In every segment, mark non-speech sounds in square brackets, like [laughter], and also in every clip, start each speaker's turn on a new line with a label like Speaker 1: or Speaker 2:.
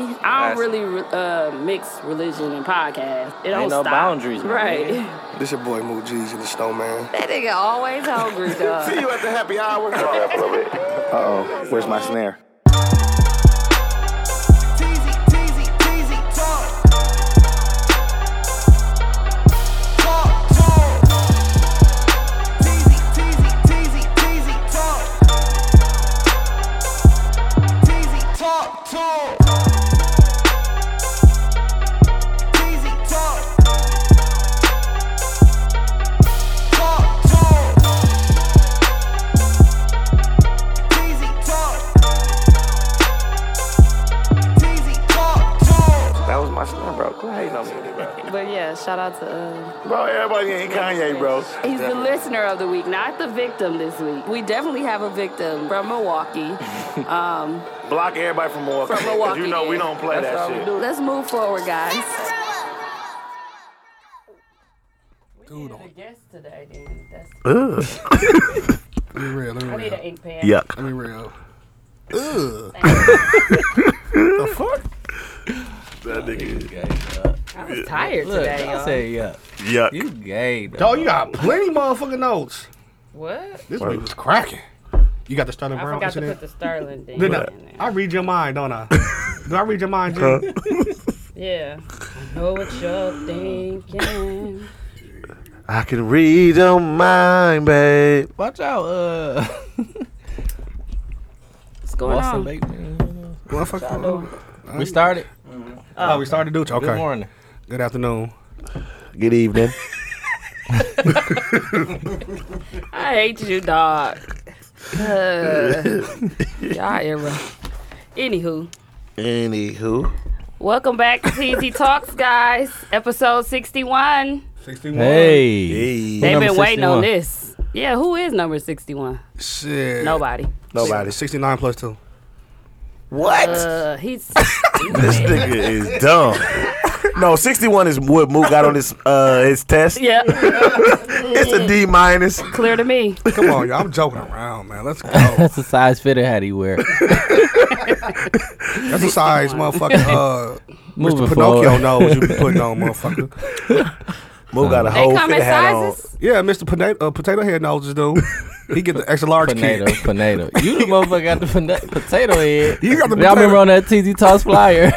Speaker 1: I
Speaker 2: That's-
Speaker 1: don't really re- uh, mix religion and podcast. It don't
Speaker 2: Ain't no
Speaker 1: stop.
Speaker 2: boundaries, my
Speaker 1: right?
Speaker 3: [laughs]
Speaker 1: [laughs]
Speaker 4: This your boy Moot G's and the Snowman.
Speaker 1: That nigga
Speaker 3: [laughs]
Speaker 1: always hungry, dog.
Speaker 3: See you at the happy hour.
Speaker 5: Uh-oh, where's my snare?
Speaker 6: Teasy, teasy, teasy, talk. Talk, talk. Teasy, teasy, teasy, teasy, talk. Teasy, talk, talk. Teasy, talk. Talk, talk. Teasy, talk. Teasy, talk, talk.
Speaker 2: That was my snare, bro. Quit hating on me.
Speaker 1: But yeah, shout out to. Uh,
Speaker 3: Bro, everybody ain't Kanye, bro.
Speaker 1: he's the listener of the week, not the victim this week. We definitely have a victim
Speaker 3: [laughs]
Speaker 1: from Milwaukee. Um,
Speaker 3: Block everybody from Milwaukee.
Speaker 1: From
Speaker 3: 'cause
Speaker 1: Milwaukee,
Speaker 3: you know we
Speaker 1: yeah.
Speaker 3: don't play
Speaker 2: That's all we
Speaker 3: that shit.
Speaker 2: do.
Speaker 1: Let's move forward, guys.
Speaker 4: Dude,
Speaker 1: a guest today, dude. That's,
Speaker 7: Ugh.
Speaker 4: let me real, let me
Speaker 1: I need an
Speaker 4: real.
Speaker 1: ink pad.
Speaker 7: Yuck.
Speaker 4: Let me real. Ugh.
Speaker 7: The fuck?
Speaker 3: That nigga.
Speaker 1: I was tired
Speaker 2: Look,
Speaker 1: today,
Speaker 2: I
Speaker 1: y'all.
Speaker 2: say yeah.
Speaker 7: Yuck.
Speaker 2: You gay, though.
Speaker 4: Dog, you got plenty motherfucking notes.
Speaker 1: what?
Speaker 4: This week was cracking. You got the Sterling
Speaker 1: I
Speaker 4: Brown
Speaker 1: forgot to
Speaker 4: incident.
Speaker 1: put the Sterling thing
Speaker 4: Did
Speaker 1: in
Speaker 4: I, I
Speaker 1: there.
Speaker 4: read your mind, don't I? Do I read your mind, Jim?
Speaker 1: Yeah. I know what you're thinking.
Speaker 7: I can read your mind, babe.
Speaker 2: Watch out, uh, [laughs]
Speaker 1: What's going
Speaker 2: Boston
Speaker 1: on?
Speaker 2: Bakeman.
Speaker 4: Motherfucker.
Speaker 2: We started.
Speaker 4: Oh, we started Dooch.
Speaker 2: Good
Speaker 4: Okay.
Speaker 2: morning.
Speaker 4: Good afternoon.
Speaker 7: Good evening.
Speaker 1: I hate you,
Speaker 2: [laughs]
Speaker 1: dog. Uh, y'all era. Anywho,
Speaker 7: Anywho,
Speaker 1: welcome back to TZ Talks, guys. Episode 61.
Speaker 4: 61.
Speaker 2: Hey.
Speaker 7: Hey.
Speaker 1: They've
Speaker 2: Number
Speaker 1: been waiting on
Speaker 2: 61.
Speaker 1: this. Yeah, who is number 61?
Speaker 4: Shit.
Speaker 1: Nobody.
Speaker 7: nobody.
Speaker 4: 69 plus 2.
Speaker 7: What?
Speaker 1: Uh, he's [laughs]
Speaker 7: this nigga is dumb. No, 61 is what Moot got on his uh his test.
Speaker 2: [laughs]
Speaker 1: yeah,
Speaker 7: It's a D minus.
Speaker 1: clear to me.
Speaker 4: Come on, y'all. I'm joking around, man. Let's go.
Speaker 2: That's the size fitter hat he wear.
Speaker 4: That's the size motherfucking uh,
Speaker 2: [laughs] Moving
Speaker 4: Pinocchio
Speaker 2: forward.
Speaker 4: knows you be putting on, motherfucker.
Speaker 7: Moot got a
Speaker 1: They
Speaker 7: whole
Speaker 1: come
Speaker 7: fit
Speaker 1: in
Speaker 7: hat on.
Speaker 1: sizes.
Speaker 4: Yeah, Mr. Potato, uh, potato Head knows his dude. He get the extra
Speaker 2: [laughs]
Speaker 4: large
Speaker 2: Potato,
Speaker 4: kid.
Speaker 2: potato. You the motherfucker got the pona- potato head.
Speaker 4: You got the
Speaker 2: Y'all remember
Speaker 4: potato-
Speaker 2: on that TZ Toss flyer?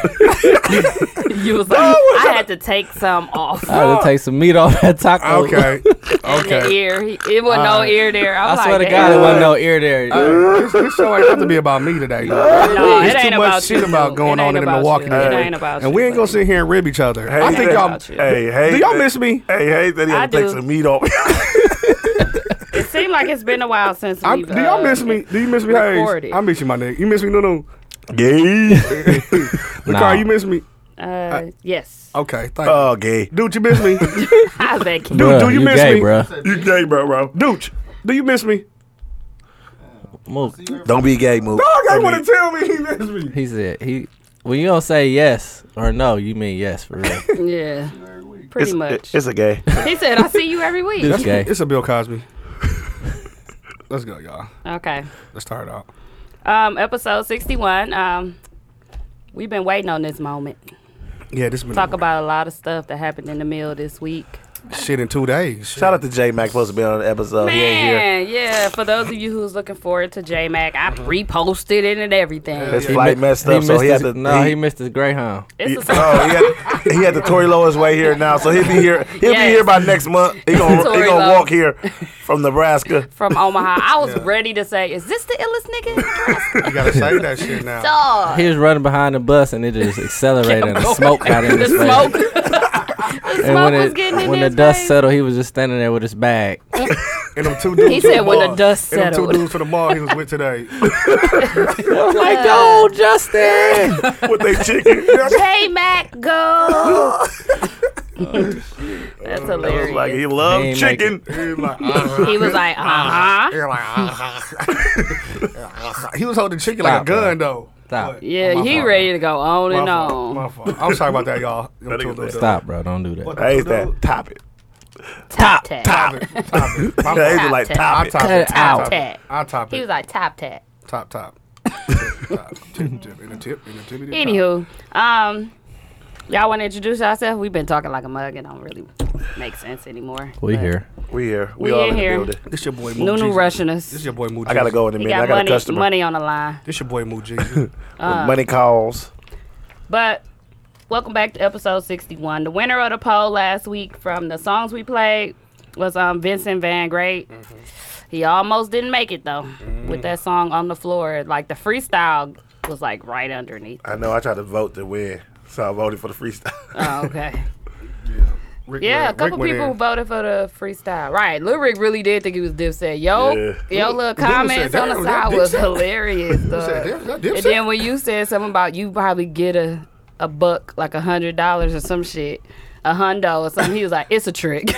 Speaker 1: You was like, I had to take some off.
Speaker 2: I had to take some meat off that taco.
Speaker 7: [laughs]
Speaker 4: Okay.
Speaker 1: in the
Speaker 4: Okay.
Speaker 1: ear. He- It wasn't no ear there. I'm
Speaker 2: I
Speaker 1: like,
Speaker 2: swear to God,
Speaker 1: "Damn."
Speaker 2: it wasn't no ear there.
Speaker 4: this, this show ain't have to be about me today. No,
Speaker 1: No, it
Speaker 4: There's
Speaker 1: ain't
Speaker 4: too much
Speaker 1: about
Speaker 4: shit
Speaker 1: you.
Speaker 4: about
Speaker 1: It
Speaker 4: going
Speaker 1: ain't
Speaker 4: on in
Speaker 1: about
Speaker 4: Milwaukee
Speaker 1: you. It
Speaker 4: today.
Speaker 1: ain't about
Speaker 4: and
Speaker 1: you,
Speaker 4: we ain't gonna
Speaker 1: buddy.
Speaker 4: sit here and rib each other. I
Speaker 7: Hey,
Speaker 4: think y'all.
Speaker 1: about you.
Speaker 7: Hey, hey.
Speaker 4: Do y'all
Speaker 7: that-
Speaker 4: miss me?
Speaker 7: Hey, hey, that he
Speaker 1: I
Speaker 7: had to take
Speaker 1: do.
Speaker 7: some meat off.
Speaker 1: It seemed like it's been a while since
Speaker 4: i
Speaker 1: we've.
Speaker 4: do y'all
Speaker 1: uh,
Speaker 4: miss me? Do you miss me, Hayes?
Speaker 1: recorded.
Speaker 4: I miss you, my nigga. You miss me, no, no.
Speaker 7: Gay.
Speaker 2: Nah.
Speaker 4: Lucar, you miss me?
Speaker 1: Uh, yes. [laughs]
Speaker 4: Okay, thank you.
Speaker 7: Oh, gay.
Speaker 4: Uh, Dude, you miss [laughs] me?
Speaker 1: How's that kid?
Speaker 4: Dude, do
Speaker 2: Bruh,
Speaker 4: you miss
Speaker 2: gay,
Speaker 4: me?
Speaker 2: bruh.
Speaker 7: You gay, bro, bro.
Speaker 4: Dude, do you miss me?
Speaker 2: Move.
Speaker 7: Don't be gay, Moot.
Speaker 4: Dog,
Speaker 7: I
Speaker 4: y'all
Speaker 7: mean,
Speaker 4: want to tell me he missed me.
Speaker 2: He said he. When you don't say yes or no, you mean yes for real.
Speaker 1: Yeah. Pretty
Speaker 7: it's,
Speaker 1: much.
Speaker 7: It's a gay.
Speaker 1: he said, "I see you every week."
Speaker 2: This gay.
Speaker 4: It's a Bill Cosby. [laughs] Let's go, y'all.
Speaker 1: Okay.
Speaker 4: Let's start out.
Speaker 1: Um, episode sixty-one. Um, we've been waiting on this moment.
Speaker 4: Yeah, this been
Speaker 1: Talk about a lot of stuff that happened in the mill this week.
Speaker 4: shit in two days.
Speaker 7: Shout out to J Mac supposed to be on the episode. He ain't here.
Speaker 1: Man, yeah. For those of you who's looking forward to J Mac, I reposted it and everything.
Speaker 7: His
Speaker 4: He
Speaker 7: flight
Speaker 2: mi-
Speaker 7: messed up, so
Speaker 2: missed
Speaker 7: he had
Speaker 2: his-
Speaker 7: to.
Speaker 2: No, he, missed his Greyhound.
Speaker 7: he,
Speaker 1: It's a
Speaker 7: oh, he had, he had the Tory Lois way here now, so he'll be here. He'll be
Speaker 1: Yes.
Speaker 7: here by next month. He gonna he
Speaker 1: Tory
Speaker 7: gonna
Speaker 1: Lois.
Speaker 7: walk here from [laughs] Nebraska.
Speaker 1: from Omaha. I was ready to say, "Is this the illest nigga?" in the class?"
Speaker 4: You gotta say that shit now.
Speaker 1: Dog.
Speaker 2: He was running behind the bus and
Speaker 1: [laughs]
Speaker 2: it just accelerated and the smoke got in
Speaker 1: the
Speaker 2: his face.
Speaker 1: smoke. the
Speaker 2: And
Speaker 1: smoke
Speaker 2: when,
Speaker 1: was
Speaker 2: it-
Speaker 1: getting in
Speaker 2: when the
Speaker 1: his
Speaker 2: dust
Speaker 1: face.
Speaker 2: settled, he was just standing there with
Speaker 1: [laughs]
Speaker 2: his bag.
Speaker 4: And them two dudes.
Speaker 1: He
Speaker 4: from
Speaker 1: said when the
Speaker 4: mall-
Speaker 1: dust
Speaker 4: And them two
Speaker 1: settled.
Speaker 4: dudes from the mall he was with [laughs] today.
Speaker 2: like, no, Justin.
Speaker 7: with they
Speaker 4: [laughs]
Speaker 7: chicken.
Speaker 1: J Mac go. That's
Speaker 7: I was
Speaker 1: hilarious.
Speaker 7: like, he
Speaker 2: He
Speaker 7: loved
Speaker 2: ain't make
Speaker 7: chicken.
Speaker 4: he was like, uh-huh.
Speaker 1: he was like, uh huh.
Speaker 4: He was like, uh-huh. he was holding chicken like a
Speaker 2: Stop, bro.
Speaker 4: gun though. oh,
Speaker 2: Stop.
Speaker 1: Yeah,
Speaker 4: My
Speaker 1: he
Speaker 4: fault.
Speaker 1: ready to go on
Speaker 4: My
Speaker 1: and
Speaker 4: fault.
Speaker 1: on.
Speaker 4: My fault. I'm sorry about that, y'all. Them
Speaker 7: That
Speaker 4: two
Speaker 7: nigga
Speaker 4: dudes.
Speaker 2: [laughs]
Speaker 7: said-
Speaker 2: Stop, bro. Don't do that.
Speaker 7: I hate that. Top it.
Speaker 1: Top
Speaker 7: Top.
Speaker 1: tap.
Speaker 4: Top it. [laughs] Top it. My
Speaker 7: I hate
Speaker 4: fault.
Speaker 7: it like
Speaker 1: tap.
Speaker 7: top
Speaker 4: I
Speaker 7: it.
Speaker 4: top
Speaker 2: Cut
Speaker 4: it.
Speaker 2: it out.
Speaker 4: Top it. I top
Speaker 1: He was
Speaker 4: it.
Speaker 1: like, top tap.
Speaker 4: [laughs] Top top. Tip, tip, and a tip, and a tip, and a tip.
Speaker 1: Anywho, um, y'all want to introduce yourself? We've been talking like a mug. It don't really make sense anymore.
Speaker 2: We
Speaker 1: but
Speaker 2: here.
Speaker 7: We here. We,
Speaker 1: We
Speaker 7: all
Speaker 1: in
Speaker 7: in
Speaker 1: here.
Speaker 7: the building.
Speaker 4: This your boy Moo
Speaker 1: Nunu
Speaker 4: Jeezy.
Speaker 1: rushing
Speaker 4: This
Speaker 1: us.
Speaker 4: your boy Moo
Speaker 7: I gotta
Speaker 4: Jeezy.
Speaker 7: go in a
Speaker 1: He
Speaker 7: minute. I
Speaker 1: got
Speaker 7: got a
Speaker 1: money,
Speaker 7: customer.
Speaker 1: money uh. on the line.
Speaker 4: This your boy Moo [laughs] Jeezy.
Speaker 7: When money calls.
Speaker 1: But welcome back to episode 61. The winner of the poll last week from the songs we played was um, Vincent Van Great. He almost didn't make it though with that song on the floor. Like the freestyle was like right underneath.
Speaker 7: I know. I tried to vote to win, so I voted for the [laughs] freestyle.
Speaker 1: Oh, okay.
Speaker 4: Rick
Speaker 1: Yeah, a
Speaker 4: went-
Speaker 1: couple
Speaker 4: Rick went
Speaker 1: people
Speaker 4: in.
Speaker 1: voted for the freestyle. Right. Lil Rick really did think he was Dipset. Yo,
Speaker 7: Yeah.
Speaker 1: yo, little
Speaker 4: said,
Speaker 1: comments on the
Speaker 4: "Damn, that
Speaker 1: side was
Speaker 4: Dipset." [laughs]
Speaker 1: hilarious. though.
Speaker 4: said, "Damn, that
Speaker 1: and
Speaker 4: Dipset."
Speaker 1: then when you said something about you probably get a, a buck, like a hundred dollars or some shit, a hundo or something, he was like, it's a
Speaker 4: [laughs]
Speaker 1: trick. [laughs]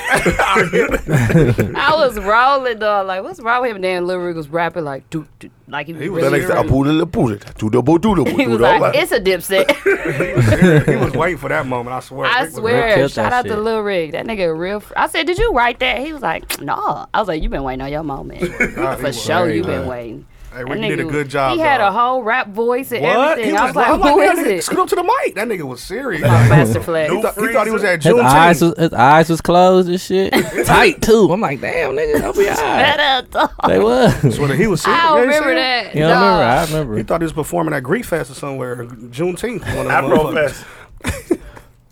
Speaker 1: I was rolling, dog. Like, what's wrong with him? And then Lil Rick was rapping like, do, do, like he was,
Speaker 4: was
Speaker 7: That
Speaker 1: really-
Speaker 7: nigga said, "I pulled it, I pulled it, do the bo, do the
Speaker 1: [laughs]
Speaker 7: bo,
Speaker 1: He
Speaker 7: do
Speaker 1: was
Speaker 7: the
Speaker 1: like,
Speaker 7: bo."
Speaker 1: it's a
Speaker 4: [laughs]
Speaker 1: Dipset. [laughs]
Speaker 4: he was waiting for that moment. I swear.
Speaker 1: I
Speaker 4: Rick was-
Speaker 1: swear,
Speaker 2: killed
Speaker 1: shout
Speaker 2: that
Speaker 1: out to
Speaker 2: shit.
Speaker 1: Lil Rig. That nigga a real. Fr- I said, did you write that? He was like, no. I was like, you been waiting on your
Speaker 4: [laughs]
Speaker 1: moment
Speaker 4: God, he
Speaker 1: for
Speaker 4: was-
Speaker 1: sure. You
Speaker 2: Right,
Speaker 1: been
Speaker 2: man.
Speaker 1: waiting.
Speaker 4: Hey,
Speaker 1: That
Speaker 4: Rick, you did a
Speaker 1: nigga-
Speaker 4: good job,
Speaker 1: He had a
Speaker 4: dog.
Speaker 1: whole rap voice and
Speaker 4: What?
Speaker 1: everything.
Speaker 4: He
Speaker 1: I was
Speaker 4: was
Speaker 1: like, who
Speaker 4: "Damn, nigga,
Speaker 1: is it?
Speaker 4: Scoot up to the mic. That nigga was serious.
Speaker 1: Master Flex.
Speaker 4: He, thought, he thought he was at
Speaker 2: His eyes,
Speaker 4: Juneteenth.
Speaker 2: was, his eyes was closed
Speaker 1: [laughs]
Speaker 2: and shit. Tight too. I'm like, damn, nigga, I'll be all right.
Speaker 1: Shut up, dog.
Speaker 2: They was.
Speaker 4: When he was serious.
Speaker 1: I
Speaker 4: you
Speaker 1: don't
Speaker 4: ain't
Speaker 1: remember
Speaker 4: serious?
Speaker 1: that.
Speaker 2: Yeah,
Speaker 1: dog.
Speaker 2: I remember. I
Speaker 4: He
Speaker 2: remember.
Speaker 4: thought he was performing at Greek Fest or somewhere. Juneteenth. One of them
Speaker 7: Afro
Speaker 4: motherfuckers.
Speaker 7: Fest.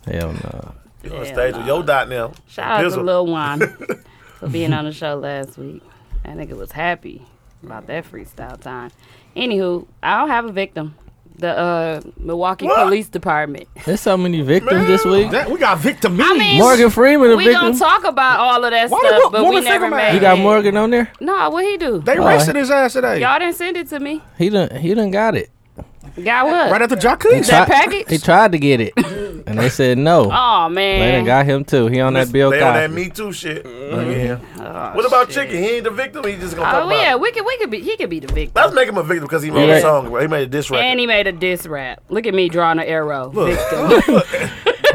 Speaker 2: Hell no.
Speaker 7: You on
Speaker 1: Hell
Speaker 7: stage with your dot now.
Speaker 1: Shout out to
Speaker 7: Dizzle.
Speaker 1: Lil Juan
Speaker 4: [laughs]
Speaker 1: for being on the show last week. That nigga was happy about that freestyle time. Anywho, I don't have a victim. The uh, Milwaukee
Speaker 7: What?
Speaker 1: Police Department.
Speaker 2: There's so many victims this week.
Speaker 4: That, we got victim
Speaker 1: I mean,
Speaker 2: Morgan Freeman, a
Speaker 1: we gonna
Speaker 2: victim.
Speaker 1: talk about all of that
Speaker 4: Why the
Speaker 1: stuff,
Speaker 4: fuck
Speaker 1: but we
Speaker 4: Morgan
Speaker 1: never
Speaker 4: Freeman
Speaker 1: made.
Speaker 4: mad?
Speaker 2: You got Morgan on there.
Speaker 1: No, what he do?
Speaker 4: They
Speaker 2: Why?
Speaker 4: arrested his ass today.
Speaker 1: Y'all didn't send it to me.
Speaker 2: He done. He done got it.
Speaker 1: Got what?
Speaker 4: Right after Jacquees.
Speaker 1: that
Speaker 2: Tri-
Speaker 1: package?
Speaker 2: He tried
Speaker 1: [laughs]
Speaker 2: to get it, and they said no.
Speaker 1: oh
Speaker 2: They
Speaker 1: man.
Speaker 2: done got him too. He on that Bill
Speaker 7: They on that
Speaker 2: Cosby.
Speaker 7: Me Too shit. Yeah. What about Chicken? He ain't the victim. He just gonna talk
Speaker 1: Uh, oh
Speaker 7: about.
Speaker 1: yeah,
Speaker 7: it.
Speaker 1: we could we could be he could be the victim.
Speaker 7: Let's make him a victim because he made
Speaker 2: Yeah.
Speaker 7: a song. bro. He made a diss
Speaker 1: And
Speaker 7: record.
Speaker 1: he made a diss rap. Look at me drawing an arrow.
Speaker 4: [laughs]
Speaker 1: Victim.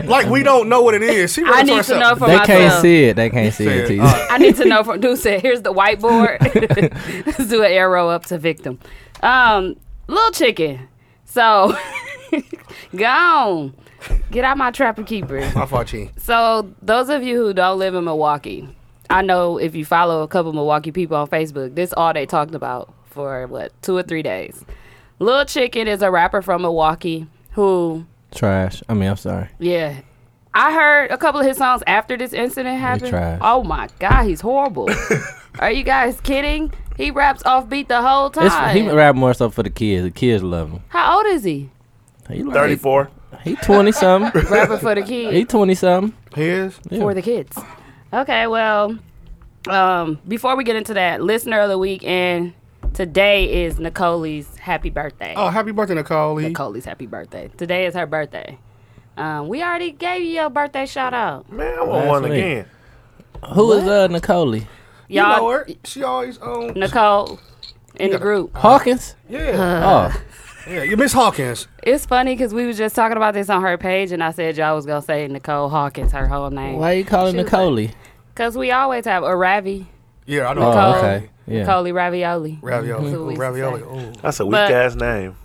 Speaker 4: like we don't know what it is. She
Speaker 1: I
Speaker 4: wrote it
Speaker 1: need to know
Speaker 4: herself.
Speaker 1: for
Speaker 2: They
Speaker 1: myself.
Speaker 2: can't see it. They can't see it.
Speaker 4: Said,
Speaker 2: to you.
Speaker 4: uh,
Speaker 1: I need to know from dude said, here's the whiteboard. [laughs]
Speaker 2: [laughs]
Speaker 1: Let's do an arrow up to victim. Um, little chicken. So [laughs] gone. Get out my trapper keeper.
Speaker 4: My fault, Chi.
Speaker 1: So those of you who don't live in Milwaukee, I know if you follow a couple Milwaukee people on Facebook, this all they talked about for what, two or three days. Lil Chicken is a rapper from Milwaukee who
Speaker 2: Trash. I mean, I'm sorry.
Speaker 1: yeah. I heard a couple of his songs after this incident
Speaker 2: trash.
Speaker 1: happened. Oh my god, he's
Speaker 2: [laughs]
Speaker 1: horrible. Are you guys kidding? He raps offbeat the whole
Speaker 2: It's,
Speaker 1: time.
Speaker 2: he rap more so for the kids. The kids love him.
Speaker 1: How old is he?
Speaker 2: He like,
Speaker 7: Thirty four.
Speaker 2: He twenty something.
Speaker 1: Rapping for the
Speaker 2: he
Speaker 1: kids.
Speaker 2: twenty something.
Speaker 4: He is.
Speaker 1: For the kids. Okay, well, um, before we get into that, listener of the week and today is Nicole's happy birthday.
Speaker 4: Oh, happy birthday, Nicole. Lee.
Speaker 1: Nicole's happy birthday. Today is her birthday. Um, we already gave you your birthday shout out.
Speaker 7: Man, I want
Speaker 2: Last
Speaker 7: one
Speaker 2: week.
Speaker 7: again.
Speaker 2: Who is uh Nicole
Speaker 4: You
Speaker 1: Y'all
Speaker 4: know her. She always um.
Speaker 1: Nicole in the group.
Speaker 2: Hawkins?
Speaker 4: Yeah,
Speaker 2: Oh,
Speaker 4: yeah. You Miss Hawkins.
Speaker 1: It's funny because we was just talking about this on her page, and I said y'all was gonna say Nicole Hawkins, her whole name,
Speaker 2: why you calling
Speaker 1: She was
Speaker 2: Nicole?
Speaker 1: because we always have a Ravi,
Speaker 4: Yeah, I know.
Speaker 2: oh,
Speaker 1: Nicole.
Speaker 2: okay. Yeah.
Speaker 1: Nicole Ravioli.
Speaker 4: Ravioli.
Speaker 1: That's what we
Speaker 4: Ooh, ravioli. Ooh,
Speaker 7: That's a weak
Speaker 1: But-
Speaker 7: ass name.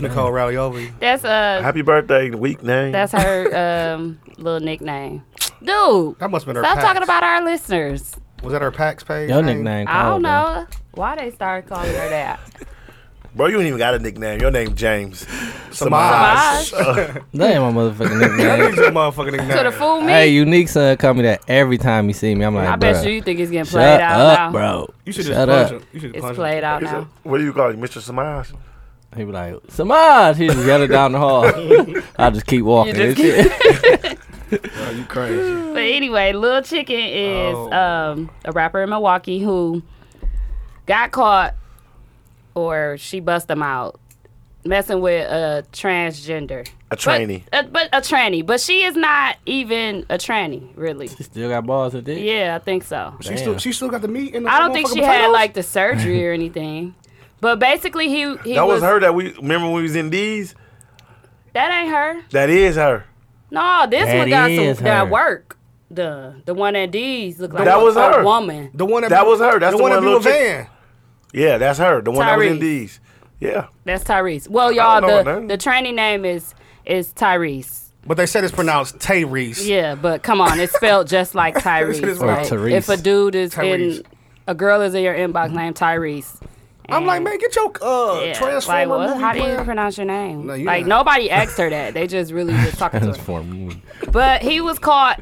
Speaker 4: Nicole Ravioli.
Speaker 1: That's uh,
Speaker 7: Happy birthday, weak name.
Speaker 1: that's her um little nickname. Dude,
Speaker 4: That must have been her.
Speaker 1: stop
Speaker 4: PAX.
Speaker 1: talking about our listeners.
Speaker 2: Oh,
Speaker 4: Was that her PAX page?
Speaker 2: Your
Speaker 4: name?
Speaker 2: nickname?
Speaker 1: I
Speaker 2: Cole,
Speaker 1: don't
Speaker 2: though.
Speaker 1: know why they started calling her
Speaker 2: [laughs]
Speaker 1: that.
Speaker 7: Bro, you ain't even got a nickname. Your name James.
Speaker 4: [sighs] Samaj.
Speaker 1: Bosh, to
Speaker 2: That ain't my
Speaker 4: [laughs]
Speaker 2: motherfucking
Speaker 4: That
Speaker 2: nickname.
Speaker 4: is your motherfucking nickname.
Speaker 1: the fool me.
Speaker 2: hey, unique son, call me that every time you see me. I'm like,
Speaker 1: I
Speaker 2: bruh,
Speaker 1: bet you you think it's getting played
Speaker 2: shut
Speaker 1: out
Speaker 2: up,
Speaker 1: now.
Speaker 2: bro.
Speaker 4: You should just
Speaker 2: shut
Speaker 4: punch
Speaker 2: up.
Speaker 4: him. You should
Speaker 1: It's
Speaker 4: punch
Speaker 1: played
Speaker 4: him.
Speaker 1: out now.
Speaker 7: What do you call him, Mr. Samaj?
Speaker 2: He be like, Samaj. He just yelled down
Speaker 1: [laughs]
Speaker 2: the hall. I just keep walking.
Speaker 1: You just
Speaker 2: It's-
Speaker 4: Are you crazy?
Speaker 1: But anyway, Lil Chicken is
Speaker 4: Oh.
Speaker 1: um, a rapper in Milwaukee who got caught, or she bust him out, messing with a transgender.
Speaker 7: A trainee.
Speaker 1: But, uh, but a tranny. But she is not even a tranny,
Speaker 2: [laughs]
Speaker 1: really.
Speaker 2: [laughs] Still got balls and dick.
Speaker 1: Yeah, I think so.
Speaker 4: She still, she still got the meat in the
Speaker 1: I don't think
Speaker 4: motherfucking
Speaker 1: she had
Speaker 4: potatoes?
Speaker 1: like the surgery or anything. But basically, he he
Speaker 7: That was
Speaker 1: was,
Speaker 7: her that we remember when we was in these?
Speaker 1: That ain't her.
Speaker 7: That is her.
Speaker 1: No, this
Speaker 2: That
Speaker 1: one got
Speaker 2: is
Speaker 1: some
Speaker 2: her.
Speaker 1: that work. The the one that D's look like
Speaker 7: That
Speaker 1: a-
Speaker 7: was
Speaker 1: a
Speaker 7: her.
Speaker 1: woman.
Speaker 4: The one that,
Speaker 7: That was her. That's
Speaker 4: the,
Speaker 7: the one
Speaker 4: one, that be
Speaker 7: little
Speaker 4: with
Speaker 7: chick-
Speaker 4: Van.
Speaker 7: Yeah, that's her. The one that was in
Speaker 1: Tyrese.
Speaker 7: these. Yeah.
Speaker 1: That's Tyrese. Well,
Speaker 7: I
Speaker 1: y'all,
Speaker 7: don't know her
Speaker 1: the
Speaker 7: name.
Speaker 1: the tranny name is is Tyrese.
Speaker 4: But they said it's pronounced Tyrese.
Speaker 1: Yeah, but come on, it's spelled just like
Speaker 7: [laughs]
Speaker 1: Tyrese.
Speaker 4: Or
Speaker 1: like,
Speaker 2: Tyrese.
Speaker 1: If a dude is
Speaker 4: Tyrese.
Speaker 1: in a girl is in your inbox named Tyrese.
Speaker 4: I'm like, man, get your
Speaker 1: Yeah,
Speaker 4: uh,
Speaker 1: like,
Speaker 4: Transformer
Speaker 1: what-
Speaker 4: movie
Speaker 1: how do you
Speaker 4: plan.
Speaker 1: pronounce your name?
Speaker 4: No, you
Speaker 1: like
Speaker 4: not.
Speaker 1: nobody asked her that. They just
Speaker 2: [laughs]
Speaker 1: really just talking to
Speaker 2: That's
Speaker 1: her.
Speaker 2: for a movie.
Speaker 1: But he was caught.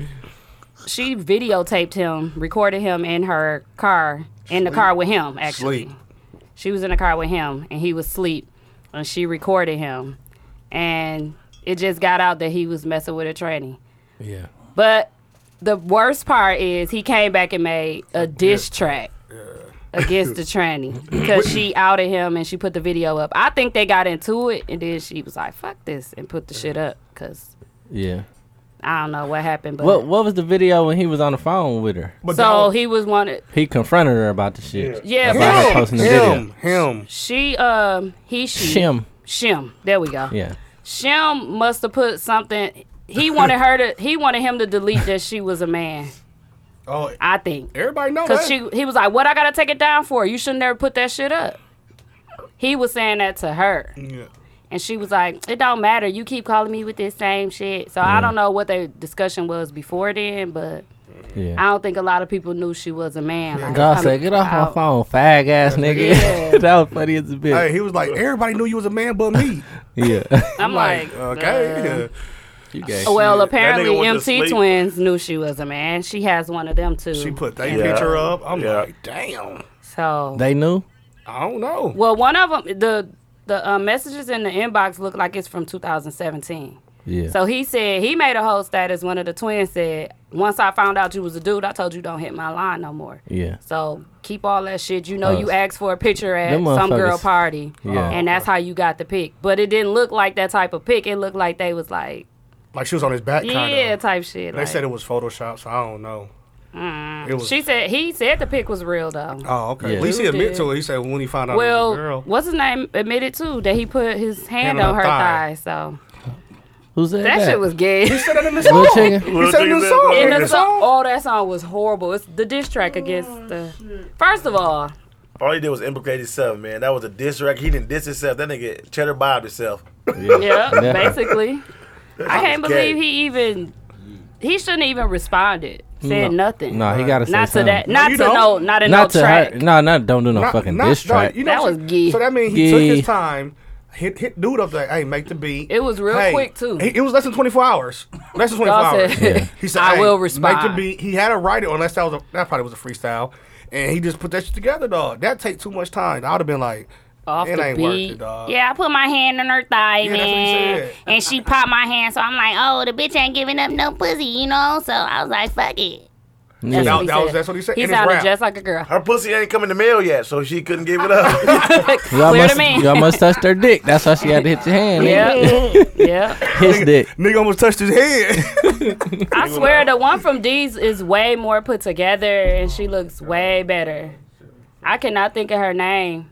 Speaker 1: She videotaped him, recorded him in her car, in the car with him. Actually,
Speaker 4: Sleep.
Speaker 1: she was in the car with him, and he was asleep, and she recorded him, and it just got out that he was messing with a tranny.
Speaker 2: Yeah.
Speaker 1: But the worst part is he came back and made a diss track against the tranny because she outed him and she put the video up. I think they got into it and then she was like, "Fuck this" and put the shit up because
Speaker 2: Yeah.
Speaker 1: I don't know what happened. But
Speaker 2: What What was the video when he was on the phone with her?
Speaker 4: But
Speaker 1: so
Speaker 4: dog,
Speaker 1: he was wanted.
Speaker 2: He confronted her about the shit.
Speaker 1: Yeah,
Speaker 2: About her
Speaker 1: him,
Speaker 2: posting the
Speaker 4: him,
Speaker 2: video.
Speaker 4: him.
Speaker 1: She um he she
Speaker 2: Shim.
Speaker 1: Shim. There we go.
Speaker 2: Yeah.
Speaker 1: Shim must have put something. He wanted her to. He wanted him to delete that she was a man.
Speaker 4: Oh,
Speaker 1: I think.
Speaker 4: everybody know that.
Speaker 1: Cause she, he was like, "What I gotta take it down for? You should never put that shit up." He was saying that to her,
Speaker 4: yeah.
Speaker 1: and she was like, "It don't matter. You keep calling me with this same shit." So I don't know what their discussion was before then, but I
Speaker 2: Yeah.
Speaker 1: don't think a lot of people knew she was a man. Like,
Speaker 2: God
Speaker 1: I'm-
Speaker 2: said, get off
Speaker 1: I'll-
Speaker 2: my phone, fag ass nigga.
Speaker 1: Yeah.
Speaker 2: [laughs] that was funny as a
Speaker 4: Hey,
Speaker 2: bitch.
Speaker 4: he was like, everybody knew you was a man but
Speaker 1: [laughs]
Speaker 4: me.
Speaker 2: Yeah. [laughs]
Speaker 1: I'm like,
Speaker 4: okay. yeah.
Speaker 2: you gay.
Speaker 1: well,
Speaker 3: nigga
Speaker 1: apparently
Speaker 3: went to
Speaker 1: MT
Speaker 3: sleep.
Speaker 1: Twins knew she was a man. She has one of them too.
Speaker 4: She put that
Speaker 7: Yeah.
Speaker 4: picture up. I'm
Speaker 7: Yeah.
Speaker 4: like, damn.
Speaker 1: so
Speaker 2: They knew.
Speaker 4: I don't know.
Speaker 1: well, one of them the the uh, messages in the inbox look like it's from 2017.
Speaker 2: Yeah.
Speaker 1: So he said he made a whole status. One of the twins said, "Once I found out you was a dude, I told you don't hit my line no more."
Speaker 2: yeah.
Speaker 1: So keep all that shit. You know,
Speaker 2: Oh.
Speaker 1: you asked for a picture at
Speaker 2: Them
Speaker 1: some girl
Speaker 2: motherfuckers-
Speaker 1: party,
Speaker 2: Yeah.
Speaker 1: and that's how you got the pic. But it didn't look like that type of pic. It looked like they was like,
Speaker 4: Like she was on his back, kind of.
Speaker 1: yeah, type shit.
Speaker 4: They
Speaker 1: like-
Speaker 4: said it was Photoshop, so I don't know. Mm. It was.
Speaker 1: she said he said the pic was real though.
Speaker 4: oh, okay.
Speaker 2: Yeah.
Speaker 4: At least he
Speaker 1: Dude
Speaker 4: admitted
Speaker 1: did.
Speaker 4: to it. He said when he found out it was a
Speaker 1: well,
Speaker 4: girl.
Speaker 1: what's his name admitted too that he put his hand,
Speaker 4: Hand on
Speaker 1: on her
Speaker 4: her
Speaker 1: thigh. So
Speaker 2: Who's that?
Speaker 1: that, shit was gay.
Speaker 4: said that in the
Speaker 2: Little chicken.
Speaker 4: He said it in the
Speaker 1: [laughs]
Speaker 4: song.
Speaker 1: And
Speaker 4: In
Speaker 1: the
Speaker 4: the
Speaker 1: song,
Speaker 4: song?
Speaker 1: oh, that song was horrible. It's the diss track against
Speaker 4: Oh,
Speaker 1: the. First of all,
Speaker 7: All he did was implicate himself, man. That was a diss track. He didn't diss himself. That nigga cheddar bobbed himself.
Speaker 1: yeah,
Speaker 2: [laughs] Yeah.
Speaker 1: basically, I can't
Speaker 7: was gay.
Speaker 1: believe he even. He shouldn't even responded. Said
Speaker 2: No.
Speaker 1: nothing.
Speaker 2: No, he gotta say
Speaker 1: not to
Speaker 2: something.
Speaker 1: that. Not
Speaker 4: you
Speaker 1: to
Speaker 4: don't.
Speaker 1: no. Not in
Speaker 2: Not
Speaker 1: no
Speaker 2: to
Speaker 1: track.
Speaker 2: her. No, not don't do no fucking diss
Speaker 4: no,
Speaker 2: track.
Speaker 1: That was gee.
Speaker 4: So that means he
Speaker 2: Gee.
Speaker 4: took his time, hit hit dude up like, hey, make the beat.
Speaker 1: It was real
Speaker 4: Hey,
Speaker 1: quick, too.
Speaker 4: He, it was less than twenty four hours. Less than twenty four
Speaker 1: [laughs] Y'all
Speaker 4: hours.
Speaker 1: said, Yeah.
Speaker 4: He said,
Speaker 1: "I
Speaker 4: hey,
Speaker 1: will
Speaker 4: Make
Speaker 1: respond."
Speaker 4: the beat. He had to write it, unless that was a, that probably was a freestyle, and he just put that shit together, dog. That take too much time. I would have been like,
Speaker 1: Off
Speaker 4: it
Speaker 1: the
Speaker 4: ain't
Speaker 1: beat.
Speaker 4: worth it, dog.
Speaker 1: Yeah, I put my hand on her thigh,
Speaker 4: that's what he
Speaker 1: man,
Speaker 4: said.
Speaker 1: and she popped my hand. So I'm like, oh, the bitch ain't giving up no pussy, you know. So I was like, fuck it.
Speaker 2: Yeah.
Speaker 4: That,
Speaker 1: He
Speaker 4: that was
Speaker 1: said-
Speaker 4: that's what he said.
Speaker 1: He
Speaker 4: in his
Speaker 1: sounded
Speaker 4: rap.
Speaker 1: just like a girl. [laughs]
Speaker 7: Her pussy ain't come in the mail yet, so she couldn't give it up.
Speaker 2: Y'all,
Speaker 1: Clear
Speaker 2: must,
Speaker 1: to me.
Speaker 2: y'all must touch their dick. That's why she had to hit your hand. nigga.
Speaker 1: [laughs]
Speaker 4: [laughs]
Speaker 1: Yeah, yeah.
Speaker 2: His dick.
Speaker 4: Nigga almost touched his head. [laughs]
Speaker 1: I swear the one from D's is way more put together and she looks way better. I cannot think of her name.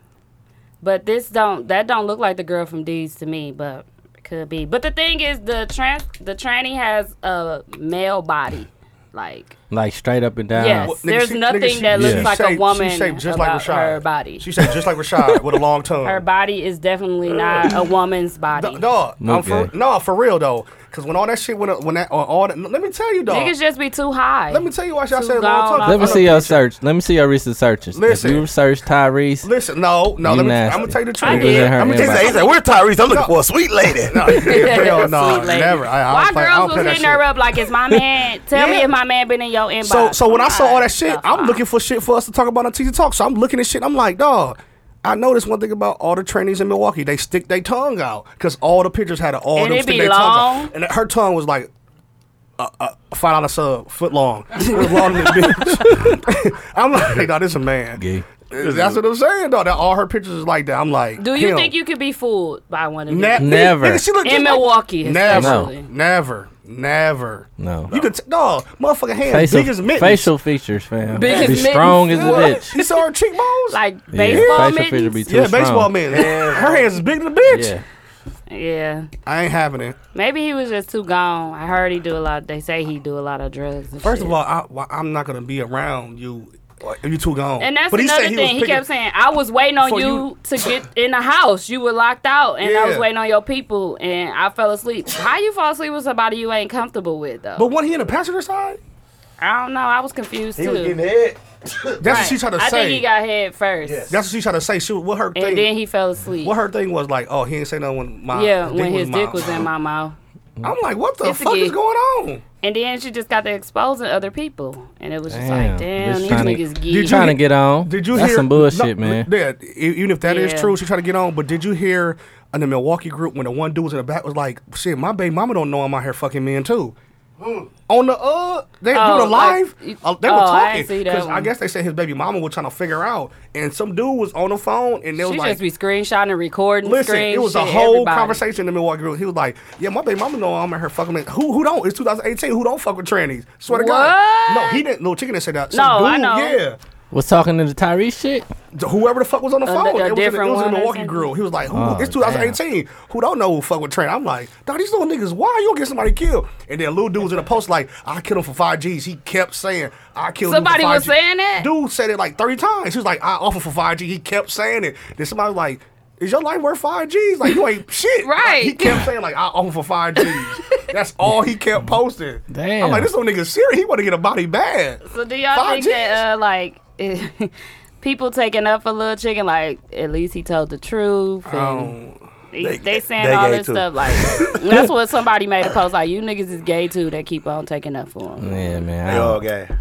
Speaker 1: But this don't that don't look like the girl from D's to me, but could be. But the thing is the trans the tranny has a male body. Like
Speaker 2: Like straight up and down.
Speaker 1: Yes.
Speaker 4: Well, nigga,
Speaker 1: There's nothing that
Speaker 2: looks
Speaker 1: like a
Speaker 4: shaped-
Speaker 1: woman
Speaker 4: She shaped just like
Speaker 1: about
Speaker 4: Rashad.
Speaker 1: her body.
Speaker 4: She shaped just like Rashad with a
Speaker 1: [laughs]
Speaker 4: long tongue.
Speaker 1: her body is definitely not a woman's body.
Speaker 4: D- dog, I'm for,
Speaker 2: Okay.
Speaker 4: no, for real though, because when all that shit went up, when that on all that, let me tell you, dog.
Speaker 1: Niggas just be too high.
Speaker 4: let me tell you why y'all
Speaker 1: Too
Speaker 4: said
Speaker 1: gone
Speaker 4: long tongue.
Speaker 1: off
Speaker 2: Let me
Speaker 1: of
Speaker 2: see your search. Let me see your recent searches.
Speaker 4: Listen.
Speaker 2: If you search Tyrese,
Speaker 4: Listen, no, no.
Speaker 2: You
Speaker 4: Let me,
Speaker 2: nasty.
Speaker 4: I'm gonna tell you the truth.
Speaker 1: I did. It was in her
Speaker 4: I'm gonna
Speaker 7: he
Speaker 4: tell
Speaker 7: said,
Speaker 4: you
Speaker 7: he said, "We're Tyrese. I'm looking for a sweet
Speaker 1: [laughs]
Speaker 7: lady."
Speaker 4: Hell no,
Speaker 1: Sweet lady.
Speaker 4: never. I, I
Speaker 1: Why
Speaker 4: don't play, I don't
Speaker 1: girls
Speaker 4: play
Speaker 1: was
Speaker 4: that
Speaker 1: hitting her
Speaker 4: shit.
Speaker 1: up like, is my man? Tell me
Speaker 4: Yeah.
Speaker 1: if my man been in your inbox. Oh
Speaker 4: So, so when I saw all that
Speaker 1: Alright,
Speaker 4: shit,
Speaker 1: so
Speaker 4: I'm
Speaker 1: fine.
Speaker 4: looking for shit for us to talk about on TZ Talk. So I'm looking at shit. I'm like, dog. I noticed one thing about all the trainees in Milwaukee. They stick their tongue out because all the pictures had all
Speaker 1: And
Speaker 4: them
Speaker 1: it
Speaker 4: stick
Speaker 1: be
Speaker 4: their tongues
Speaker 1: long.
Speaker 4: out. And her tongue was like a, a five dollar sub,
Speaker 1: [laughs]
Speaker 4: foot long. It was long than a bitch. [laughs] I'm like, no, this a man.
Speaker 2: Gay.
Speaker 4: That's what I'm saying, though. That all her pictures is like that. I'm like,
Speaker 1: do you
Speaker 4: him.
Speaker 1: think you could be fooled by one of these?
Speaker 4: Ne-
Speaker 2: Never.
Speaker 4: Nigga, she look
Speaker 1: in
Speaker 4: just like-
Speaker 1: Milwaukee,
Speaker 4: Never,
Speaker 1: especially.
Speaker 4: never, never.
Speaker 2: No.
Speaker 4: You could t- no motherfucker hand
Speaker 2: facial,
Speaker 4: big as mittens.
Speaker 2: facial features, fam.
Speaker 1: Big as
Speaker 2: be
Speaker 1: mittens.
Speaker 2: strong as a
Speaker 4: What?
Speaker 2: bitch.
Speaker 4: You saw her cheekbones?
Speaker 1: like
Speaker 2: yeah,
Speaker 1: baseball
Speaker 2: facial features be
Speaker 1: mittens.
Speaker 2: too
Speaker 4: yeah,
Speaker 2: strong.
Speaker 4: baseball man. Her hands is bigger than a bitch.
Speaker 2: Yeah.
Speaker 1: Yeah,
Speaker 4: I ain't having it.
Speaker 1: maybe he was just too gone. I heard he do a lot. They say he do a lot of drugs. and
Speaker 4: First
Speaker 1: shit.
Speaker 4: of all, I, why- I'm not gonna be around you Like, you two gone.
Speaker 1: And that's
Speaker 4: but he
Speaker 1: another
Speaker 4: said he was
Speaker 1: thing. He
Speaker 4: picking-
Speaker 1: kept saying, "I was waiting on
Speaker 4: For
Speaker 1: you,
Speaker 4: you-
Speaker 1: to get in the house. You were locked out, and I was
Speaker 4: Yeah.
Speaker 1: waiting on your people, and I fell asleep." How you fall asleep with somebody you ain't comfortable with, though?
Speaker 4: But when he in the passenger side,
Speaker 1: I don't know. I was confused too.
Speaker 7: head.
Speaker 4: that's what
Speaker 1: Right.
Speaker 4: she tried to
Speaker 1: I
Speaker 4: say.
Speaker 1: think he got head first,
Speaker 4: that's what she tried to say. She was- what her
Speaker 1: and
Speaker 4: thing.
Speaker 1: then he fell asleep.
Speaker 4: what her thing was like. Oh, he ain't say nothing when my
Speaker 1: yeah,
Speaker 4: dick
Speaker 1: when
Speaker 4: was
Speaker 1: his
Speaker 4: mine.
Speaker 1: dick was in my mouth,
Speaker 4: I'm like, what the
Speaker 1: It's a
Speaker 4: fuck is
Speaker 1: gig.
Speaker 4: going on?
Speaker 1: and then she just got to exposing other people, and it was just like,
Speaker 2: Damn,
Speaker 1: "Damn,
Speaker 2: bitch
Speaker 1: these
Speaker 2: tryna-
Speaker 1: niggas
Speaker 2: you
Speaker 1: geek."
Speaker 2: trying to get on?
Speaker 4: Did you
Speaker 2: That's
Speaker 4: hear
Speaker 2: some bullshit,
Speaker 4: no,
Speaker 2: man.
Speaker 4: Yeah, e- even if that is
Speaker 1: Yeah.
Speaker 4: true, she tried to get on. But did you hear in the Milwaukee group when the one dude was in the back was like, "Shit, my baby mama don't know I'm out here fucking men too." On the uh, they
Speaker 1: Hmm. Oh,
Speaker 4: doing a live.
Speaker 1: like-
Speaker 4: uh, they
Speaker 1: oh,
Speaker 4: were
Speaker 1: I
Speaker 4: talking
Speaker 1: didn't see that
Speaker 4: because I,
Speaker 1: one.
Speaker 4: guess they said his baby mama was trying to figure out, and some dude was on the phone and they was
Speaker 1: She
Speaker 4: like,
Speaker 1: just be screenshotting, and recording.
Speaker 4: Listen,
Speaker 1: screen
Speaker 4: it was a
Speaker 1: shit,
Speaker 4: whole
Speaker 1: everybody.
Speaker 4: conversation in the Milwaukee group. He was like, "Yeah, my baby mama know I'm at her fucking man. Who who don't? It's 2018. Who don't fuck with trannies? Swear to God.
Speaker 1: What?
Speaker 4: No, he didn't. No, chicken didn't say that.
Speaker 1: No,
Speaker 4: Some
Speaker 1: I
Speaker 4: dude,
Speaker 1: know.
Speaker 4: Yeah,
Speaker 2: Was talking to the Tyrese shit?
Speaker 4: Th- whoever the fuck was on the
Speaker 1: A-
Speaker 4: phone.
Speaker 1: a
Speaker 4: it was in, the-
Speaker 1: different
Speaker 4: it was
Speaker 1: one
Speaker 4: in the
Speaker 1: or
Speaker 4: Milwaukee
Speaker 1: something?
Speaker 4: group. He was like, "Who?
Speaker 2: Oh,
Speaker 4: it's 2018. Who don't know who fuck with trannies? I'm like, dog, these little niggas. Why you gonna get somebody killed? And then little dude was in the post like, I killed him for five G's. He kept saying, I killed
Speaker 1: Somebody
Speaker 4: him for five
Speaker 1: was saying that?
Speaker 4: Dude said it like 30 times. He was like, I offer for five G. He kept saying it. Then somebody was like. Is your life worth five G's? Like you
Speaker 1: [laughs]
Speaker 4: ain't shit. Like,
Speaker 1: Right.
Speaker 4: he kept saying like I offer for five G's. That's all he kept posting.
Speaker 2: Damn.
Speaker 4: I'm like this little nigga serious. He want to get a body bad.
Speaker 1: So do y'all
Speaker 4: Five
Speaker 1: think that uh, like [laughs] people taking up for Lil Chicken? Like at least he told the truth. and they, they, saying
Speaker 7: they
Speaker 1: all
Speaker 7: gay
Speaker 1: this
Speaker 7: too.
Speaker 1: stuff like that's what somebody made a post like you niggas is gay too. They keep on taking up for him.
Speaker 2: Yeah, man. I
Speaker 7: They all
Speaker 2: don't-
Speaker 7: gay.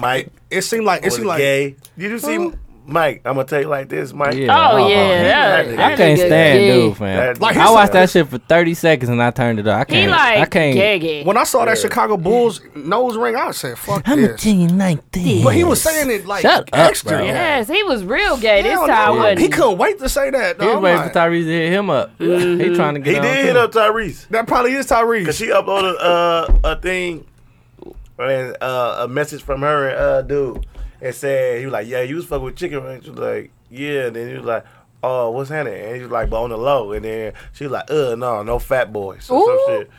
Speaker 7: Mike
Speaker 4: It seemed like it
Speaker 7: was
Speaker 4: seemed like
Speaker 7: gay. Did you see Mike? I'm gonna tell you like this, Mike.
Speaker 2: Yeah.
Speaker 1: Oh,
Speaker 2: uh-uh.
Speaker 1: yeah, that,
Speaker 7: I
Speaker 1: that
Speaker 2: I can't
Speaker 1: nigga
Speaker 2: stand
Speaker 1: gay.
Speaker 2: dude, fam.
Speaker 7: That-
Speaker 4: Like,
Speaker 2: I
Speaker 4: he's-
Speaker 2: watched that shit for 30 seconds and I turned it off. I
Speaker 1: He
Speaker 2: can't.
Speaker 1: like
Speaker 2: I can't.
Speaker 1: gay gay.
Speaker 4: When I saw that Chicago Bulls nose ring, I said, "Fuck
Speaker 2: I'm a
Speaker 4: this."
Speaker 2: teen like this.
Speaker 4: But he was saying it like
Speaker 2: Shut up,
Speaker 4: extra.
Speaker 2: bro.
Speaker 1: yes, he was real gay this
Speaker 4: Hell
Speaker 1: time.
Speaker 4: no.
Speaker 1: wasn't
Speaker 4: He couldn't wait to say that.
Speaker 2: He
Speaker 4: though.
Speaker 2: was
Speaker 4: I'm
Speaker 2: waiting for
Speaker 4: like,
Speaker 2: Tyrese to hit him up. He trying to
Speaker 7: He
Speaker 2: get on.
Speaker 7: did hit
Speaker 2: too.
Speaker 7: up Tyrese
Speaker 4: that probably is Tyrese.
Speaker 7: because she uploaded uh, a thing and uh, a message from her and uh, dude and said he was like, "Yeah, you was fucking with chicken." Right? She was like, "Yeah." And then he was like, "Oh, what's happening?" And he was like, "But on the low." And then she was like, "Uh, no, no fat boys or
Speaker 1: Ooh.
Speaker 7: some shit."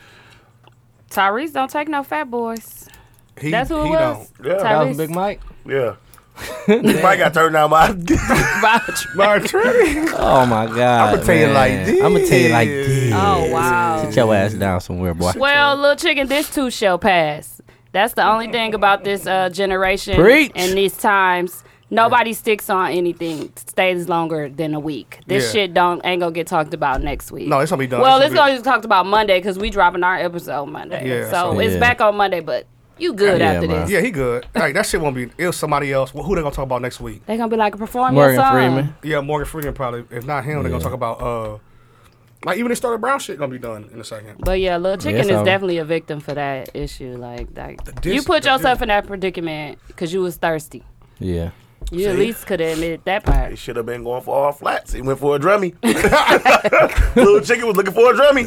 Speaker 1: Tyrese don't take no fat boys.
Speaker 4: He-
Speaker 1: That's who it
Speaker 4: he
Speaker 1: was.
Speaker 7: Yeah.
Speaker 1: Tyrese.
Speaker 2: That was Big Mike.
Speaker 7: Yeah. [laughs] Mike got turned down by
Speaker 4: Don't. Tyrese.
Speaker 2: Oh my god.
Speaker 4: I'ma tell you like this.
Speaker 2: I'm gonna tell you like this.
Speaker 1: Oh wow.
Speaker 2: Sit your ass down somewhere, boy.
Speaker 1: Well, little chicken, this too shall pass. That's the only thing about this uh, generation
Speaker 2: Preach.
Speaker 1: and these times. Nobody sticks on anything stays longer than a week. This
Speaker 4: Yeah.
Speaker 1: shit don't ain't gonna get talked about next week.
Speaker 4: No, it's gonna be done.
Speaker 1: Well,
Speaker 4: It's
Speaker 1: it's
Speaker 4: gonna
Speaker 1: gonna be talked about Monday because we dropping our episode Monday.
Speaker 4: Yeah,
Speaker 1: so
Speaker 2: so-
Speaker 1: it's
Speaker 2: Yeah.
Speaker 1: back on Monday, but you good
Speaker 2: Yeah,
Speaker 1: after
Speaker 2: bro.
Speaker 1: this.
Speaker 4: yeah, he good. Like that shit won't be. It was somebody else. Well, who they gonna talk about next week?
Speaker 1: They gonna be like performing
Speaker 2: Morgan
Speaker 1: song.
Speaker 2: Freeman.
Speaker 4: Yeah, Morgan Freeman probably. If not him, they gonna talk about uh, like even the Sterling Brown shit gonna be done in a second.
Speaker 1: But yeah, little chicken
Speaker 2: it's
Speaker 1: is
Speaker 2: over.
Speaker 1: definitely a victim for that issue. Like, like
Speaker 4: dis-
Speaker 1: you put
Speaker 4: the
Speaker 1: yourself
Speaker 4: dis-
Speaker 1: in that predicament because you was thirsty.
Speaker 2: [laughs] Yeah.
Speaker 1: You at least could have admitted that part.
Speaker 7: He [laughs] should have been going for all flats. He went for a drummy. [laughs] Little chicken was looking for a drummy.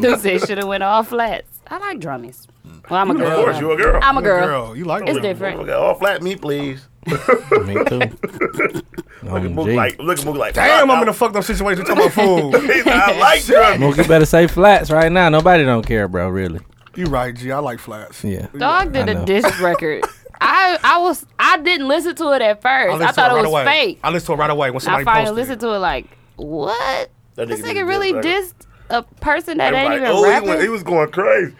Speaker 1: [laughs] Dude said should have went all flats. I like drummies. Well, I'm a girl.
Speaker 7: course, you a girl.
Speaker 1: I'm a girl.
Speaker 4: you like
Speaker 1: It's
Speaker 4: him.
Speaker 1: different.
Speaker 7: Okay, all flat me, please.
Speaker 2: Me
Speaker 4: [laughs]
Speaker 2: too.
Speaker 7: Look at Mook
Speaker 2: OMG.
Speaker 7: like, look at Mook like.
Speaker 4: Damn,
Speaker 7: "Fuck,
Speaker 4: I'm in a fucked up situation talking about food.
Speaker 7: [laughs] He's like, [laughs] I like drummy.
Speaker 2: Mookie better say flats right now. Nobody don't care, bro. Really.
Speaker 4: you right, G. I like flats.
Speaker 2: Yeah.
Speaker 1: Dog did
Speaker 2: I
Speaker 1: a
Speaker 2: know.
Speaker 1: diss record. I I was I didn't listen to it at
Speaker 4: I
Speaker 1: first. I,
Speaker 4: listened
Speaker 1: thought
Speaker 4: to
Speaker 1: it
Speaker 4: right
Speaker 1: was
Speaker 4: away.
Speaker 1: fake.
Speaker 4: I listened to it right away when
Speaker 1: I
Speaker 4: somebody
Speaker 1: finally
Speaker 4: posted.
Speaker 1: listened to it like what?
Speaker 7: That
Speaker 1: This
Speaker 7: nigga did a
Speaker 1: nigga really
Speaker 7: diss
Speaker 1: dissed a person that ain't
Speaker 7: Everybody,
Speaker 1: even
Speaker 7: oh, he,
Speaker 1: rapping.
Speaker 7: went, he was going crazy.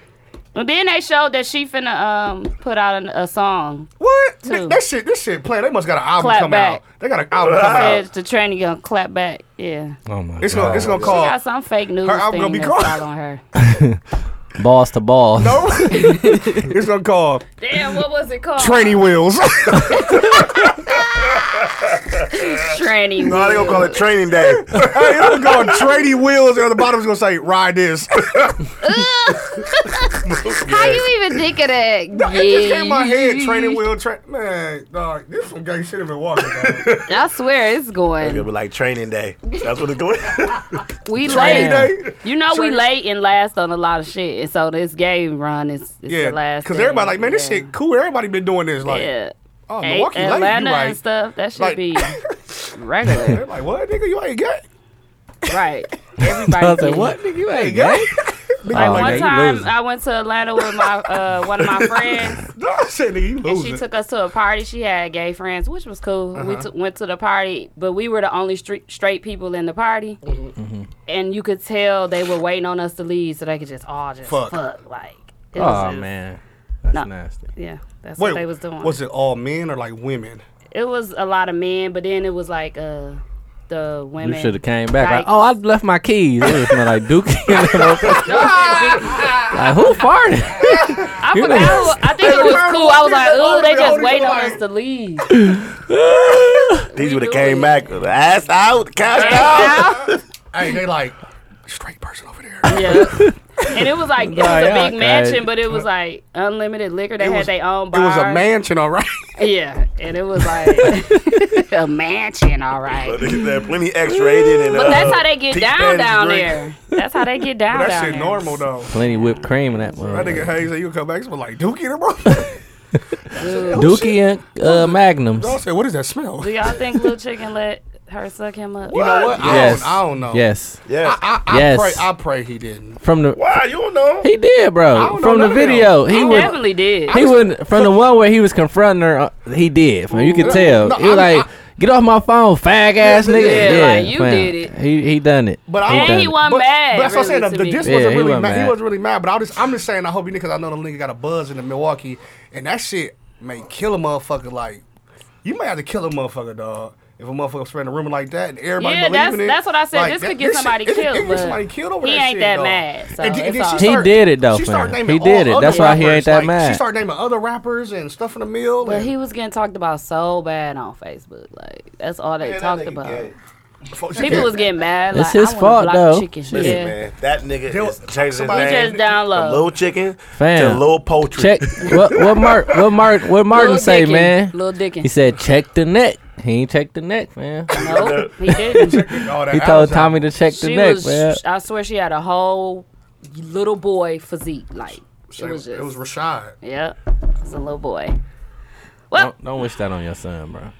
Speaker 1: and then they showed that she finna um put out an, a song.
Speaker 4: What?
Speaker 1: Two.
Speaker 4: Th- That shit, this shit playing. They must got an album
Speaker 1: Clap
Speaker 4: coming
Speaker 1: back.
Speaker 4: out. They got an album coming out.
Speaker 1: Says the tranny gonna clap back. Yeah,
Speaker 2: Oh my
Speaker 4: It's gonna,
Speaker 2: god.
Speaker 4: it's gonna
Speaker 1: she
Speaker 4: call.
Speaker 1: got some fake news
Speaker 4: her
Speaker 1: thing
Speaker 4: album gonna be
Speaker 1: that's
Speaker 4: gone.
Speaker 1: all on
Speaker 4: [laughs]
Speaker 1: her.
Speaker 2: balls to balls.
Speaker 4: No, [laughs] it's gonna call
Speaker 1: Damn, what was it called?
Speaker 4: Tranny Wheels. [laughs]
Speaker 1: Tranny. [laughs]
Speaker 7: No, they gonna call it training [laughs] day.
Speaker 4: hey, it's gonna call Tranny Wheels, and on the bottom it's gonna say "Ride this." [laughs]
Speaker 1: How you even think of
Speaker 4: [laughs]
Speaker 1: that?
Speaker 4: it just came in my head. Tranny Wheel, tra- man, dog, this some gay shit in
Speaker 1: [laughs]
Speaker 4: Milwaukee. Dog.
Speaker 1: I swear it's
Speaker 7: It'll
Speaker 1: going.
Speaker 7: be like training day. That's what it's going.
Speaker 1: We late.
Speaker 2: Damn.
Speaker 1: You know we late and last on a lot of shit, and so this game run is, is
Speaker 4: Yeah,
Speaker 1: the last.
Speaker 4: because
Speaker 1: thing.
Speaker 4: everybody like, man, this
Speaker 1: Yeah.
Speaker 4: shit cool. Everybody been doing this, like,
Speaker 1: yeah.
Speaker 4: oh,
Speaker 1: A-
Speaker 4: Milwaukee, late, you
Speaker 1: Atlanta and
Speaker 4: right?
Speaker 1: stuff. That should
Speaker 4: Like- [laughs]
Speaker 1: be regular,
Speaker 4: They're like, what, nigga, you ain't gay?
Speaker 1: right?
Speaker 2: [laughs]
Speaker 4: [laughs]
Speaker 2: I was
Speaker 1: Everybody.
Speaker 2: like, what nigga? You ain't
Speaker 4: gay?
Speaker 2: gay?
Speaker 1: Like
Speaker 2: Oh,
Speaker 1: one
Speaker 2: yeah, you
Speaker 1: time,
Speaker 2: losing.
Speaker 1: I went to Atlanta with my uh, one of
Speaker 4: [laughs]
Speaker 1: my friends,
Speaker 4: No, I said nigga, you
Speaker 1: and she
Speaker 4: losing.
Speaker 1: took us to a party. She had gay friends, which was cool. We
Speaker 4: Uh-huh.
Speaker 1: t- went to the party, but we were the only stre- straight people in the party,
Speaker 4: Mm-hmm.
Speaker 1: and you could tell they were waiting on us to leave so they could just all just
Speaker 4: Fuck.
Speaker 1: fuck. Like, it was
Speaker 2: Oh
Speaker 1: just-
Speaker 2: man, that's
Speaker 1: No.
Speaker 2: nasty.
Speaker 1: yeah, that's
Speaker 4: Wait,
Speaker 1: what they was doing.
Speaker 4: was it all men or like
Speaker 1: [laughs]
Speaker 4: women?
Speaker 1: It was a lot of men, but then it was like uh, the
Speaker 2: You
Speaker 1: women.
Speaker 2: should have came back. Like,
Speaker 1: Yikes.
Speaker 2: oh, I left my keys. It was smell like Dookie.
Speaker 1: [laughs]
Speaker 2: in the motherfucker. like who farted?
Speaker 1: I
Speaker 2: You
Speaker 1: forgot.
Speaker 2: know-
Speaker 1: who- I think it was cool. I was like, oh, they just waiting on us to
Speaker 4: [laughs]
Speaker 1: leave.
Speaker 7: These would have came back, ass out, cast out.
Speaker 1: yeah,
Speaker 4: Hey, they like straight person over there.
Speaker 2: [laughs]
Speaker 1: and it was like it was
Speaker 2: Nah,
Speaker 1: a
Speaker 2: y'all
Speaker 1: big mansion,
Speaker 2: crazy.
Speaker 1: but it was like unlimited liquor. They
Speaker 4: It
Speaker 1: had
Speaker 4: was-
Speaker 1: their own
Speaker 4: It
Speaker 1: bar.
Speaker 4: was a mansion, all right.
Speaker 1: Yeah, and it was
Speaker 2: [laughs]
Speaker 1: like [laughs] a mansion. All right.
Speaker 7: They had plenty X-rated and.
Speaker 1: But that's
Speaker 7: uh,
Speaker 1: how they get
Speaker 7: peach
Speaker 1: down
Speaker 7: fuzz
Speaker 1: down
Speaker 7: drink.
Speaker 1: there. That's how they get down
Speaker 4: That
Speaker 1: down
Speaker 4: shit
Speaker 1: there.
Speaker 4: normal though.
Speaker 2: Plenty whipped cream in that
Speaker 4: That
Speaker 2: motherfucker.
Speaker 4: nigga Hayes said you come back. Smell like Dookie, in [laughs] the
Speaker 2: Dookie and uh, Magnums.
Speaker 4: bro. I said, what is that smell?
Speaker 1: Do y'all think Lil Chicken let her suck him up?
Speaker 4: You know what? I,
Speaker 2: Yes.
Speaker 4: don't, I don't know.
Speaker 2: Yes,
Speaker 7: Yeah.
Speaker 4: I, I,
Speaker 2: Yes.
Speaker 4: pray, I pray he didn't.
Speaker 2: from the
Speaker 7: Why you don't know?
Speaker 2: he did, bro.
Speaker 4: don't
Speaker 2: From
Speaker 4: know
Speaker 2: the
Speaker 4: none of them.
Speaker 2: video, he
Speaker 1: He
Speaker 2: was
Speaker 1: definitely did.
Speaker 2: He wouldn't from the one where he was confronting her. uh, He did. Fam. You could tell.
Speaker 4: No,
Speaker 2: he was
Speaker 4: I-
Speaker 2: like, "Get off my phone, fag ass nigga."
Speaker 1: Yeah, like, you
Speaker 2: fam.
Speaker 1: did it.
Speaker 2: He he done it.
Speaker 4: But I
Speaker 2: he
Speaker 4: don't-
Speaker 1: and
Speaker 2: done
Speaker 1: he
Speaker 2: it.
Speaker 1: wasn't
Speaker 4: But,
Speaker 1: bad.
Speaker 4: but that's what I'm
Speaker 1: really,
Speaker 4: saying. The,
Speaker 1: to
Speaker 4: the
Speaker 1: me.
Speaker 4: diss
Speaker 2: Yeah,
Speaker 4: wasn't
Speaker 2: he
Speaker 4: really
Speaker 2: wasn't
Speaker 4: mad. He
Speaker 2: mad.
Speaker 4: wasn't really mad. But I just, I'm just saying. I hope he because I know the nigga got a buzz in the Milwaukee, and that shit may kill a motherfucker. Like you might have to kill a motherfucker, dog. If a motherfucker spreading a rumor like that and everybody
Speaker 1: Yeah,
Speaker 4: believing
Speaker 1: that's-
Speaker 4: it,
Speaker 1: that's what I said.
Speaker 4: like,
Speaker 1: This
Speaker 4: that-
Speaker 1: could get
Speaker 4: shit-
Speaker 1: somebody
Speaker 4: it could-
Speaker 1: killed,
Speaker 4: it could get
Speaker 1: but
Speaker 4: somebody killed over
Speaker 1: he
Speaker 4: that
Speaker 1: ain't
Speaker 4: shit,
Speaker 1: that
Speaker 4: dog.
Speaker 1: mad, so
Speaker 4: and, then- and
Speaker 1: it's
Speaker 4: then she
Speaker 1: all-
Speaker 2: He
Speaker 4: started-
Speaker 2: did it, though,
Speaker 4: She
Speaker 2: fam.
Speaker 4: started naming
Speaker 2: He
Speaker 4: all
Speaker 2: did it.
Speaker 4: other
Speaker 2: That's why he
Speaker 4: rappers.
Speaker 2: ain't that
Speaker 4: Like,
Speaker 2: mad.
Speaker 4: She started naming other rappers and stuff in the mill.
Speaker 1: But
Speaker 4: and-
Speaker 1: he was getting talked about so bad on Facebook. Like that's all they
Speaker 7: Man, that
Speaker 1: talked
Speaker 7: nigga
Speaker 1: about.
Speaker 7: gay.
Speaker 4: Fuck, she
Speaker 1: People
Speaker 4: did.
Speaker 1: was getting mad. Like,
Speaker 2: It's his
Speaker 1: I wanna
Speaker 2: fault,
Speaker 1: block
Speaker 2: though.
Speaker 1: Chicken.
Speaker 7: Listen,
Speaker 1: yeah.
Speaker 7: man, that nigga
Speaker 4: There
Speaker 7: is
Speaker 4: was-
Speaker 7: changed his
Speaker 1: He
Speaker 4: somebody-
Speaker 1: just
Speaker 7: name from
Speaker 1: download.
Speaker 7: Lil Chicken
Speaker 2: Fam.
Speaker 7: to Lil Poultry.
Speaker 2: Check what what Mark what Mark what Martin say, man.
Speaker 1: Little Dickin.
Speaker 2: He said, "Check the neck." He ain't checked the neck, man.
Speaker 1: no, he didn't.
Speaker 4: All that
Speaker 2: He told
Speaker 4: Amazon.
Speaker 2: Tommy to check the
Speaker 1: she
Speaker 2: neck,
Speaker 1: was.
Speaker 2: man.
Speaker 1: I swear, she had a whole little boy physique. Like it was just.
Speaker 4: It was Rashad.
Speaker 1: yeah, it's a little boy. Well,
Speaker 2: Don't, don't wish that on your son, bro.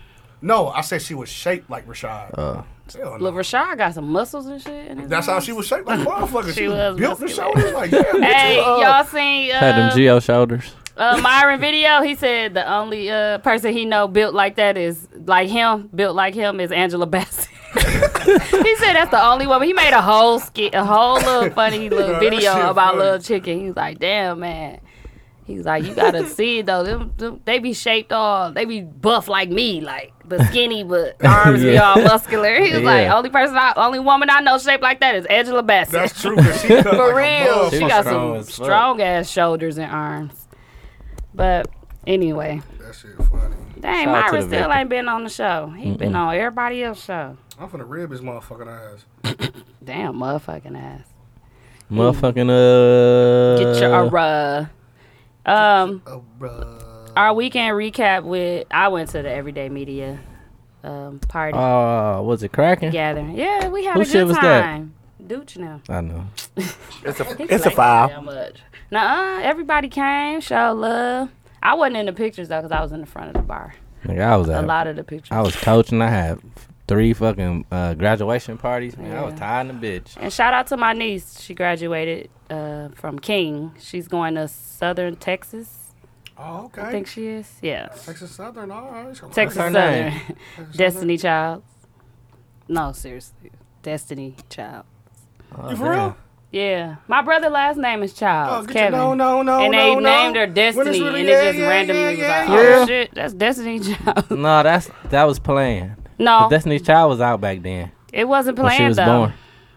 Speaker 4: No, I said she was shaped like Rashad.
Speaker 2: Uh.
Speaker 4: Hell no.
Speaker 1: look, Rashad got some muscles and shit. in his
Speaker 4: That's how
Speaker 1: arms.
Speaker 4: she was shaped like motherfucker. she,
Speaker 1: She
Speaker 4: was,
Speaker 1: was
Speaker 4: built for
Speaker 1: muscular.
Speaker 4: shoulders like yeah. bitch,
Speaker 1: Hey,
Speaker 4: uh,
Speaker 1: y'all seen uh,
Speaker 2: Had them geo shoulders.
Speaker 1: uh, Myron video, he said the only uh, person he know built like that is like him, built like him is Angela Bassett. [laughs] he said that's the only woman. He made a whole skit, a whole little
Speaker 4: [laughs]
Speaker 1: funny little
Speaker 4: Bro, Oh, that shit
Speaker 1: video about
Speaker 4: funny.
Speaker 1: Little Chicken. He was like, "Damn man," he was like, "You
Speaker 4: [laughs]
Speaker 1: gotta see it though. Them, them, they be shaped all, they be buff like me, like
Speaker 4: [laughs]
Speaker 1: but skinny, but arms be
Speaker 2: Yeah.
Speaker 1: all muscular." He was like,
Speaker 2: Yeah.
Speaker 1: "Only person, I, only woman I know shaped like that is Angela Bassett."
Speaker 4: That's true. Cause she cut
Speaker 1: For
Speaker 4: like
Speaker 1: real,
Speaker 4: A
Speaker 1: she got
Speaker 2: strong
Speaker 1: some
Speaker 2: as fuck.
Speaker 1: strong ass shoulders and arms. But anyway,
Speaker 4: that shit funny.
Speaker 1: dang,
Speaker 2: Shout out
Speaker 1: Myra
Speaker 2: to the
Speaker 1: still
Speaker 2: victim.
Speaker 1: ain't been on the show. He been on everybody else's show.
Speaker 4: I'm finna rib his motherfucking ass.
Speaker 1: Damn, motherfucking ass.
Speaker 2: Motherfucking uh.
Speaker 1: Get your uh, um.
Speaker 4: Oh, bruh.
Speaker 1: Our weekend recap with I went to the Everyday Media um party
Speaker 2: uh, was it cracking?
Speaker 1: gathering. Yeah, we had
Speaker 2: Who
Speaker 1: a
Speaker 2: shit
Speaker 1: good
Speaker 2: was that?
Speaker 1: time. Dooch now.
Speaker 2: I know.
Speaker 1: It's a file. Nuh-uh, everybody came, showed love. I wasn't in the pictures though, cause I was in the front of the bar.
Speaker 2: Nigga, I was
Speaker 1: A
Speaker 2: out.
Speaker 1: lot of the pictures.
Speaker 2: I was coaching. I had three fucking uh, graduation parties. Man, I was
Speaker 1: Yeah.
Speaker 2: tired in the bitch.
Speaker 1: And shout out to my niece. She graduated uh, from King. She's going to Southern Texas.
Speaker 4: Oh, okay.
Speaker 1: I think she is. Yeah,
Speaker 4: Texas Southern. All right. Come on.
Speaker 1: Texas
Speaker 2: her
Speaker 1: Southern.
Speaker 2: name?
Speaker 1: [laughs] Destiny Child. No, seriously, Destiny Child.
Speaker 2: Oh,
Speaker 4: You for real?
Speaker 1: Yeah, my brother' last name is Child.
Speaker 4: Oh, get your-
Speaker 1: Kevin.
Speaker 4: no, no, no,
Speaker 1: And they
Speaker 4: no, no.
Speaker 1: named her
Speaker 4: When it's
Speaker 1: Destiny,
Speaker 4: really-
Speaker 1: and
Speaker 4: yeah,
Speaker 1: it just
Speaker 4: yeah,
Speaker 1: randomly
Speaker 4: yeah,
Speaker 1: was like,
Speaker 2: yeah.
Speaker 1: oh shit, that's Destiny
Speaker 2: [laughs]
Speaker 1: Child.
Speaker 2: No, that's that was planned.
Speaker 1: no,
Speaker 2: Destiny's Child was out back then
Speaker 1: it wasn't
Speaker 2: when
Speaker 1: Oh. planned
Speaker 2: she was
Speaker 1: though.
Speaker 2: born.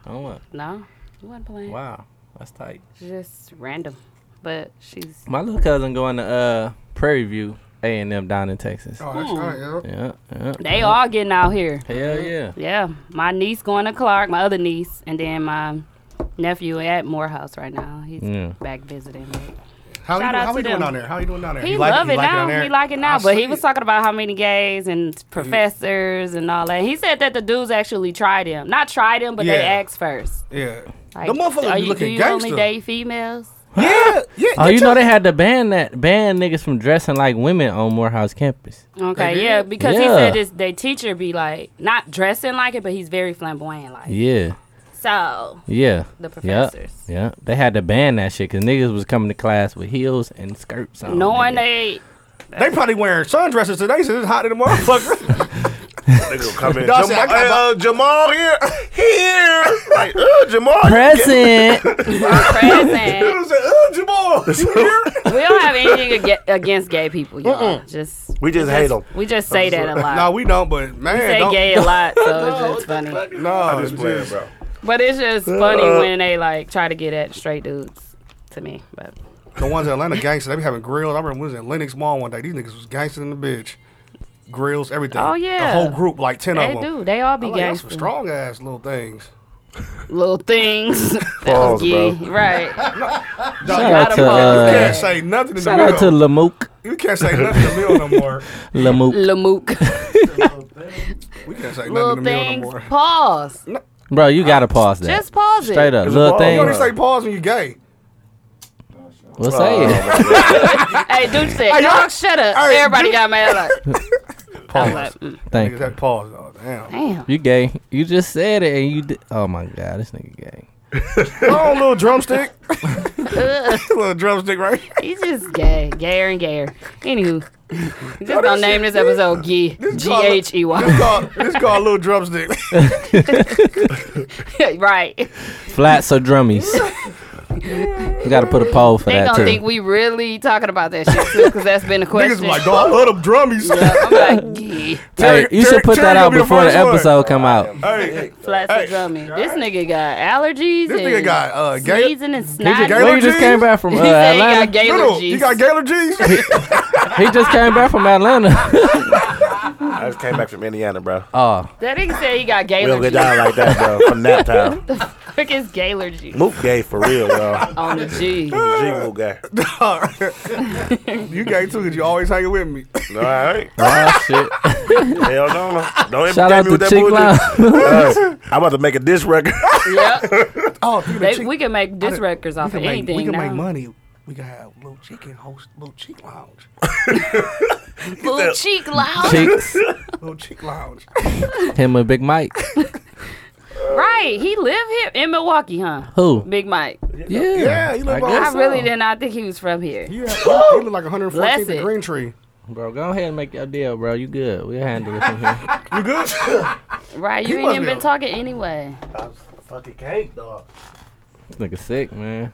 Speaker 2: Oh what?
Speaker 1: No, it wasn't planned.
Speaker 2: Wow, that's tight.
Speaker 1: Just random, but she's
Speaker 2: My little cousin going to uh Prairie View A and M down in Texas.
Speaker 4: Oh, that's all right. Yeah.
Speaker 2: Yeah, yeah.
Speaker 1: they all getting out here.
Speaker 2: Hell yeah.
Speaker 1: Yeah, my niece going to Clark, my other niece, and then my nephew at Morehouse right now. He's
Speaker 2: Yeah.
Speaker 1: back visiting.
Speaker 4: How
Speaker 1: Shout
Speaker 4: you,
Speaker 1: out
Speaker 4: how
Speaker 1: to
Speaker 4: we doing
Speaker 1: them.
Speaker 4: down there? How you doing down there?
Speaker 1: He
Speaker 4: You
Speaker 1: love it,
Speaker 4: You
Speaker 1: now.
Speaker 4: down there?
Speaker 1: he like it now,
Speaker 4: I
Speaker 1: but
Speaker 4: see
Speaker 1: he was
Speaker 4: it.
Speaker 1: talking about how many gays and professors and all that. He said that the dudes actually tried him, not tried him, but they
Speaker 4: Yeah.
Speaker 1: asked first.
Speaker 4: Yeah.
Speaker 1: Like,
Speaker 4: The motherfucker
Speaker 1: are
Speaker 4: be
Speaker 1: you,
Speaker 4: looking
Speaker 1: do you
Speaker 4: gangster.
Speaker 1: only date females?
Speaker 4: Yeah. Yeah.
Speaker 2: Oh, you know they had to ban that ban niggas from dressing like women on Morehouse campus.
Speaker 1: Okay,
Speaker 4: did?
Speaker 1: yeah, because he
Speaker 2: Yeah.
Speaker 1: said this, their teacher be like not dressing like it, but he's very flamboyant, like
Speaker 2: Yeah.
Speaker 1: saw
Speaker 2: Yeah.
Speaker 1: The
Speaker 2: Yep.
Speaker 1: professors.
Speaker 2: Yeah. They had to ban that shit because niggas was coming to class with heels and skirts
Speaker 4: Oh,
Speaker 2: on.
Speaker 1: knowing
Speaker 2: nigga.
Speaker 1: they
Speaker 4: They probably wearing sundresses today, so it's hot in
Speaker 1: [laughs]
Speaker 4: the motherfucker.
Speaker 7: They gonna come in. Jamal,
Speaker 4: Dawg said, I got
Speaker 7: hey, uh, Jamal here, [laughs] here. Like, uh, Jamal.
Speaker 2: Present.
Speaker 1: are present.
Speaker 7: Say, uh, [laughs] Jamal. You here?
Speaker 1: we don't have anything aga- against gay people, y'all. Just
Speaker 7: We just hate them.
Speaker 1: we just say that a lot.
Speaker 4: no, we don't, but man,
Speaker 1: we say
Speaker 4: don't, Oh,
Speaker 1: gay a lot, [laughs] so it's just funny.
Speaker 4: no,
Speaker 7: I'm just
Speaker 4: it's
Speaker 7: playing,
Speaker 4: just-
Speaker 7: bro.
Speaker 1: But it's just
Speaker 4: Uh,
Speaker 1: funny when they like try to get at straight dudes to me. But
Speaker 4: The ones in Atlanta gangster, they be having grills. I remember we was in Lenox Mall one day. These niggas was gangster in the bitch. Grills, everything.
Speaker 1: Oh, yeah.
Speaker 4: The whole group, like 10
Speaker 1: they
Speaker 4: of them.
Speaker 1: do. They all be
Speaker 4: I'm like,
Speaker 1: gay.
Speaker 4: that's some strong ass little things.
Speaker 1: Little
Speaker 4: [laughs]
Speaker 1: things. That was
Speaker 7: Pause,
Speaker 1: gay.
Speaker 7: bro.
Speaker 1: Right.
Speaker 2: Shout out to
Speaker 4: You
Speaker 2: uh,
Speaker 4: can't say nothing to
Speaker 2: shout out to
Speaker 4: Jamil.
Speaker 2: Lamook.
Speaker 4: You can't say nothing to Mill no more.
Speaker 2: Lamook.
Speaker 1: Lamook.
Speaker 4: We can't say
Speaker 1: Little
Speaker 4: nothing to Mill no
Speaker 1: things.
Speaker 4: more.
Speaker 1: Pause.
Speaker 2: Bro, you gotta pause that.
Speaker 1: Uh, Just pause it.
Speaker 2: Straight up,
Speaker 7: It's a
Speaker 2: little
Speaker 7: pause.
Speaker 4: You
Speaker 2: thing.
Speaker 4: only say pause when you gay.
Speaker 2: We'll say it. [laughs]
Speaker 1: Hey, dude said, y'all shut up.
Speaker 4: Hey,
Speaker 1: Everybody
Speaker 4: dude-
Speaker 1: got mad. Like,
Speaker 4: [laughs]
Speaker 1: I was like,
Speaker 4: Pause.
Speaker 1: mm,
Speaker 2: Thank
Speaker 4: Niggas
Speaker 2: you.
Speaker 4: had pause. Oh, damn.
Speaker 1: damn.
Speaker 2: You gay. You just said it and you did. Oh my god, this nigga gay.
Speaker 4: Oh, little [laughs] drumstick. little drumstick right here.
Speaker 1: He's just gay, gayer and gayer.
Speaker 4: [laughs]
Speaker 1: Anywho,
Speaker 4: Oh,
Speaker 1: just don't name this episode Gee. G
Speaker 4: called-
Speaker 1: H E
Speaker 4: This [laughs]
Speaker 1: Y. [laughs]
Speaker 4: called, this called
Speaker 7: [laughs]
Speaker 4: little drumstick.
Speaker 1: Right.
Speaker 2: Flats or drummies. you gotta put a poll for
Speaker 1: They
Speaker 2: that
Speaker 1: gonna
Speaker 2: too.
Speaker 1: think we really talking about that shit too, because that's been a
Speaker 4: Niggas was
Speaker 1: question.
Speaker 4: like, dog, I love them drummies.
Speaker 1: I'm like, Gee.
Speaker 2: hey, you should put that out before the episode come out.
Speaker 4: Hey,
Speaker 1: Flats hey, drumming. This nigga got allergies.
Speaker 4: this
Speaker 1: and
Speaker 4: nigga got uh, gay.
Speaker 1: sneezing and snotting.
Speaker 4: Gaylor-
Speaker 2: Well, you just
Speaker 4: allergies?
Speaker 2: came back from
Speaker 1: [laughs]
Speaker 2: uh,
Speaker 1: He said he
Speaker 2: Atlanta.
Speaker 1: got gay
Speaker 4: Noodle, you
Speaker 1: allergies.
Speaker 4: got Gaylor G's?
Speaker 2: he just came back from Atlanta.
Speaker 7: I just came back from Indiana, bro.
Speaker 2: oh,
Speaker 1: that nigga said he got gay
Speaker 7: We don't
Speaker 1: [laughs]
Speaker 7: get
Speaker 1: allergies.
Speaker 7: down like that, bro. From that time,
Speaker 1: Quick as gay allergies
Speaker 7: Mook gay for
Speaker 2: [laughs]
Speaker 7: real, bro.
Speaker 1: on the
Speaker 4: [laughs]
Speaker 1: G.
Speaker 7: G Mook gay.
Speaker 4: you gay too, because you always hanging with me.
Speaker 7: All
Speaker 2: [laughs]
Speaker 7: right.
Speaker 2: wow, oh, shit.
Speaker 7: Hell no, no. Don't
Speaker 2: Shout
Speaker 7: imitate
Speaker 2: out
Speaker 7: me
Speaker 2: to
Speaker 7: with that
Speaker 2: Chick Lounge.
Speaker 7: bullshit.
Speaker 2: [laughs]
Speaker 7: Alright, I'm about to make a diss
Speaker 1: [laughs]
Speaker 7: record.
Speaker 1: Yep.
Speaker 4: Oh, if you the
Speaker 1: They,
Speaker 4: chick-
Speaker 1: we can make disc records off of
Speaker 4: make-
Speaker 1: anything
Speaker 4: we can
Speaker 1: now.
Speaker 4: make money. We can have little chicken host, little cheek lounge,
Speaker 1: Little cheek loud.
Speaker 2: [laughs] Cheeks.
Speaker 4: little
Speaker 2: [laughs]
Speaker 4: cheek lounge.
Speaker 2: Him and Big Mike.
Speaker 1: Right. He live here in Milwaukee, huh?
Speaker 2: Who?
Speaker 1: Big Mike.
Speaker 2: Yeah.
Speaker 4: Yeah, you look
Speaker 2: I
Speaker 4: like
Speaker 1: I
Speaker 2: guess
Speaker 1: really
Speaker 2: so.
Speaker 1: did not think he was from here.
Speaker 4: You have, you look like 114th
Speaker 1: Bless
Speaker 4: at
Speaker 1: it.
Speaker 4: Green Tree.
Speaker 2: Bro, go ahead and make your deal, bro. You good. We'll handle it from [laughs] here.
Speaker 4: You good?
Speaker 1: Right. You ain't
Speaker 4: must
Speaker 1: even
Speaker 4: be
Speaker 1: been
Speaker 4: a-
Speaker 1: talking anyway.
Speaker 7: Fucking cake, dog.
Speaker 2: this nigga sick, man.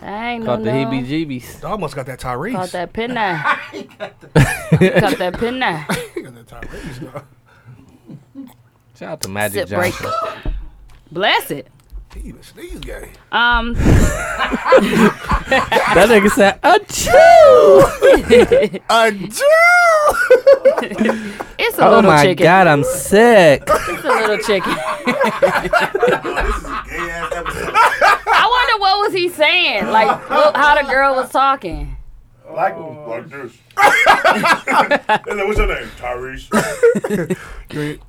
Speaker 1: I ain't no.
Speaker 2: Caught
Speaker 1: no.
Speaker 2: the heebie jeebies.
Speaker 4: I almost got that Tyrese.
Speaker 1: Caught
Speaker 4: [laughs]
Speaker 1: that pin
Speaker 2: [laughs]
Speaker 1: now. [laughs] Caught that pin now.
Speaker 4: Got that Tyrese. dog.
Speaker 2: Shout out to Magic
Speaker 1: Sit break.
Speaker 2: Johnson.
Speaker 1: Bless it.
Speaker 4: He even sneeze gay.
Speaker 1: Um,
Speaker 2: [laughs] That nigga said,
Speaker 1: [laughs]
Speaker 2: Oh achoo!
Speaker 4: A Jew.
Speaker 1: it's a
Speaker 2: Oh
Speaker 1: little
Speaker 2: my
Speaker 1: chicken.
Speaker 2: god, I'm sick.
Speaker 1: It's a little chicken. I wonder what was he saying? Like wh- how the girl was talking.
Speaker 3: Like, like
Speaker 7: [laughs]
Speaker 3: this. and then what's her name? Tyrese.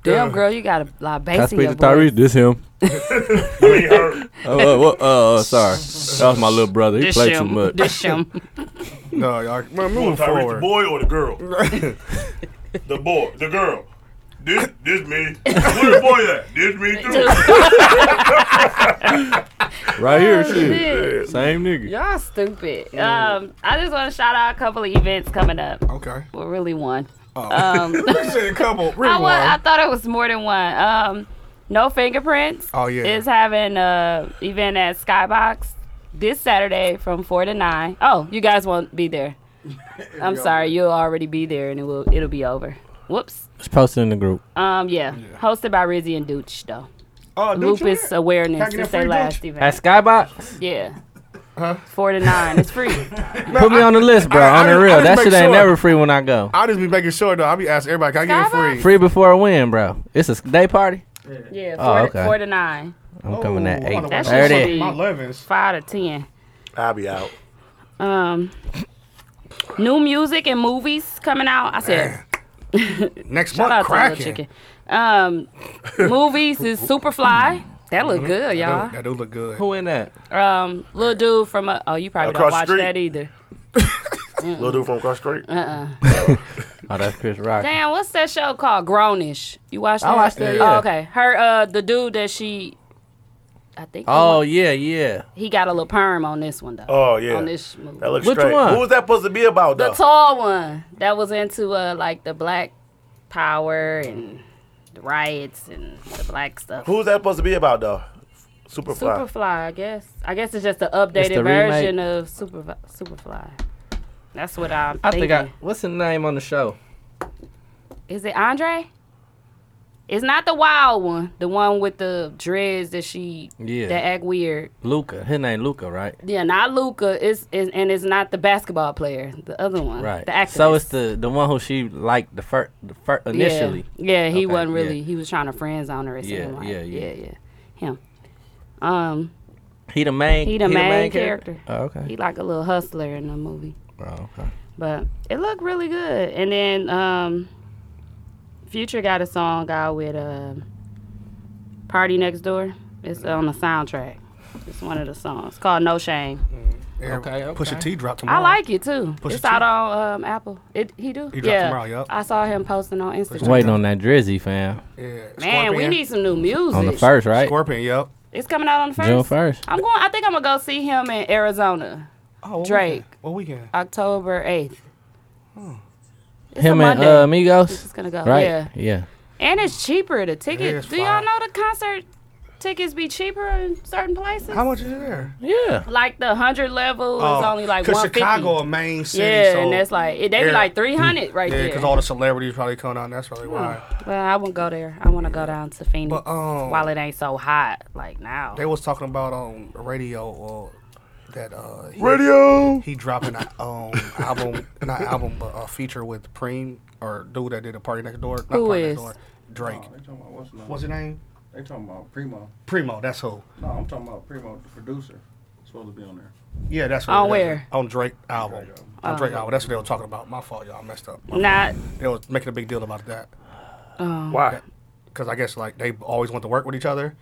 Speaker 1: Damn girl, you got a lot of bass
Speaker 2: That's
Speaker 1: in your
Speaker 2: Peter
Speaker 1: voice.
Speaker 2: Tyrese. This him.
Speaker 3: I mean, her.
Speaker 2: Oh, uh, uh, sorry. That was my little brother. He
Speaker 1: Dish
Speaker 2: played too
Speaker 1: him.
Speaker 2: much.
Speaker 1: Dish him.
Speaker 2: [laughs]
Speaker 4: No, y'all. Man,
Speaker 3: Well,
Speaker 4: moving
Speaker 3: Tyrese, the
Speaker 4: forward.
Speaker 3: boy or the girl? the boy, the girl. This, this me. Where the boy at? This me too.
Speaker 2: Right here, shit.
Speaker 1: Shit.
Speaker 2: Same nigga.
Speaker 1: Y'all stupid. Um, I just want to shout out a couple of events coming up.
Speaker 4: Okay.
Speaker 1: Well, really one.
Speaker 4: [laughs] Oh.
Speaker 1: Um,
Speaker 4: You said a couple.
Speaker 1: I,
Speaker 4: Really
Speaker 1: wa- I
Speaker 4: one.
Speaker 1: thought it was more than one. Um, no fingerprints.
Speaker 4: Oh, yeah.
Speaker 1: is having a event at Skybox this Saturday from four to nine. Oh, you guys won't be
Speaker 4: [laughs]
Speaker 1: there. I'm sorry, you'll already be there, and it will it'll be over. Whoops.
Speaker 2: It's posted in the group.
Speaker 1: Um, yeah, hosted by Rizzy and Dooch though.
Speaker 4: Oh, dude, you
Speaker 1: Lupus
Speaker 4: there? Can I
Speaker 1: awareness
Speaker 4: get
Speaker 1: is
Speaker 4: a
Speaker 1: their
Speaker 4: free
Speaker 1: last
Speaker 4: Dooch?
Speaker 1: event.
Speaker 2: At Skybox,
Speaker 1: yeah. Four to nine. It's
Speaker 4: [laughs]
Speaker 1: free.
Speaker 2: put me on the list, bro.
Speaker 4: I- I
Speaker 2: on the
Speaker 4: just- I
Speaker 2: real,
Speaker 4: just
Speaker 2: that
Speaker 4: make
Speaker 2: shit ain't
Speaker 4: sure.
Speaker 2: never free when I go.
Speaker 4: I'll just be making sure though. I'll be asking everybody, can I get it
Speaker 1: Skybox?
Speaker 4: free?
Speaker 2: Free before a win, bro. It's a day party.
Speaker 1: Yeah,
Speaker 2: Oh,
Speaker 1: four,
Speaker 2: okay.
Speaker 1: to, four to nine.
Speaker 2: I'm coming at
Speaker 4: Ooh, Oh, I
Speaker 2: eight
Speaker 4: wanna watch
Speaker 1: That's
Speaker 4: some
Speaker 1: just-
Speaker 2: thirty.
Speaker 4: fucking My Levins.
Speaker 1: Five to ten.
Speaker 7: I'll be out.
Speaker 1: Um, new music and movies coming out. I said,
Speaker 4: Next
Speaker 1: shout out to
Speaker 4: month,
Speaker 1: Little
Speaker 4: cracking.
Speaker 1: Chicken. Um, movies is Superfly. That look good,
Speaker 4: That do-
Speaker 1: y'all.
Speaker 4: that do look good.
Speaker 2: Who in that?
Speaker 1: Um, little dude from uh oh, you probably
Speaker 7: Across
Speaker 1: don't watch
Speaker 7: street.
Speaker 1: that either. Uh-uh.
Speaker 7: Little dude from across the street.
Speaker 2: Oh, that's Chris Rock.
Speaker 1: Damn, what's that show called? Grownish. You watched that?
Speaker 2: watched it,
Speaker 1: Oh,
Speaker 2: yeah.
Speaker 1: okay. Her, uh, the dude that she I think.
Speaker 2: Oh yeah, yeah.
Speaker 1: he got a little perm on this one though.
Speaker 7: Oh yeah.
Speaker 1: on this movie.
Speaker 7: That looks
Speaker 2: Which
Speaker 7: straight.
Speaker 2: one?
Speaker 7: Who was that supposed to be about
Speaker 1: the
Speaker 7: though?
Speaker 1: tall one that was into uh like the black power and the riots and the black stuff.
Speaker 7: Who was that supposed to be about though? Superfly.
Speaker 1: Superfly, I guess. I guess it's just an updated
Speaker 2: the remake.
Speaker 1: version of Super Superfly. That's what I'm
Speaker 2: I
Speaker 1: thinking.
Speaker 2: think I. What's the name on the show?
Speaker 1: Is it Andre? It's not the wild one, the one with the dreads that she
Speaker 2: Yeah.
Speaker 1: that act weird.
Speaker 2: Luca. His name Luca, right?
Speaker 1: Yeah, not Luca. It's, it's and it's not the basketball player, the other one,
Speaker 2: Right.
Speaker 1: The activist.
Speaker 2: So it's the the one who she liked the first the fir-
Speaker 1: Yeah.
Speaker 2: initially.
Speaker 1: Yeah, he
Speaker 2: Okay,
Speaker 1: wasn't really.
Speaker 2: yeah.
Speaker 1: He was trying to friend zone her. It
Speaker 2: Yeah,
Speaker 1: seemed like.
Speaker 2: yeah, yeah.
Speaker 1: yeah, yeah. Him. Um,
Speaker 2: He the main.
Speaker 1: he the main, character.
Speaker 2: Oh, okay.
Speaker 1: He like a little hustler in the movie,
Speaker 2: oh, okay.
Speaker 1: but it looked really good. And then um, Future got a song out with um Party Next Door. It's on the soundtrack. It's one of the songs It's called No Shame.
Speaker 2: Okay, okay.
Speaker 4: Push a T drop tomorrow.
Speaker 1: I like it too.
Speaker 4: Pusha
Speaker 1: it's
Speaker 4: T.
Speaker 1: out on um, Apple. It he do.
Speaker 4: He dropped
Speaker 1: yeah,
Speaker 4: tomorrow, yup.
Speaker 1: I saw him posting on Instagram.
Speaker 2: Waiting on that Drizzy fam
Speaker 4: Yeah.
Speaker 1: Man, we
Speaker 4: Scorpion.
Speaker 1: need some new music.
Speaker 2: on the first right.
Speaker 4: Scorpion, yep.
Speaker 1: It's coming out on the first.
Speaker 2: June first.
Speaker 1: I'm going. I think I'm gonna go see him in Arizona,
Speaker 4: Oh, what
Speaker 1: Drake.
Speaker 4: weekend? What weekend?
Speaker 1: October eighth.
Speaker 4: Hmm.
Speaker 1: It's
Speaker 2: Him
Speaker 1: a
Speaker 2: and
Speaker 1: Monday.
Speaker 2: uh, Migos.
Speaker 1: It's gonna go.
Speaker 2: Right.
Speaker 1: Yeah,
Speaker 2: Yeah.
Speaker 1: and it's cheaper. The ticket.
Speaker 4: it's
Speaker 1: Do y'all
Speaker 4: fine.
Speaker 1: know the concert tickets be cheaper in certain places?
Speaker 4: How much is it there?
Speaker 2: Yeah.
Speaker 1: Like the hundred level is only like
Speaker 4: Cause
Speaker 1: one fifty.
Speaker 4: Chicago a main city.
Speaker 1: yeah,
Speaker 4: so,
Speaker 1: and that's like it- they be
Speaker 4: Yeah.
Speaker 1: like three hundred right
Speaker 4: yeah,
Speaker 1: there.
Speaker 4: because all the celebrities probably come out. And that's probably why.
Speaker 1: well, I won't go there. I want to go down to Phoenix
Speaker 4: But, um,
Speaker 1: while it ain't so hot like now.
Speaker 4: They was talking about on the radio uh, that uh, he,
Speaker 7: Radio.
Speaker 4: he dropping an um, album, not album, but a feature with Preem or dude that did a party next door. Not
Speaker 1: Who
Speaker 4: party
Speaker 1: is?
Speaker 4: Next door, Drake.
Speaker 8: They talking about what's his name?
Speaker 4: What's his name?
Speaker 8: They talking about Primo.
Speaker 4: Primo. That's who.
Speaker 8: No, I'm talking about Primo, the producer. Supposed to be on there.
Speaker 4: Yeah, that's
Speaker 1: On
Speaker 4: what it is.
Speaker 1: where? Oh.
Speaker 4: on Drake album. On Drake album. That's what they were talking about. My fault, y'all I messed up.
Speaker 1: Not.
Speaker 4: They was making a big deal about that
Speaker 7: Why?
Speaker 4: because I guess like they always want to work with each other.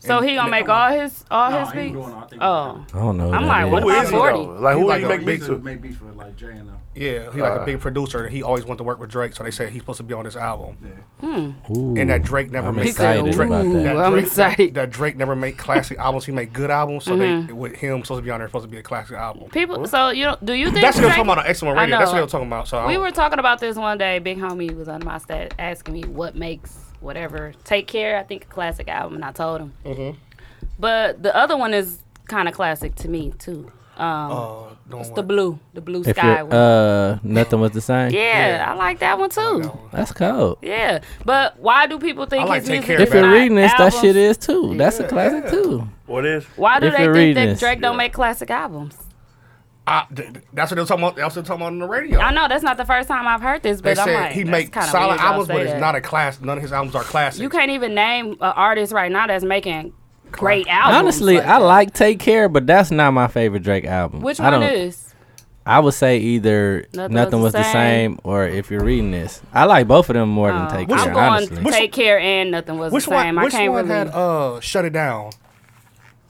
Speaker 1: So he gonna make all his all
Speaker 8: No,
Speaker 1: his
Speaker 8: I ain't
Speaker 1: beats.
Speaker 8: doing. I think
Speaker 1: Oh.
Speaker 2: I don't know.
Speaker 1: I'm
Speaker 2: who
Speaker 1: like,
Speaker 2: that
Speaker 1: what
Speaker 2: is.
Speaker 7: Who
Speaker 1: about
Speaker 7: is he though?
Speaker 1: 40?
Speaker 7: Like who
Speaker 4: Like
Speaker 7: you
Speaker 4: a-
Speaker 7: make
Speaker 8: He
Speaker 7: beats
Speaker 8: used to
Speaker 7: to?
Speaker 8: make beats with like Jay and them.
Speaker 4: Yeah, he
Speaker 2: Uh.
Speaker 4: like a big producer. and He always wanted to work with Drake, so they said he's supposed to be on this album.
Speaker 2: Ooh.
Speaker 4: And that Drake never
Speaker 2: I'm
Speaker 4: made
Speaker 2: excited
Speaker 4: Drake,
Speaker 2: about that.
Speaker 1: I'm excited. Mm-hmm.
Speaker 4: That Drake never made classic albums. He made good albums, so they with him supposed to be on there supposed to be a classic album.
Speaker 1: People, so you don't, do you think
Speaker 4: That's what they were
Speaker 1: Drake-
Speaker 4: talking about on Excellent
Speaker 1: I
Speaker 4: Radio. That's what
Speaker 1: know.
Speaker 4: they were talking about. So I
Speaker 1: We
Speaker 4: don't-
Speaker 1: were talking about this one day. Big homie was on my stat asking me what makes whatever take care. I think a classic album, and I told him.
Speaker 4: Mm-hmm.
Speaker 1: But the other one is kind of classic to me too. Um,
Speaker 4: uh, doing
Speaker 1: it's
Speaker 4: what?
Speaker 1: the blue, the blue
Speaker 2: If
Speaker 1: sky
Speaker 2: you're,
Speaker 1: one.
Speaker 2: uh, nothing was the same.
Speaker 1: yeah, I like that one too.
Speaker 4: that one.
Speaker 2: That's cold.
Speaker 1: Yeah, but why do people think
Speaker 4: I like
Speaker 1: his
Speaker 4: Take
Speaker 1: music
Speaker 4: Care
Speaker 1: is
Speaker 2: If you're
Speaker 1: not
Speaker 2: reading this, that
Speaker 1: albums?
Speaker 2: shit is too. That's a classic too.
Speaker 7: What is?
Speaker 1: Why do
Speaker 2: if
Speaker 1: they
Speaker 2: you're
Speaker 1: think
Speaker 2: reading
Speaker 1: that
Speaker 2: this.
Speaker 1: Drake don't make classic albums?
Speaker 4: I- th- th- that's what they were talking about. That's what they were talking about on the radio.
Speaker 1: I know that's not the first time I've heard this,
Speaker 4: They
Speaker 1: but I'm
Speaker 4: said
Speaker 1: like,
Speaker 4: he
Speaker 1: that's
Speaker 4: make
Speaker 1: kinda
Speaker 4: solid
Speaker 1: weird y'all
Speaker 4: albums,
Speaker 1: say
Speaker 4: but it's
Speaker 1: that.
Speaker 4: not a class. None of his albums are classics.
Speaker 1: You can't even name an artist right now that's making great albums.
Speaker 2: Honestly, I like Take Care, but that's not my favorite Drake album.
Speaker 1: Which
Speaker 2: I
Speaker 1: one
Speaker 2: don't-
Speaker 1: is?
Speaker 2: I would say either Nothing, was, the, same. or If You're Reading This. I like both of them more than Take
Speaker 1: Oh, I'm
Speaker 2: Care,
Speaker 1: going
Speaker 2: honestly.
Speaker 4: Which-
Speaker 1: Take Care and Nothing Was
Speaker 4: Which
Speaker 1: the Same.
Speaker 4: one?
Speaker 1: I
Speaker 4: Which
Speaker 1: can't
Speaker 4: one
Speaker 1: really.
Speaker 4: had uh, shut it down?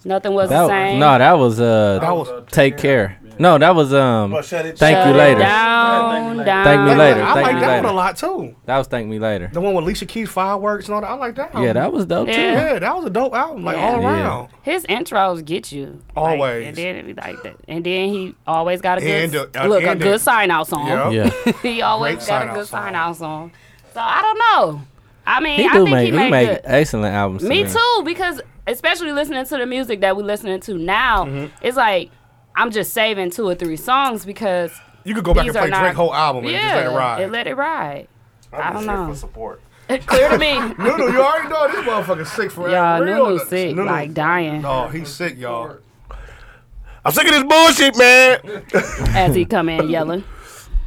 Speaker 1: nothing Was
Speaker 2: That-
Speaker 1: the Same.
Speaker 2: no, that was uh
Speaker 4: That was-
Speaker 2: Take Care. No, that was um
Speaker 7: Well, shut it
Speaker 2: Thank
Speaker 1: Shut
Speaker 2: You
Speaker 1: It
Speaker 2: Later.
Speaker 1: Down, down.
Speaker 2: Thank Me Later.
Speaker 4: I
Speaker 2: Thank
Speaker 4: like
Speaker 2: Me
Speaker 4: that
Speaker 2: Later.
Speaker 4: one a lot too.
Speaker 2: That was Thank Me Later.
Speaker 4: The one with Alicia Keys, fireworks and all that. I like that.
Speaker 2: Yeah,
Speaker 4: album.
Speaker 2: that was dope too.
Speaker 1: Yeah.
Speaker 4: Yeah, that was a dope album, like
Speaker 1: Yeah.
Speaker 4: all
Speaker 2: Yeah.
Speaker 4: around.
Speaker 1: His intros get you Like,
Speaker 4: Always.
Speaker 1: and then it be like that. And then he always got a good
Speaker 4: And a- a-
Speaker 1: look, a
Speaker 4: and
Speaker 1: good
Speaker 4: a-
Speaker 1: sign out song.
Speaker 4: Yeah.
Speaker 2: Yeah.
Speaker 1: [laughs] he always
Speaker 4: Great
Speaker 1: got a
Speaker 4: sign-out
Speaker 1: good
Speaker 4: song.
Speaker 1: sign out song. So I don't know. I mean,
Speaker 2: He
Speaker 1: I
Speaker 2: do
Speaker 1: think
Speaker 2: make
Speaker 1: he made good.
Speaker 2: excellent albums. to
Speaker 1: Me too, because especially listening to the music that we're listening to now,
Speaker 4: Mm-hmm.
Speaker 1: it's like I'm just saving two or three songs because
Speaker 4: You could go back
Speaker 1: These
Speaker 4: and
Speaker 1: are
Speaker 4: play
Speaker 1: not-
Speaker 4: Drake whole album and
Speaker 1: yeah,
Speaker 4: just let it ride.
Speaker 1: let it ride. I don't know. [laughs]
Speaker 7: support.
Speaker 1: Clear to me, [laughs]
Speaker 4: Nunu, you already know this motherfucker sick for
Speaker 1: y'all.
Speaker 4: real.
Speaker 1: Nunu's sick,
Speaker 4: Nunu-
Speaker 1: like dying
Speaker 4: No, he's sick, y'all.
Speaker 7: I'm sick of this bullshit, man.
Speaker 1: as he come in yelling.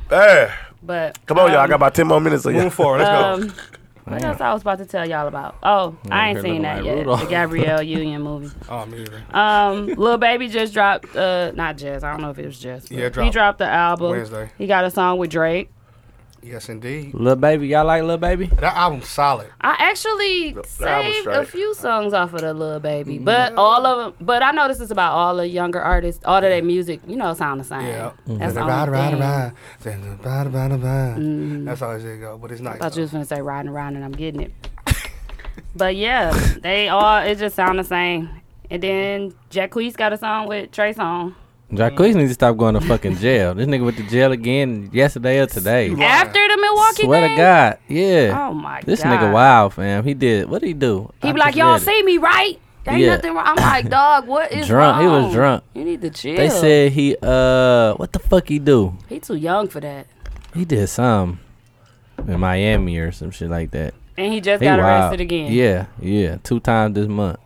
Speaker 7: Hey,
Speaker 1: But
Speaker 7: come on, y'all. I
Speaker 1: um,
Speaker 7: got about ten more minutes of you.
Speaker 4: Moving forward, let's go.
Speaker 1: Um, what else I was about to tell y'all about? Oh, I ain't
Speaker 2: heard
Speaker 1: seen
Speaker 2: nothing
Speaker 1: that
Speaker 2: like
Speaker 1: yet.
Speaker 2: Rudolph.
Speaker 1: The Gabrielle
Speaker 4: [laughs]
Speaker 1: Union movie.
Speaker 4: Oh, me either.
Speaker 1: Um, Lil Baby just dropped, uh, not Jazz. I don't know if it was Jazz. but
Speaker 4: Yeah, it
Speaker 1: he
Speaker 4: dropped
Speaker 1: dropped the album.
Speaker 4: Wednesday.
Speaker 1: He got a song with Drake.
Speaker 4: Yes, indeed.
Speaker 2: Lil Baby, y'all like Lil Baby?
Speaker 4: That album's solid.
Speaker 1: I actually
Speaker 7: album's
Speaker 1: saved a
Speaker 7: straight.
Speaker 1: few songs off of the little baby,
Speaker 4: Mm-hmm.
Speaker 1: but all of them. But I know this is about all the younger artists. All of their music, you know, sound the same.
Speaker 4: Yeah. Mm-hmm.
Speaker 1: That's the only
Speaker 4: Ride, ride,
Speaker 1: thing.
Speaker 4: ride. Then ride, ride,
Speaker 1: Mm.
Speaker 4: ride. That's how it go, but it's nice.
Speaker 1: thought you
Speaker 4: though.
Speaker 1: was gonna say [laughs] riding around and I'm getting it. but yeah, they all it just sound the same. And then Jacquees got a song with Trey Song.
Speaker 2: Jacquees needs to stop going to fucking jail. This nigga went to jail again yesterday or today.
Speaker 4: Lying.
Speaker 1: After the Milwaukee
Speaker 2: Swear
Speaker 1: thing?
Speaker 2: to God, yeah.
Speaker 1: Oh my
Speaker 2: this
Speaker 1: god.
Speaker 2: nigga wild, fam. He did. What did he do?
Speaker 1: He
Speaker 2: I
Speaker 1: be like,
Speaker 2: just
Speaker 1: Y'all
Speaker 2: read it.
Speaker 1: see me, right? Ain't
Speaker 2: Yeah.
Speaker 1: nothing wrong. I'm like, dog, what is
Speaker 2: Drunk. He was
Speaker 1: wrong?
Speaker 2: drunk.
Speaker 1: You need to chill.
Speaker 2: They said he uh, what the fuck he do?
Speaker 1: he too young for that.
Speaker 2: He did some in Miami or some shit like that.
Speaker 1: And he just
Speaker 2: He
Speaker 1: got
Speaker 2: wild.
Speaker 1: arrested again.
Speaker 2: Yeah, yeah. Two times this month.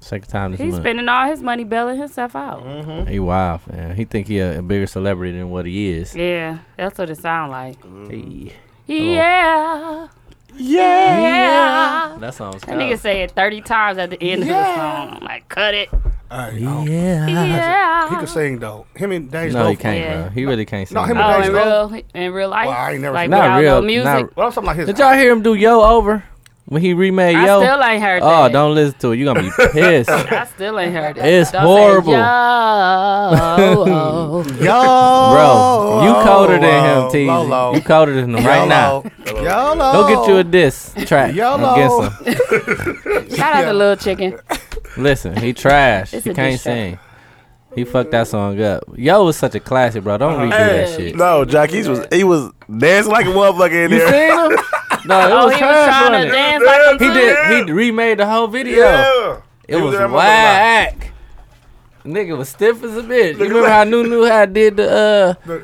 Speaker 2: Second time this
Speaker 1: He's
Speaker 2: month.
Speaker 1: spending all his money bailing himself out.
Speaker 4: Mm-hmm.
Speaker 2: He wild, man. He think he a, a bigger celebrity than what he is.
Speaker 1: Yeah, that's what it sound like.
Speaker 2: Hey.
Speaker 1: Yeah.
Speaker 2: Yeah.
Speaker 1: Yeah.
Speaker 2: That sounds
Speaker 1: That nigga say it 30 times at the end of the song. I'm like, cut it.
Speaker 4: Hey, oh,
Speaker 2: Yeah.
Speaker 1: Yeah.
Speaker 4: [laughs] He could sing though. Him and Dave.
Speaker 2: No, he
Speaker 4: both-
Speaker 2: can't,
Speaker 1: Yeah.
Speaker 2: bro. He really can't sing.
Speaker 4: No, him
Speaker 1: Oh,
Speaker 2: that.
Speaker 4: and Dave
Speaker 1: in
Speaker 4: Grohl.
Speaker 1: real, in real life?
Speaker 4: Well, I ain't never
Speaker 1: like,
Speaker 4: seen
Speaker 2: Not
Speaker 1: without
Speaker 2: real,
Speaker 1: No music?
Speaker 2: not-
Speaker 4: Well, I'm something like his.
Speaker 2: Did y'all hear him do Yo over when he remade
Speaker 1: I
Speaker 2: Yo?
Speaker 1: still ain't heard
Speaker 2: oh,
Speaker 1: that.
Speaker 2: don't listen to it. You gonna [laughs] be
Speaker 1: [laughs]
Speaker 2: pissed.
Speaker 1: I still ain't heard it.
Speaker 2: It's
Speaker 1: Don't
Speaker 2: horrible.
Speaker 1: Say,
Speaker 2: [laughs]
Speaker 1: Yo.
Speaker 2: Oh,
Speaker 4: Yo,
Speaker 2: Bro, you colder than him, T.
Speaker 4: Lolo.
Speaker 2: You colder than him right now.
Speaker 4: Yolo. Yolo.
Speaker 2: Go get you a diss track
Speaker 4: Yolo.
Speaker 2: against him.
Speaker 1: Shout out to Lil Chicken.
Speaker 2: Listen, he trash.
Speaker 1: It's
Speaker 2: he
Speaker 1: a
Speaker 2: can't
Speaker 1: diss track.
Speaker 2: sing. He fucked that song up. Yo was such a classic, bro. Don't redo that shit.
Speaker 7: No, Jackie's was he was dancing like a motherfucker in
Speaker 2: You
Speaker 7: there.
Speaker 2: seen him? No, it
Speaker 1: Oh,
Speaker 2: was
Speaker 1: he was
Speaker 2: trash
Speaker 1: trying
Speaker 2: on
Speaker 1: to
Speaker 2: it.
Speaker 1: dance like a
Speaker 2: He did. He remade the whole video. It was whack. Nigga was stiff as a bitch. You remember how Nunu had did the uh?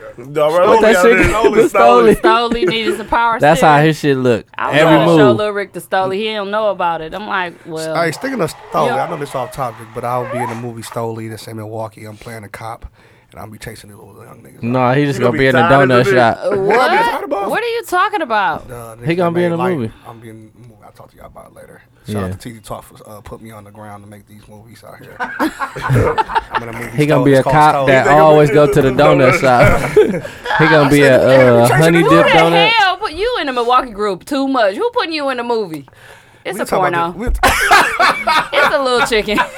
Speaker 7: What
Speaker 2: that shit-
Speaker 7: Stole
Speaker 2: the Stole
Speaker 7: it.
Speaker 2: it.
Speaker 1: Stoley needed some power
Speaker 2: That's
Speaker 1: still.
Speaker 2: how his shit looked.
Speaker 1: I was
Speaker 2: Every
Speaker 1: trying to show
Speaker 2: move.
Speaker 1: Lil Rick to Stoley. He don't know about it. I'm like, well,
Speaker 4: Hey, sticking to Stoley,
Speaker 1: Yeah.
Speaker 4: I know this off topic, but I'll be in the movie Stoley that's in Milwaukee. I'm playing a cop, and I'll be chasing the little young niggas.
Speaker 2: No, he just
Speaker 7: You gonna
Speaker 2: gonna,
Speaker 7: be
Speaker 2: be in the
Speaker 7: tired as
Speaker 2: donut
Speaker 7: a
Speaker 2: shop.
Speaker 1: what?
Speaker 4: talking about-
Speaker 1: What are you talking about?
Speaker 4: Uh,
Speaker 2: He gonna be
Speaker 4: they
Speaker 2: in the
Speaker 4: made
Speaker 2: movie.
Speaker 4: I'm being. I'll talk to y'all about it later. Shout
Speaker 2: Yeah.
Speaker 4: out to TD Talk for uh, put me on the ground to make these movies out
Speaker 1: [laughs]
Speaker 4: here. I'm in a movie
Speaker 2: He gonna
Speaker 4: Stoley.
Speaker 2: be
Speaker 4: It's
Speaker 2: a
Speaker 4: called
Speaker 2: cop that
Speaker 4: Stoley.
Speaker 2: always go to the donut shop. he gonna be a uh, honey
Speaker 1: Who
Speaker 2: dip
Speaker 1: the
Speaker 2: donut.
Speaker 1: hell put you in the Milwaukee group too much? Who putting you in the movie? It's
Speaker 4: We
Speaker 1: a
Speaker 4: talking
Speaker 1: porno.
Speaker 4: about the- we-
Speaker 1: it's a little chicken. [laughs]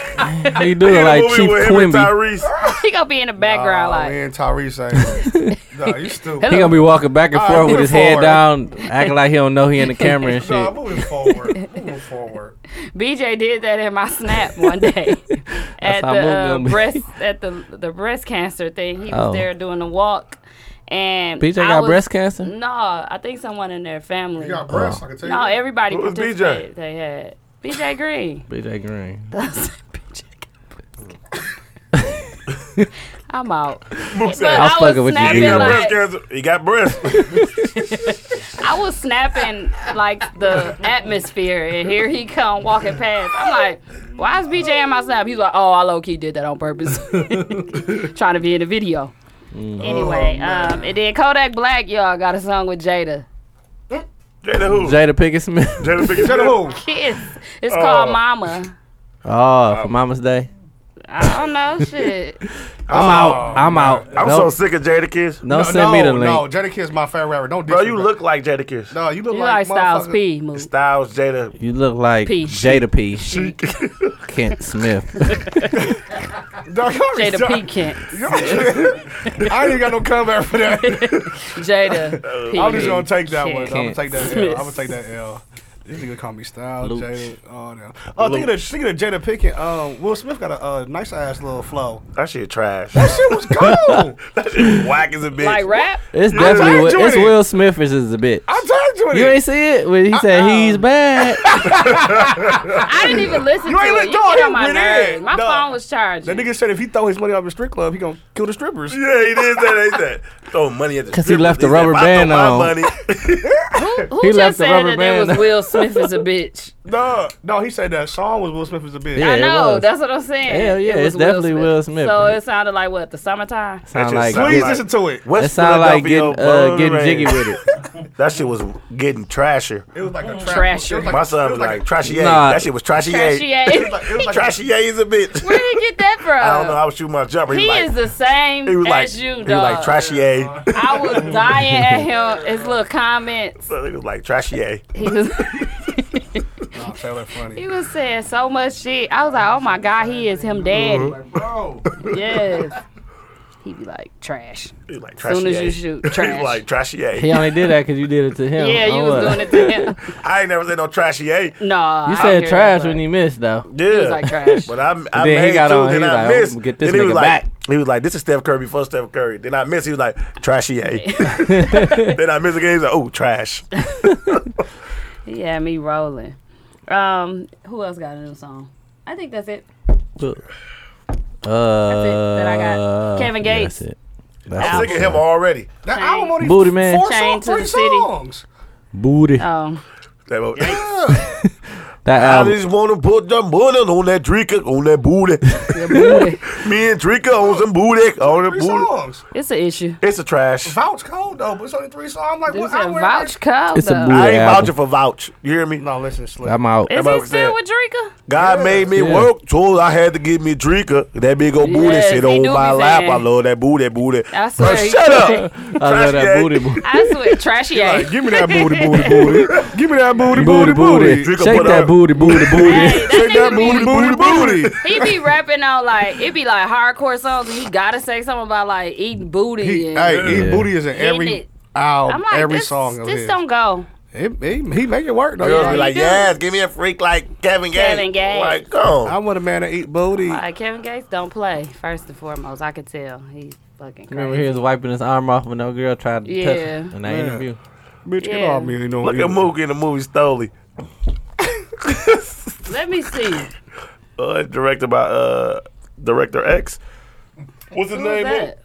Speaker 2: He doing like Chief Quimby.
Speaker 7: Tyrese.
Speaker 1: he gonna be in the background
Speaker 4: Nah,
Speaker 1: like.
Speaker 4: Oh, man, Tyrese
Speaker 1: [laughs]
Speaker 4: ain't. nah, you stupid.
Speaker 2: He gonna be walking back and
Speaker 4: All right,
Speaker 2: forth with
Speaker 4: moving
Speaker 2: his head
Speaker 4: forward.
Speaker 2: down, acting like he don't know he in the camera and
Speaker 4: Nah,
Speaker 2: shit.
Speaker 4: moving forward.
Speaker 1: [laughs]
Speaker 4: Moving forward.
Speaker 1: BJ did that in my snap one
Speaker 2: [laughs]
Speaker 1: day [laughs] at
Speaker 2: how
Speaker 1: the
Speaker 2: moving
Speaker 1: uh,
Speaker 2: on me.
Speaker 1: breast at the the breast cancer thing. He was
Speaker 2: Oh.
Speaker 1: there doing a walk, and
Speaker 2: BJ
Speaker 1: I
Speaker 2: got
Speaker 1: was-
Speaker 2: breast cancer?
Speaker 1: No, I think someone in their family.
Speaker 4: You got breasts, I can tell you.
Speaker 1: No,
Speaker 4: that.
Speaker 1: everybody
Speaker 7: Who was BJ?
Speaker 1: participated. They had BJ Green.
Speaker 2: BJ Green.
Speaker 1: That's BJ. [laughs] I'm out. But
Speaker 7: said,
Speaker 2: "I'm
Speaker 1: I
Speaker 2: fucking
Speaker 1: was
Speaker 2: with you,
Speaker 1: snapping
Speaker 2: BJ."
Speaker 7: Breast
Speaker 1: like
Speaker 7: cancer. He got
Speaker 2: [laughs]
Speaker 7: breast.
Speaker 1: I was snapping like the atmosphere, and here he come walking past. I'm like, why is BJ in my snap? He's like, oh, I low key did that on purpose, [laughs] trying to be in the video.
Speaker 4: Mm-hmm. Oh,
Speaker 1: Anyway, um, and then Kodak Black, y'all got a song with Jada.
Speaker 7: Jada who?
Speaker 2: Jada Pickett Smith.
Speaker 7: Jada Pickett.
Speaker 4: Tell the who.
Speaker 1: Kiss. It's
Speaker 4: Oh.
Speaker 1: called Mama.
Speaker 2: Oh, for Mama's Day.
Speaker 1: I don't
Speaker 4: [laughs]
Speaker 1: know shit.
Speaker 2: I'm out. I'm out.
Speaker 7: Oh, I'm so
Speaker 2: don't,
Speaker 7: sick of Jada Kiss.
Speaker 2: don't send me the link.
Speaker 4: No, Jadakiss is my favorite rapper. Don't
Speaker 7: Bro,
Speaker 4: diss
Speaker 7: you
Speaker 4: me,
Speaker 7: look like Jada Kiss.
Speaker 4: No, you look
Speaker 1: You
Speaker 4: like
Speaker 1: like Styles
Speaker 4: motherfucker-
Speaker 1: P move.
Speaker 7: Styles, Jada.
Speaker 2: You look like
Speaker 1: P.
Speaker 2: Jada P.
Speaker 1: [laughs]
Speaker 2: Kent Smith.
Speaker 4: Dog, y'all already-
Speaker 1: Jada P
Speaker 4: [laughs]
Speaker 1: Kent.
Speaker 4: y'all- [laughs] I ain't got no comeback for
Speaker 1: [laughs]
Speaker 4: that.
Speaker 1: Jada P.
Speaker 4: I'm just gonna take that one. I'm gonna
Speaker 2: Can't.
Speaker 4: take that L. I'm gonna take that L. This nigga call me Styles,
Speaker 2: Looch.
Speaker 4: Jada, all that. Oh, thinking of, thinking of Jada Pickett, um, Will Smith got a uh, nice ass little flow.
Speaker 7: That shit trash.
Speaker 4: That shit was cool.
Speaker 7: That shit [laughs] whack as a bitch.
Speaker 1: Like rap?
Speaker 2: It's definitely
Speaker 4: enjoyed
Speaker 2: it's
Speaker 4: it.
Speaker 2: Will Smith versus the bitch.
Speaker 4: I told you it.
Speaker 2: You ain't see it when he said he's bad.
Speaker 1: I didn't
Speaker 7: [laughs]
Speaker 1: even listen
Speaker 4: You
Speaker 1: to
Speaker 4: ain't
Speaker 1: it.
Speaker 4: let-
Speaker 1: You
Speaker 4: dog,
Speaker 1: get
Speaker 4: he
Speaker 1: on my
Speaker 4: went in.
Speaker 1: nerves. My
Speaker 4: Dog.
Speaker 1: phone was charged.
Speaker 4: that nigga said if he throw his money off the strip club, he gonna kill the strippers.
Speaker 7: Yeah, he did say that. He said, throw money at the
Speaker 2: 'Cause he
Speaker 7: strippers.
Speaker 2: left the
Speaker 7: said,
Speaker 2: rubber
Speaker 7: "If I throw
Speaker 2: band
Speaker 7: my
Speaker 2: on." [laughs]
Speaker 7: Money.
Speaker 1: Who
Speaker 2: He
Speaker 1: just
Speaker 2: left the
Speaker 1: said
Speaker 2: rubber
Speaker 1: that there was
Speaker 2: band.
Speaker 1: Will Smith is a bitch?
Speaker 4: No, no, he said that song was Will Smith is a bitch.
Speaker 2: [laughs] Yeah.
Speaker 1: I
Speaker 2: it
Speaker 1: know,
Speaker 2: was.
Speaker 1: that's what I'm saying.
Speaker 2: Hell yeah,
Speaker 1: It was
Speaker 2: it's definitely Will Smith.
Speaker 1: So it sounded like what the
Speaker 7: [laughs]
Speaker 1: summertime.
Speaker 2: Sound
Speaker 7: That
Speaker 2: like
Speaker 7: shit
Speaker 4: Please
Speaker 7: Like-
Speaker 4: listen to it.
Speaker 2: that
Speaker 7: West
Speaker 2: sound like
Speaker 7: Philadelphia
Speaker 2: getting uh, getting
Speaker 7: Boomerang.
Speaker 2: jiggy with it.
Speaker 7: That shit was getting trashier.
Speaker 4: It was like a trap.
Speaker 1: Trasher.
Speaker 4: It was like-
Speaker 7: My
Speaker 4: it
Speaker 7: son was like, trashy A.
Speaker 2: Nah.
Speaker 7: That shit was trashy A.
Speaker 1: Trashy A.
Speaker 4: it was like- it was like-
Speaker 7: Trashy A is a bitch.
Speaker 1: [laughs] Where did he get that from?
Speaker 7: [laughs] I don't know. I was shooting my jumper.
Speaker 1: he
Speaker 7: like,
Speaker 1: is the same
Speaker 7: He was like,
Speaker 1: as you,
Speaker 7: he
Speaker 1: dog.
Speaker 7: was like trashy A. [laughs]
Speaker 1: I was dying at him. His little comments.
Speaker 7: he was like trashy A.
Speaker 1: He was [laughs]
Speaker 4: Nah, that was
Speaker 1: he
Speaker 4: funny.
Speaker 1: was saying so
Speaker 7: Mm-hmm.
Speaker 1: much shit. I was like, oh my god, he is him daddy.
Speaker 8: Like, bro,
Speaker 1: Yes. He be like trash.
Speaker 7: He's like
Speaker 1: As
Speaker 7: trashy.
Speaker 1: soon as you
Speaker 7: ass. [laughs]
Speaker 1: shoot,
Speaker 7: He's
Speaker 1: trash.
Speaker 7: like trashy. A.
Speaker 2: He only did that because you did it to him.
Speaker 1: yeah, you
Speaker 2: Oh,
Speaker 1: was
Speaker 2: well.
Speaker 1: doing it to him.
Speaker 7: I ain't never said no trashy. A.
Speaker 1: No,
Speaker 2: You said trash when he missed though.
Speaker 7: Yeah.
Speaker 1: was like trash.
Speaker 7: [laughs] But I, I
Speaker 2: then he
Speaker 7: made
Speaker 2: got
Speaker 7: two,
Speaker 2: on,
Speaker 7: then
Speaker 2: he was
Speaker 7: I
Speaker 2: like, oh,
Speaker 7: missed.
Speaker 2: get this
Speaker 7: then he was
Speaker 2: nigga
Speaker 7: like,
Speaker 2: back.
Speaker 7: he was like, this is Steph Curry before Steph Curry. Then I missed. He was like, trashy. A. [laughs] then I missed again. He was like,
Speaker 1: [laughs]
Speaker 7: oh, trash.
Speaker 1: He had me rolling. Um, who else got a new song? I think that's it.
Speaker 2: Uh, that's
Speaker 1: it that I got. Kevin Gates.
Speaker 2: Uh, That's it.
Speaker 7: I'm
Speaker 2: That's
Speaker 7: sick
Speaker 2: it.
Speaker 7: of him already.
Speaker 4: That
Speaker 1: Chain.
Speaker 4: album only
Speaker 2: Booty Man.
Speaker 4: four
Speaker 1: Chain
Speaker 4: songs,
Speaker 1: to the
Speaker 4: three
Speaker 1: City.
Speaker 4: songs.
Speaker 2: Booty.
Speaker 1: Um,
Speaker 7: That was- "Ah,
Speaker 2: That
Speaker 7: I
Speaker 2: album.
Speaker 7: just wanna put the booty on that drinker, on that booty. [laughs] Me and drinker on some booty, on the
Speaker 4: Three
Speaker 7: booty.
Speaker 4: songs.
Speaker 1: it's an issue.
Speaker 7: It's a trash.
Speaker 4: Vouch cold though, but it's only three songs. I'm like,
Speaker 1: Dude
Speaker 4: what? I
Speaker 1: said
Speaker 4: wear
Speaker 1: vouch
Speaker 4: that-
Speaker 1: code.
Speaker 2: It's a
Speaker 1: though.
Speaker 2: boo-
Speaker 7: I
Speaker 2: Booty
Speaker 7: ain't
Speaker 2: album.
Speaker 7: vouching for vouch. You hear me?
Speaker 4: No, listen, Slick.
Speaker 2: I'm out.
Speaker 1: Is
Speaker 7: Everybody
Speaker 1: he still
Speaker 7: said-
Speaker 1: with Drinker?
Speaker 7: God made me
Speaker 2: Yeah.
Speaker 7: work, so I had to give me a drinker. That big old booty
Speaker 1: Yes,
Speaker 7: sit
Speaker 1: he
Speaker 7: on
Speaker 1: do
Speaker 7: my
Speaker 1: be
Speaker 7: lap.
Speaker 1: saying.
Speaker 7: I love that booty, that booty.
Speaker 1: I swear
Speaker 7: Bruh,
Speaker 1: he
Speaker 7: shut
Speaker 1: do.
Speaker 7: up.
Speaker 2: I love that
Speaker 7: Trash
Speaker 2: booty.
Speaker 7: gang.
Speaker 2: booty.
Speaker 1: I swear, trashy ass.
Speaker 7: Give me that booty, booty, booty. Give me that booty,
Speaker 2: Booty, booty.
Speaker 7: Drinker
Speaker 2: Shake
Speaker 7: put
Speaker 2: that
Speaker 7: up.
Speaker 2: booty, booty,
Speaker 1: [laughs]
Speaker 2: booty.
Speaker 7: [laughs]
Speaker 1: Hey, that nigga be-
Speaker 7: booty, booty.
Speaker 1: [laughs] He be rapping on like it be like hardcore songs, and he gotta say something about like eating booty.
Speaker 4: He,
Speaker 1: and
Speaker 4: hey, he
Speaker 2: Yeah.
Speaker 4: booty is in every
Speaker 1: it. I'm
Speaker 4: album,
Speaker 1: like,
Speaker 4: every
Speaker 1: this,
Speaker 4: song of
Speaker 1: this
Speaker 4: his.
Speaker 1: don't go.
Speaker 4: It- he, he make it work though.
Speaker 7: Girls
Speaker 1: Yeah,
Speaker 7: be
Speaker 1: he
Speaker 7: like,
Speaker 1: do.
Speaker 7: yes, give me a freak like Kevin Gates.
Speaker 1: Kevin Gates.
Speaker 7: Like, come
Speaker 4: I
Speaker 7: on.
Speaker 4: want a man to eat booty.
Speaker 1: Like Kevin Gates don't play. First and foremost, I could tell he's fucking crazy.
Speaker 2: Remember he was wiping his arm off when no girl tried to touch him
Speaker 1: Yeah.
Speaker 2: in that
Speaker 4: Yeah.
Speaker 2: interview.
Speaker 4: Bitch, get
Speaker 1: yeah.
Speaker 4: off me. You know
Speaker 7: Look
Speaker 4: you-
Speaker 7: at Mookie in the movie Stoley.
Speaker 1: Let me
Speaker 4: [laughs]
Speaker 1: see.
Speaker 7: Uh, directed by uh, director X. What's his
Speaker 1: Who's
Speaker 7: name? man?
Speaker 1: that?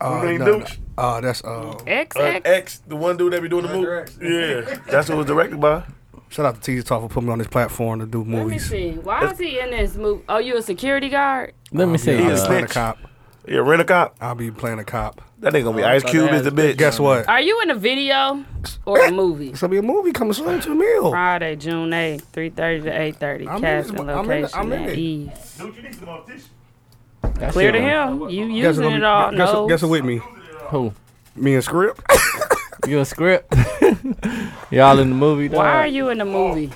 Speaker 4: Oh,
Speaker 7: Main
Speaker 4: no, no.
Speaker 7: douche.
Speaker 4: Oh, that's uh.
Speaker 1: X
Speaker 7: Uh,
Speaker 1: X.
Speaker 7: X, the one dude that be doing the movie.
Speaker 8: Director
Speaker 7: Yeah, [laughs] that's who it was directed by.
Speaker 4: Shout out to TZ Talk for putting me on this platform to do
Speaker 1: Let me
Speaker 4: movies.
Speaker 1: see. Why is he in this movie? Oh, you a security guard?
Speaker 2: Let me see.
Speaker 4: I'll
Speaker 7: He's
Speaker 4: be
Speaker 7: a
Speaker 2: Uh,
Speaker 4: playing a
Speaker 7: snitch.
Speaker 4: cop.
Speaker 7: Yeah, rent a cop.
Speaker 4: I'll be playing a cop.
Speaker 7: Oh, That nigga gonna be Ice Cube is the bitch.
Speaker 4: Guess what?
Speaker 1: Are you in a video or a movie?
Speaker 4: It's gonna be a movie coming soon to Mill.
Speaker 1: Friday, June 8th, 3.30 to 8.30.
Speaker 4: I'm
Speaker 1: Cast
Speaker 4: in this-
Speaker 1: and
Speaker 4: I'm in-
Speaker 1: location
Speaker 4: I'm in
Speaker 1: at
Speaker 4: it.
Speaker 1: Eve.
Speaker 3: Dude, you need some more tissue.
Speaker 2: that
Speaker 1: Clear
Speaker 2: shit
Speaker 1: to him.
Speaker 2: was-
Speaker 1: You
Speaker 4: Guess who
Speaker 1: using
Speaker 4: gonna
Speaker 1: it all.
Speaker 4: be- guess, who-
Speaker 1: No.
Speaker 4: guess who with me?
Speaker 2: Who?
Speaker 4: Me and Script.
Speaker 2: You a script? [laughs] Y'all in the movie?
Speaker 1: Why
Speaker 2: dog?
Speaker 1: are you
Speaker 4: Oh.
Speaker 1: in the movie?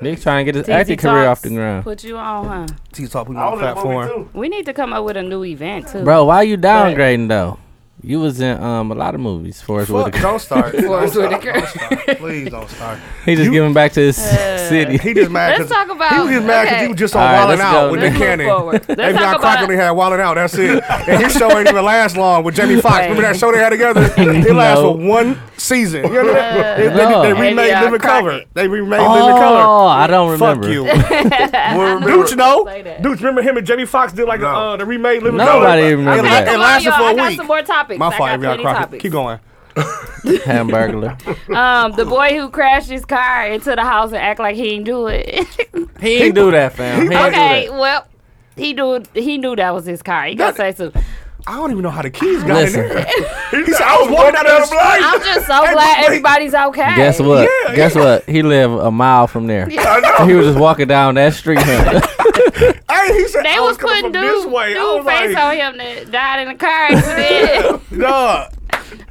Speaker 2: Nick trying to get his
Speaker 1: TZ
Speaker 2: acting career
Speaker 1: Talks
Speaker 2: off the ground.
Speaker 1: Put you on, huh?
Speaker 4: TZ Talk put me
Speaker 3: I
Speaker 4: on
Speaker 3: was
Speaker 4: the
Speaker 3: in the movie
Speaker 4: platform.
Speaker 3: too.
Speaker 1: We need to come up with a new event, too.
Speaker 2: Bro, why you downgrading though? You was in um a lot of movies. Forrest
Speaker 4: Fuck,
Speaker 2: Whitaker.
Speaker 4: don't start. Don't
Speaker 1: Forrest
Speaker 4: start.
Speaker 1: Whitaker.
Speaker 4: Don't start. Please don't start.
Speaker 2: [laughs] He just giving back to his [laughs] city.
Speaker 4: [laughs] He just mad.
Speaker 1: Let's
Speaker 4: 'cause-
Speaker 1: talk about-
Speaker 4: He was just mad because
Speaker 1: okay.
Speaker 4: he was just
Speaker 2: All
Speaker 4: on
Speaker 2: right,
Speaker 4: Wildin'
Speaker 2: let's
Speaker 4: Out
Speaker 2: go.
Speaker 4: with Nick
Speaker 1: Let's move
Speaker 4: Cannon.
Speaker 1: forward. Let's
Speaker 4: Avion
Speaker 1: talk
Speaker 4: Crocker
Speaker 1: about
Speaker 4: only had Wildin' Out.
Speaker 2: [laughs]
Speaker 4: That's it. And his show ain't even last long with Jamie Foxx. Remember that show they had together?
Speaker 2: [laughs]
Speaker 4: It lasted
Speaker 2: No.
Speaker 4: for one season. You know
Speaker 1: Uh,
Speaker 4: that? They,
Speaker 2: No.
Speaker 4: they, they remade
Speaker 1: Avion
Speaker 4: Living
Speaker 1: Crocker.
Speaker 4: Color. They remade Living Color.
Speaker 2: Oh, I don't remember.
Speaker 1: [laughs]
Speaker 4: Fuck you.
Speaker 7: Dude,
Speaker 4: Dude, you know?
Speaker 1: Say that.
Speaker 4: Dude, remember him and Jamie Foxx did like uh, the remade Living Color?
Speaker 2: Nobody even
Speaker 4: It,
Speaker 2: remember
Speaker 1: Okay,
Speaker 4: la- it
Speaker 1: come
Speaker 2: that.
Speaker 1: on,
Speaker 4: lasted
Speaker 1: y'all.
Speaker 4: for
Speaker 1: I
Speaker 4: a
Speaker 1: got
Speaker 4: week.
Speaker 1: some more topics.
Speaker 4: My
Speaker 1: I
Speaker 4: fault,
Speaker 1: got
Speaker 4: Avion
Speaker 1: plenty
Speaker 4: Crocker.
Speaker 1: topics.
Speaker 4: Keep going.
Speaker 2: [laughs]
Speaker 4: [laughs]
Speaker 2: Hamburglar.
Speaker 1: Um, the boy who crashed his car into the house and act like he didn't do it. [laughs]
Speaker 2: He ain't do that, fam. He ain't
Speaker 1: okay,
Speaker 2: do
Speaker 1: well, he knew he knew that was his car. He got to say so.
Speaker 4: I don't even know how the keys
Speaker 2: that.
Speaker 4: got [laughs] in
Speaker 2: Listen,
Speaker 4: there. He said, I was walking out of the blind.
Speaker 1: I'm just
Speaker 4: [laughs]
Speaker 1: so glad everybody's okay.
Speaker 2: guess what? guess what? He lived a mile
Speaker 1: [laughs]
Speaker 2: from there. He was just walking down that street. huh?
Speaker 4: Hey, he said,
Speaker 1: They
Speaker 4: I
Speaker 1: was,
Speaker 4: coming
Speaker 1: putting
Speaker 4: from
Speaker 1: dude,
Speaker 4: this way. I
Speaker 1: dude
Speaker 4: was
Speaker 1: face
Speaker 4: like,
Speaker 1: on him that died in a car
Speaker 4: [laughs]
Speaker 1: accident.
Speaker 4: Nah.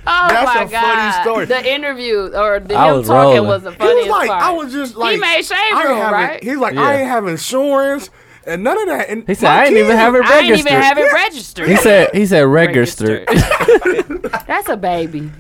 Speaker 1: oh
Speaker 4: That's
Speaker 1: my
Speaker 4: a funny
Speaker 1: god!
Speaker 4: story.
Speaker 1: The interview or the,
Speaker 2: I
Speaker 1: him
Speaker 2: was
Speaker 1: talking
Speaker 2: rolling.
Speaker 1: was the
Speaker 4: He
Speaker 1: funniest
Speaker 4: was like,
Speaker 1: part.
Speaker 4: I was just like,
Speaker 1: made shade
Speaker 4: I ain't
Speaker 1: room,
Speaker 4: having-
Speaker 1: right?
Speaker 4: He's like,
Speaker 2: Yeah.
Speaker 4: I ain't have insurance and none of that. And
Speaker 2: He said,
Speaker 4: my
Speaker 2: I ain't even
Speaker 4: kids-
Speaker 2: have it
Speaker 1: I didn't
Speaker 2: registered.
Speaker 1: even have it registered.
Speaker 2: He said, he said registered.
Speaker 1: That's a baby.
Speaker 4: Duh, shit,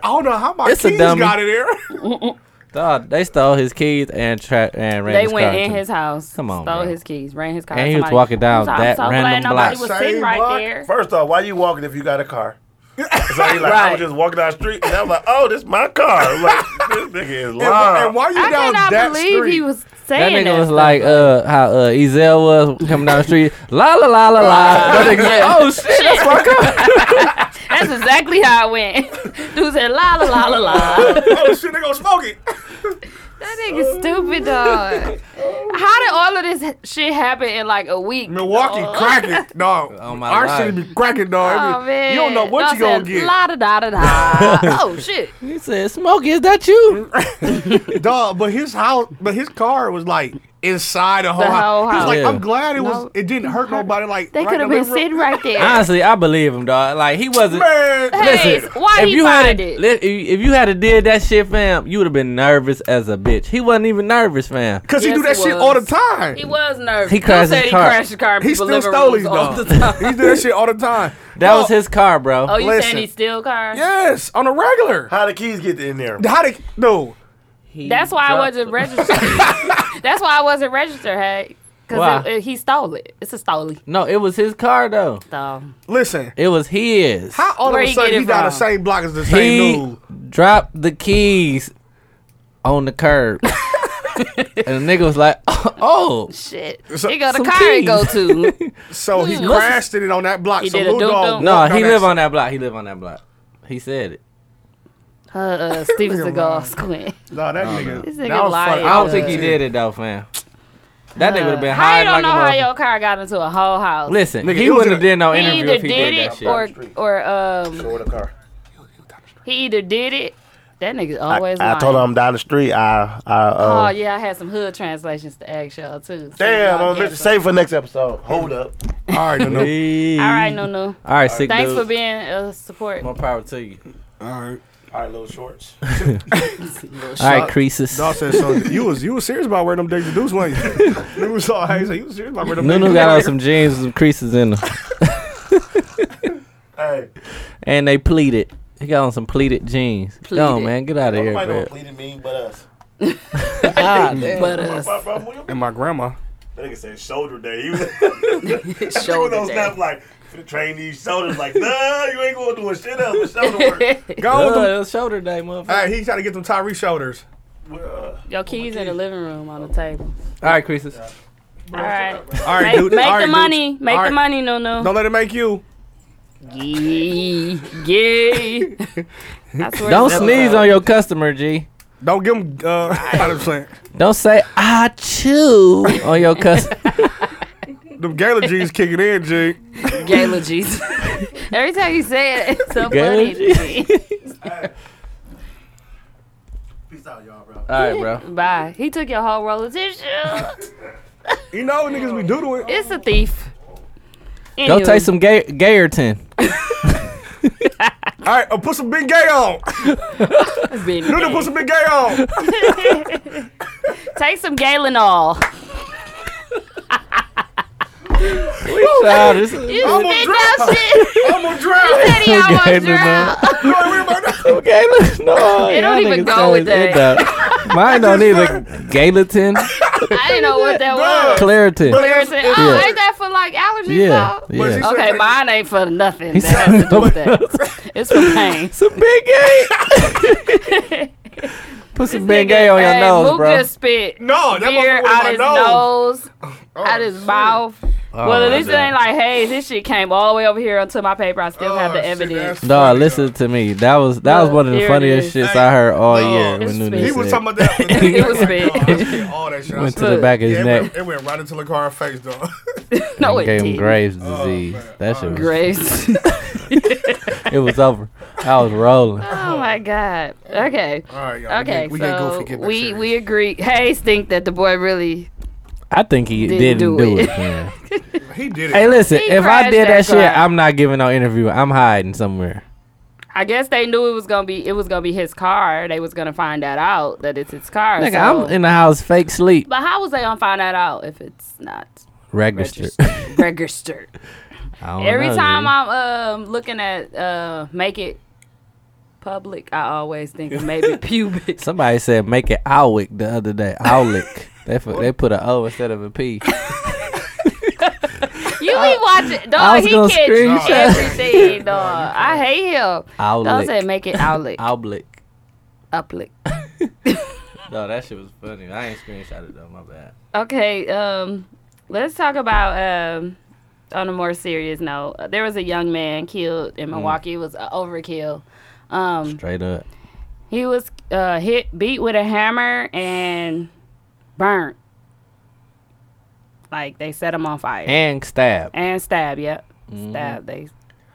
Speaker 4: I don't know how my
Speaker 2: It's a
Speaker 4: keys
Speaker 2: dummy.
Speaker 4: got in there. [laughs]
Speaker 2: Dog, they stole his keys and tra- and ran
Speaker 1: They
Speaker 2: his
Speaker 1: went
Speaker 2: car
Speaker 1: in
Speaker 2: to-
Speaker 1: his house,
Speaker 2: Come on,
Speaker 1: stole
Speaker 2: bro.
Speaker 1: his keys, ran his car.
Speaker 2: And he was
Speaker 1: Somebody-
Speaker 2: walking down
Speaker 1: I'm
Speaker 2: that
Speaker 1: so glad
Speaker 2: random
Speaker 1: nobody
Speaker 2: block.
Speaker 1: was
Speaker 4: Same
Speaker 1: sitting right
Speaker 4: block.
Speaker 1: there.
Speaker 7: First off, why you walking if you got a car? So he like, I
Speaker 1: Right.
Speaker 7: was just walking down the street, and I was like, oh, this my car.
Speaker 1: [laughs]
Speaker 7: I'm like, this nigga is
Speaker 4: And,
Speaker 7: lying.
Speaker 4: and why you
Speaker 1: I
Speaker 4: down
Speaker 1: cannot
Speaker 4: that
Speaker 1: believe
Speaker 4: street?
Speaker 1: he was
Speaker 2: That
Speaker 1: saying that.
Speaker 2: nigga was like uh how uh Ezel was coming down
Speaker 1: [laughs]
Speaker 2: the street, la la la la la. That nigga [laughs] like,
Speaker 4: [laughs]
Speaker 2: oh shit, that's my car.
Speaker 1: [laughs] That's exactly how it went. [laughs] Dude said la la la la la.
Speaker 4: oh shit, they gonna smoke it.
Speaker 1: That nigga stupid dog. How did all of this shit happen in like a week?
Speaker 4: Milwaukee cracking, dog.
Speaker 2: Oh, my
Speaker 4: Our
Speaker 2: life.
Speaker 4: city be cracking, dog. It
Speaker 1: Oh
Speaker 4: be-
Speaker 1: man.
Speaker 4: You don't know what
Speaker 1: Dog
Speaker 4: you gonna
Speaker 1: said,
Speaker 4: get.
Speaker 1: La da da da da.
Speaker 2: [laughs]
Speaker 1: Oh shit.
Speaker 2: He said, Smokey, is that you?
Speaker 4: Dog, but his house, but his car was like inside the whole,
Speaker 1: whole
Speaker 4: house. He was like,
Speaker 2: house.
Speaker 4: I'm glad it was.
Speaker 1: No.
Speaker 4: It didn't hurt nobody. Like
Speaker 1: They
Speaker 4: right
Speaker 1: could have
Speaker 4: in the
Speaker 1: been
Speaker 4: living
Speaker 1: sitting
Speaker 4: room.
Speaker 1: right there.
Speaker 2: Honestly, I believe him, dog. Like he wasn't.
Speaker 4: Man,
Speaker 1: Hey,
Speaker 2: Listen,
Speaker 1: why
Speaker 2: if
Speaker 1: he
Speaker 2: you
Speaker 1: find
Speaker 2: had
Speaker 1: it?
Speaker 2: if you- if you had to did that shit, fam, you would have been nervous as a bitch. He wasn't even nervous, fam.
Speaker 4: because he
Speaker 1: Yes,
Speaker 4: do that
Speaker 1: he
Speaker 4: shit
Speaker 1: was.
Speaker 4: all the time.
Speaker 1: He was nervous.
Speaker 2: He
Speaker 1: You
Speaker 2: crashed
Speaker 1: said
Speaker 2: his
Speaker 1: he
Speaker 2: car.
Speaker 1: crashed his car. in
Speaker 4: He
Speaker 1: people's
Speaker 4: still
Speaker 1: living
Speaker 4: stole
Speaker 1: rooms
Speaker 4: his
Speaker 1: all the
Speaker 4: dog.
Speaker 1: time.
Speaker 4: He do that shit all the time.
Speaker 2: That
Speaker 4: No,
Speaker 2: was his car, bro.
Speaker 1: Oh, you
Speaker 4: Listen.
Speaker 1: saying he steal cars?
Speaker 4: Yes, on a regular.
Speaker 7: How the keys get in there?
Speaker 4: How did no?
Speaker 1: That's why I wasn't registered.
Speaker 2: [laughs]
Speaker 1: That's why I wasn't registered, hey.
Speaker 2: Why?
Speaker 1: Because he stole it. It's a stolen.
Speaker 2: No, it was his car though.
Speaker 1: So
Speaker 4: Listen,
Speaker 2: It was his.
Speaker 4: how all
Speaker 1: Where
Speaker 4: of a
Speaker 1: he get
Speaker 4: sudden
Speaker 1: it
Speaker 4: he got the
Speaker 1: from?
Speaker 4: same block as the
Speaker 2: he
Speaker 4: same dude?
Speaker 2: dropped the keys on
Speaker 1: [laughs]
Speaker 2: the curb, and the nigga was like, "Oh,
Speaker 1: shit.
Speaker 4: So-
Speaker 1: he got a
Speaker 2: some
Speaker 1: car he go
Speaker 2: [laughs]
Speaker 1: to.
Speaker 4: So he
Speaker 1: Hmm.
Speaker 4: crashed in it on that block.
Speaker 1: He
Speaker 4: so
Speaker 1: did a
Speaker 4: Lil Dog
Speaker 1: dunk-dunk?
Speaker 2: no,
Speaker 4: walked
Speaker 2: he
Speaker 4: that
Speaker 2: live on that block. He live on that block." He said it.
Speaker 1: uh, uh, Steven Seagal squint.
Speaker 4: No,
Speaker 1: [laughs]
Speaker 4: that nigga.
Speaker 1: This
Speaker 4: that
Speaker 1: nigga
Speaker 4: was funny.
Speaker 1: lying.
Speaker 2: I don't think
Speaker 1: Uh,
Speaker 2: he did it though, fam. That nigga would have been
Speaker 1: How
Speaker 2: high
Speaker 1: you don't
Speaker 2: like
Speaker 1: know
Speaker 2: a
Speaker 1: how
Speaker 2: motherfucker.
Speaker 1: your car got into a whole house?
Speaker 2: Listen,
Speaker 4: Nigga,
Speaker 2: he
Speaker 4: it was
Speaker 2: wouldn't
Speaker 4: in
Speaker 2: have did no
Speaker 1: he
Speaker 2: interview
Speaker 1: either
Speaker 2: if
Speaker 1: did,
Speaker 2: he did, that
Speaker 1: it
Speaker 2: shit.
Speaker 1: or or um
Speaker 7: Go in
Speaker 1: [laughs]
Speaker 7: the car.
Speaker 1: he either did it. That nigga
Speaker 7: I,
Speaker 1: always.
Speaker 7: I
Speaker 1: lying.
Speaker 7: told him I'm down the street. I, I,
Speaker 1: Oh
Speaker 7: uh,
Speaker 1: yeah, I had some hood translations to ask y'all too. So
Speaker 7: damn,
Speaker 1: y'all
Speaker 7: I'm
Speaker 1: get some.
Speaker 7: gonna save for next episode. Hold up.
Speaker 4: All right, no, no.
Speaker 1: All right, Nunu.
Speaker 2: All right, sick
Speaker 1: Thanks
Speaker 2: dude.
Speaker 1: for being a support. [laughs]
Speaker 2: More power to you.
Speaker 4: All right.
Speaker 7: All right, little [laughs] shorts.
Speaker 2: All right, creases.
Speaker 4: Dawg said so. You was you was serious about wearing them Daisy Dukes, weren't you? [laughs] you was all hey, so you was serious about wearing them.
Speaker 2: Nunu
Speaker 4: Daisy
Speaker 2: got
Speaker 7: [laughs]
Speaker 2: on
Speaker 4: Dukes.
Speaker 2: some jeans with some creases in them,
Speaker 7: hey,
Speaker 2: and they pleated. He got on some pleated jeans. Go on,
Speaker 1: Pleated.
Speaker 2: man, get out of here,
Speaker 7: nobody
Speaker 2: bro.
Speaker 7: don't plead me
Speaker 1: [laughs]
Speaker 7: but us.
Speaker 2: Ah,
Speaker 1: But uh, us
Speaker 7: My problem with him?
Speaker 4: And my grandma.
Speaker 3: That nigga said shoulder day. He
Speaker 1: [laughs]
Speaker 7: [laughs]
Speaker 3: was on snap like for the train these shoulders like, nah, you ain't gonna do a shit up with shoulder
Speaker 1: [laughs]
Speaker 3: work.
Speaker 4: Go with them.
Speaker 2: shoulder day, motherfucker. All
Speaker 4: All
Speaker 2: right,
Speaker 4: right, he tried to get them Tyree shoulders.
Speaker 7: Uh,
Speaker 1: Your keys in the living room on the table.
Speaker 2: creases.
Speaker 1: All right.
Speaker 4: All right,
Speaker 1: Make,
Speaker 4: dude.
Speaker 1: make
Speaker 4: All right,
Speaker 1: the
Speaker 4: dude.
Speaker 1: money. Make
Speaker 4: All
Speaker 1: the
Speaker 4: right.
Speaker 1: money, Nunu.
Speaker 4: Don't let it make you.
Speaker 1: Yee.
Speaker 4: [laughs]
Speaker 1: Yee. I swear
Speaker 2: Don't
Speaker 1: it's
Speaker 2: sneeze
Speaker 1: episode.
Speaker 2: on your customer, G.
Speaker 4: Don't give him. Uh, [laughs] I'm saying
Speaker 2: Don't say I chew on
Speaker 1: [laughs]
Speaker 2: your customer.
Speaker 4: them Gaylor G's kicking in, G.
Speaker 1: Gala Jesus. [laughs] Every time you say it, it's so funny to
Speaker 7: peace out, y'all, bro.
Speaker 2: All right, bro.
Speaker 1: me. Bye. He took your whole roll of tissue.
Speaker 4: You know niggas be doodling.
Speaker 1: It's a thief.
Speaker 2: Go
Speaker 1: Anyway,
Speaker 2: take some
Speaker 1: [laughs]
Speaker 2: gay- Gayerton.
Speaker 4: All right, uh, put some big gay on. [laughs]
Speaker 1: it's been-
Speaker 4: Dude, put some big gay on.
Speaker 1: Take some Galenol. [laughs]
Speaker 2: Child, this [laughs] is-
Speaker 1: You
Speaker 4: I'ma
Speaker 1: spit
Speaker 4: drown.
Speaker 1: that
Speaker 4: [laughs]
Speaker 1: shit.
Speaker 4: I'm gonna drown.
Speaker 1: Said he almost
Speaker 2: Galenol.
Speaker 1: drowned.
Speaker 4: Don't worry about that.
Speaker 2: Gayla, no,
Speaker 1: It don't
Speaker 2: y'all
Speaker 1: even
Speaker 2: niggas
Speaker 1: go with
Speaker 2: crazy. It
Speaker 1: [laughs]
Speaker 2: don't. Mine don't either. Galatin,
Speaker 1: I didn't know what that was.
Speaker 2: Claritin.
Speaker 1: Clarison. Oh, ain't that for like allergies
Speaker 2: Yeah,
Speaker 1: though?
Speaker 2: yeah.
Speaker 4: she-
Speaker 1: Okay, mine ain't for nothing. That
Speaker 2: said-
Speaker 1: has to do with that. [laughs] It's for
Speaker 2: [laughs]
Speaker 1: pain.
Speaker 2: It's a big gay. [laughs] Put some big gay on your
Speaker 1: Hey,
Speaker 2: nose,
Speaker 1: Mook
Speaker 2: bro.
Speaker 1: just spit
Speaker 4: No, that
Speaker 1: beer
Speaker 4: motherfucker was
Speaker 1: out
Speaker 4: my
Speaker 1: his
Speaker 4: nose. Oh,
Speaker 1: nose, out his mouth.
Speaker 2: Oh,
Speaker 1: well, at
Speaker 2: my
Speaker 1: least it
Speaker 2: God.
Speaker 1: ain't like, hey, this shit came all the way over here onto my paper. I still
Speaker 4: Oh,
Speaker 1: have the
Speaker 4: shit,
Speaker 1: evidence.
Speaker 4: that's
Speaker 2: Nah,
Speaker 4: funny,
Speaker 2: listen
Speaker 4: dog.
Speaker 2: to me. That was that was
Speaker 1: Look,
Speaker 2: one of the
Speaker 1: here it
Speaker 2: funniest
Speaker 1: is.
Speaker 2: shits I heard all
Speaker 4: Hey,
Speaker 2: year
Speaker 1: it's
Speaker 2: when Nunu
Speaker 1: fake.
Speaker 4: He
Speaker 1: He
Speaker 4: was
Speaker 2: said
Speaker 4: talking about
Speaker 1: [laughs]
Speaker 4: that.
Speaker 1: It was big.
Speaker 4: Oh, I
Speaker 1: [laughs]
Speaker 4: see all that shit. I
Speaker 2: went
Speaker 4: see
Speaker 2: to the
Speaker 1: Look.
Speaker 2: back of
Speaker 4: Yeah,
Speaker 2: his
Speaker 4: it
Speaker 2: neck
Speaker 4: went, it went right into the car face, dog.
Speaker 1: [laughs] No, it
Speaker 2: and gave him
Speaker 1: didn't.
Speaker 2: Graves
Speaker 4: Oh,
Speaker 2: disease.
Speaker 4: man.
Speaker 2: that shit was [laughs]
Speaker 1: Grace. [laughs]
Speaker 2: it was over. I was rolling.
Speaker 1: oh my God. Okay.
Speaker 4: all right, y'all.
Speaker 1: Okay,
Speaker 4: we, get- we get
Speaker 1: so
Speaker 4: goofy. Get back
Speaker 1: we
Speaker 4: serious.
Speaker 1: we agree. Hayes think that the boy really
Speaker 2: I think he
Speaker 1: Didn't
Speaker 2: didn't,
Speaker 1: do
Speaker 2: do,
Speaker 1: it. [laughs]
Speaker 2: it. man.
Speaker 4: he did it.
Speaker 2: hey, listen,
Speaker 1: He
Speaker 2: if I
Speaker 1: crashed
Speaker 2: did
Speaker 1: that
Speaker 2: that
Speaker 1: car.
Speaker 2: shit, I'm not giving no interview. I'm hiding somewhere.
Speaker 1: I guess they knew it was gonna be it was gonna be his car. They was gonna find that out that it's his car.
Speaker 2: Nigga,
Speaker 1: so-
Speaker 2: I'm in the house fake sleep.
Speaker 1: but how was they gonna find that out if it's not
Speaker 2: Registered. Oh,
Speaker 1: registered?
Speaker 2: [laughs]
Speaker 1: registered.
Speaker 2: I don't
Speaker 1: Every
Speaker 2: know,
Speaker 1: time
Speaker 2: dude.
Speaker 1: I'm um, looking at uh, make it public, I always think of
Speaker 2: [laughs]
Speaker 1: maybe pubic.
Speaker 2: Somebody said make it Owick the
Speaker 1: [laughs]
Speaker 2: other day. Owick. they put, they put a O instead of a P.
Speaker 1: You be watching,
Speaker 2: I
Speaker 1: dog.
Speaker 2: was
Speaker 1: He
Speaker 2: gonna
Speaker 1: catch
Speaker 2: [laughs] screenshot. [laughs]
Speaker 1: everything, dog. I hate him. Dog said
Speaker 2: Owlick.
Speaker 1: make it
Speaker 2: [laughs]
Speaker 1: outlet,
Speaker 2: Oblick.
Speaker 1: uplick.
Speaker 2: No, that shit was funny. I ain't screenshot it though. My bad.
Speaker 1: Okay, um, let's talk about um, on a more serious note. uh, There was a young man killed
Speaker 2: Mm.
Speaker 1: in Milwaukee. It was an overkill. Um,
Speaker 2: Straight up.
Speaker 1: he was uh, hit, beat with a hammer, and burnt. Like they set him on fire and,
Speaker 2: And stabbed
Speaker 1: stabbed. Yep, stabbed. They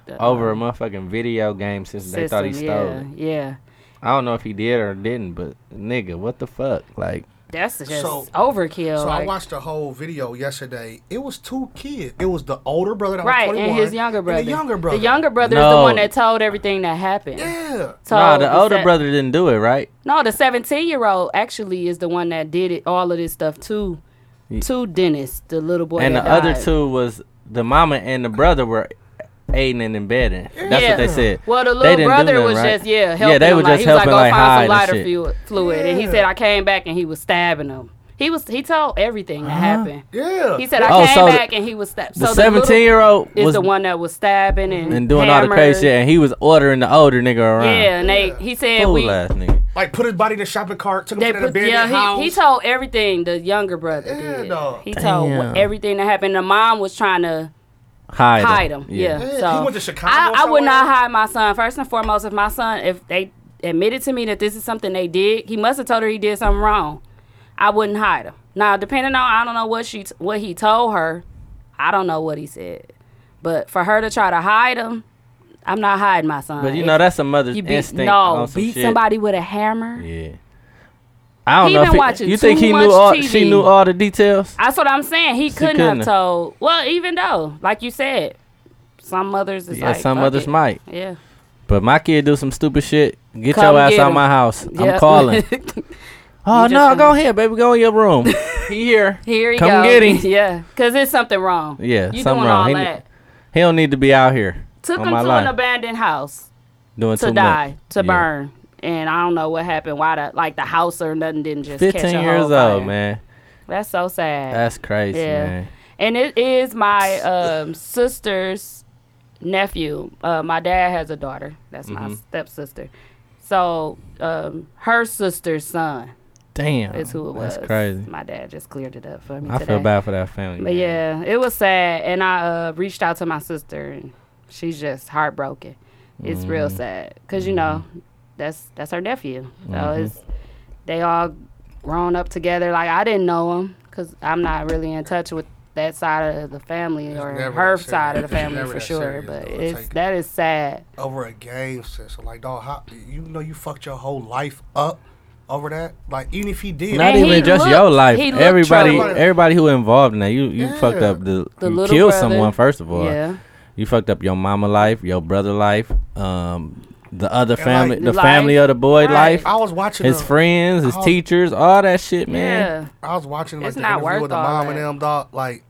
Speaker 1: uh,
Speaker 2: over a motherfucking video game since they thought he
Speaker 1: system,
Speaker 2: stole
Speaker 1: yeah,
Speaker 2: it.
Speaker 1: Yeah,
Speaker 2: I don't know if he did or didn't, but nigga, what the fuck? Like
Speaker 1: That's just
Speaker 4: So-
Speaker 1: overkill.
Speaker 4: So I
Speaker 1: like-
Speaker 4: watched the whole video yesterday. It was two kids. It was the older brother that
Speaker 1: right,
Speaker 4: was 21
Speaker 1: and his younger brother.
Speaker 4: And the younger brother.
Speaker 1: The younger brother is the
Speaker 2: No.
Speaker 1: one that told everything that happened.
Speaker 4: yeah.
Speaker 2: No,
Speaker 1: Told
Speaker 2: the older
Speaker 1: se-
Speaker 2: brother didn't do it, right?
Speaker 1: No, the seventeen-year-old actually is the one that did it, all of this stuff too. To Dennis, the little boy,
Speaker 2: and the
Speaker 1: that
Speaker 2: other
Speaker 1: died.
Speaker 2: two was the mama and the brother were aiding and embedding. That's
Speaker 1: Yeah.
Speaker 2: what they said.
Speaker 1: Well, the
Speaker 2: They
Speaker 1: little
Speaker 2: didn't do
Speaker 1: brother
Speaker 2: nothing,
Speaker 1: was
Speaker 2: right?
Speaker 1: just yeah helping.
Speaker 2: Yeah, they
Speaker 1: him.
Speaker 2: were
Speaker 1: like,
Speaker 2: just
Speaker 1: he was like,
Speaker 2: helping
Speaker 1: go
Speaker 2: like
Speaker 1: find some
Speaker 2: hide
Speaker 1: lighter
Speaker 2: and shit.
Speaker 1: fluid, fluid. and he said I came back and he was stabbing him. He was he told everything that happened.
Speaker 4: Yeah.
Speaker 1: He said I
Speaker 2: Oh,
Speaker 1: came
Speaker 2: so the-
Speaker 1: back and he was stabbing.
Speaker 2: The seventeen-year-old
Speaker 1: is
Speaker 2: was
Speaker 1: the one that was stabbing and,
Speaker 2: and doing all the crazy shit,
Speaker 1: hammered.
Speaker 2: and he was ordering the older nigga around.
Speaker 1: Yeah, and they he said
Speaker 2: fool
Speaker 1: we
Speaker 2: ass nigga.
Speaker 4: Like put his body in the shopping cart, took him
Speaker 1: They
Speaker 4: to the
Speaker 1: put,
Speaker 4: abandoned
Speaker 1: yeah,
Speaker 4: house.
Speaker 1: he, he told everything the younger brother
Speaker 4: Yeah,
Speaker 1: did.
Speaker 4: dog.
Speaker 1: He told
Speaker 2: Damn.
Speaker 1: everything that happened. The mom was trying to
Speaker 2: Hide,
Speaker 1: hide him. Yeah.
Speaker 4: Yeah,
Speaker 1: So
Speaker 4: he went to Chicago
Speaker 1: I, I would
Speaker 4: somewhere.
Speaker 1: not hide my son. First and foremost, if my son, if they admitted to me that this is something they did, he must have told her he did something wrong. I wouldn't hide him. Now, depending on I don't know what she t- what he told her, I don't know what he said, but for her to try to hide him, I'm not hiding my son.
Speaker 2: But you
Speaker 1: If
Speaker 2: know that's a mother's
Speaker 1: you beat
Speaker 2: instinct.
Speaker 1: no
Speaker 2: on some
Speaker 1: beat
Speaker 2: shit.
Speaker 1: somebody with a hammer.
Speaker 2: Yeah. I don't
Speaker 1: He
Speaker 2: know.
Speaker 1: been
Speaker 2: if
Speaker 1: watching
Speaker 2: you think
Speaker 1: too
Speaker 2: he
Speaker 1: much
Speaker 2: knew all?
Speaker 1: TV.
Speaker 2: She knew all the details.
Speaker 1: That's what I'm saying. He couldn't,
Speaker 2: couldn't
Speaker 1: have
Speaker 2: have.
Speaker 1: told. Well, even though, like you said, some mothers is
Speaker 2: Yeah,
Speaker 1: like
Speaker 2: some
Speaker 1: fuck
Speaker 2: others
Speaker 1: it.
Speaker 2: might.
Speaker 1: Yeah.
Speaker 2: But my kid do some stupid shit. Get
Speaker 1: Come
Speaker 2: your ass
Speaker 1: get
Speaker 2: out
Speaker 1: him.
Speaker 2: my house.
Speaker 1: Yeah. [laughs]
Speaker 2: I'm calling. oh
Speaker 1: You just
Speaker 2: no, go
Speaker 1: gonna-
Speaker 2: ahead, baby. Go in your
Speaker 1: [laughs]
Speaker 2: room. he here.
Speaker 1: Here he
Speaker 2: Come
Speaker 1: go.
Speaker 2: get him.
Speaker 1: [laughs] Yeah, because it's something wrong.
Speaker 2: Yeah,
Speaker 1: you
Speaker 2: something
Speaker 1: doing
Speaker 2: wrong.
Speaker 1: all
Speaker 2: He ne-
Speaker 1: that.
Speaker 2: He don't need to be out here.
Speaker 1: Took
Speaker 2: on
Speaker 1: him
Speaker 2: my
Speaker 1: to
Speaker 2: life,
Speaker 1: an abandoned house
Speaker 2: doing
Speaker 1: to
Speaker 2: too
Speaker 1: die,
Speaker 2: much.
Speaker 1: to
Speaker 2: Yeah.
Speaker 1: burn, and I don't know what happened. Why the like the house or nothing didn't just catch
Speaker 2: Fifteen
Speaker 1: a
Speaker 2: years
Speaker 1: whole
Speaker 2: old,
Speaker 1: fire.
Speaker 2: man.
Speaker 1: That's so sad.
Speaker 2: That's crazy,
Speaker 1: Yeah.
Speaker 2: man.
Speaker 1: and it is
Speaker 2: [laughs]
Speaker 1: my um, sister's nephew. Uh, my dad has a daughter. That's
Speaker 2: Mm-hmm.
Speaker 1: my stepsister. So um, her sister's son
Speaker 2: Damn.
Speaker 1: is who it was.
Speaker 2: Oh, That's crazy.
Speaker 1: My dad just cleared it up for me
Speaker 2: I
Speaker 1: today.
Speaker 2: feel bad for that family.
Speaker 1: But
Speaker 2: man.
Speaker 1: yeah, it was sad, and I uh, reached out to my sister, and she's just heartbroken. It's real
Speaker 4: Mm-hmm.
Speaker 1: sad, cause you know, that's that's her nephew. So
Speaker 4: Mm-hmm.
Speaker 1: it's they all grown up together. Like I didn't know him, cause I'm not really in touch with that side of the family or
Speaker 4: never
Speaker 1: her
Speaker 4: that serious.
Speaker 1: side of the
Speaker 4: It's
Speaker 1: family
Speaker 4: never
Speaker 1: for
Speaker 4: that
Speaker 1: sure.
Speaker 4: serious,
Speaker 1: But
Speaker 4: though. It
Speaker 1: it's
Speaker 4: take-
Speaker 1: that is sad.
Speaker 4: over a game system. Like, dog, how, you know you fucked your whole life up over that? Like, even if he did.
Speaker 2: Not
Speaker 1: And he
Speaker 2: even just
Speaker 1: looked-
Speaker 2: your life.
Speaker 1: he looked
Speaker 2: Everybody,
Speaker 1: troubled.
Speaker 2: everybody who involved in that, you you
Speaker 4: Yeah.
Speaker 2: fucked up. The,
Speaker 1: The
Speaker 2: you
Speaker 1: little
Speaker 2: killed
Speaker 1: brother.
Speaker 2: someone first of all.
Speaker 1: Yeah.
Speaker 2: You fucked up your mama life, your brother life, um, the other
Speaker 4: like-
Speaker 2: family, the
Speaker 1: Life.
Speaker 2: family of the boy
Speaker 1: Right.
Speaker 2: life,
Speaker 4: I was watching
Speaker 2: his
Speaker 4: the-
Speaker 2: friends, his
Speaker 4: Oh.
Speaker 2: teachers, all that shit, man.
Speaker 1: Yeah.
Speaker 4: I was watching like
Speaker 1: It's
Speaker 4: the
Speaker 1: not
Speaker 4: interview
Speaker 1: worth
Speaker 4: with the
Speaker 1: all
Speaker 4: mom and
Speaker 1: that.
Speaker 4: them dog. Like,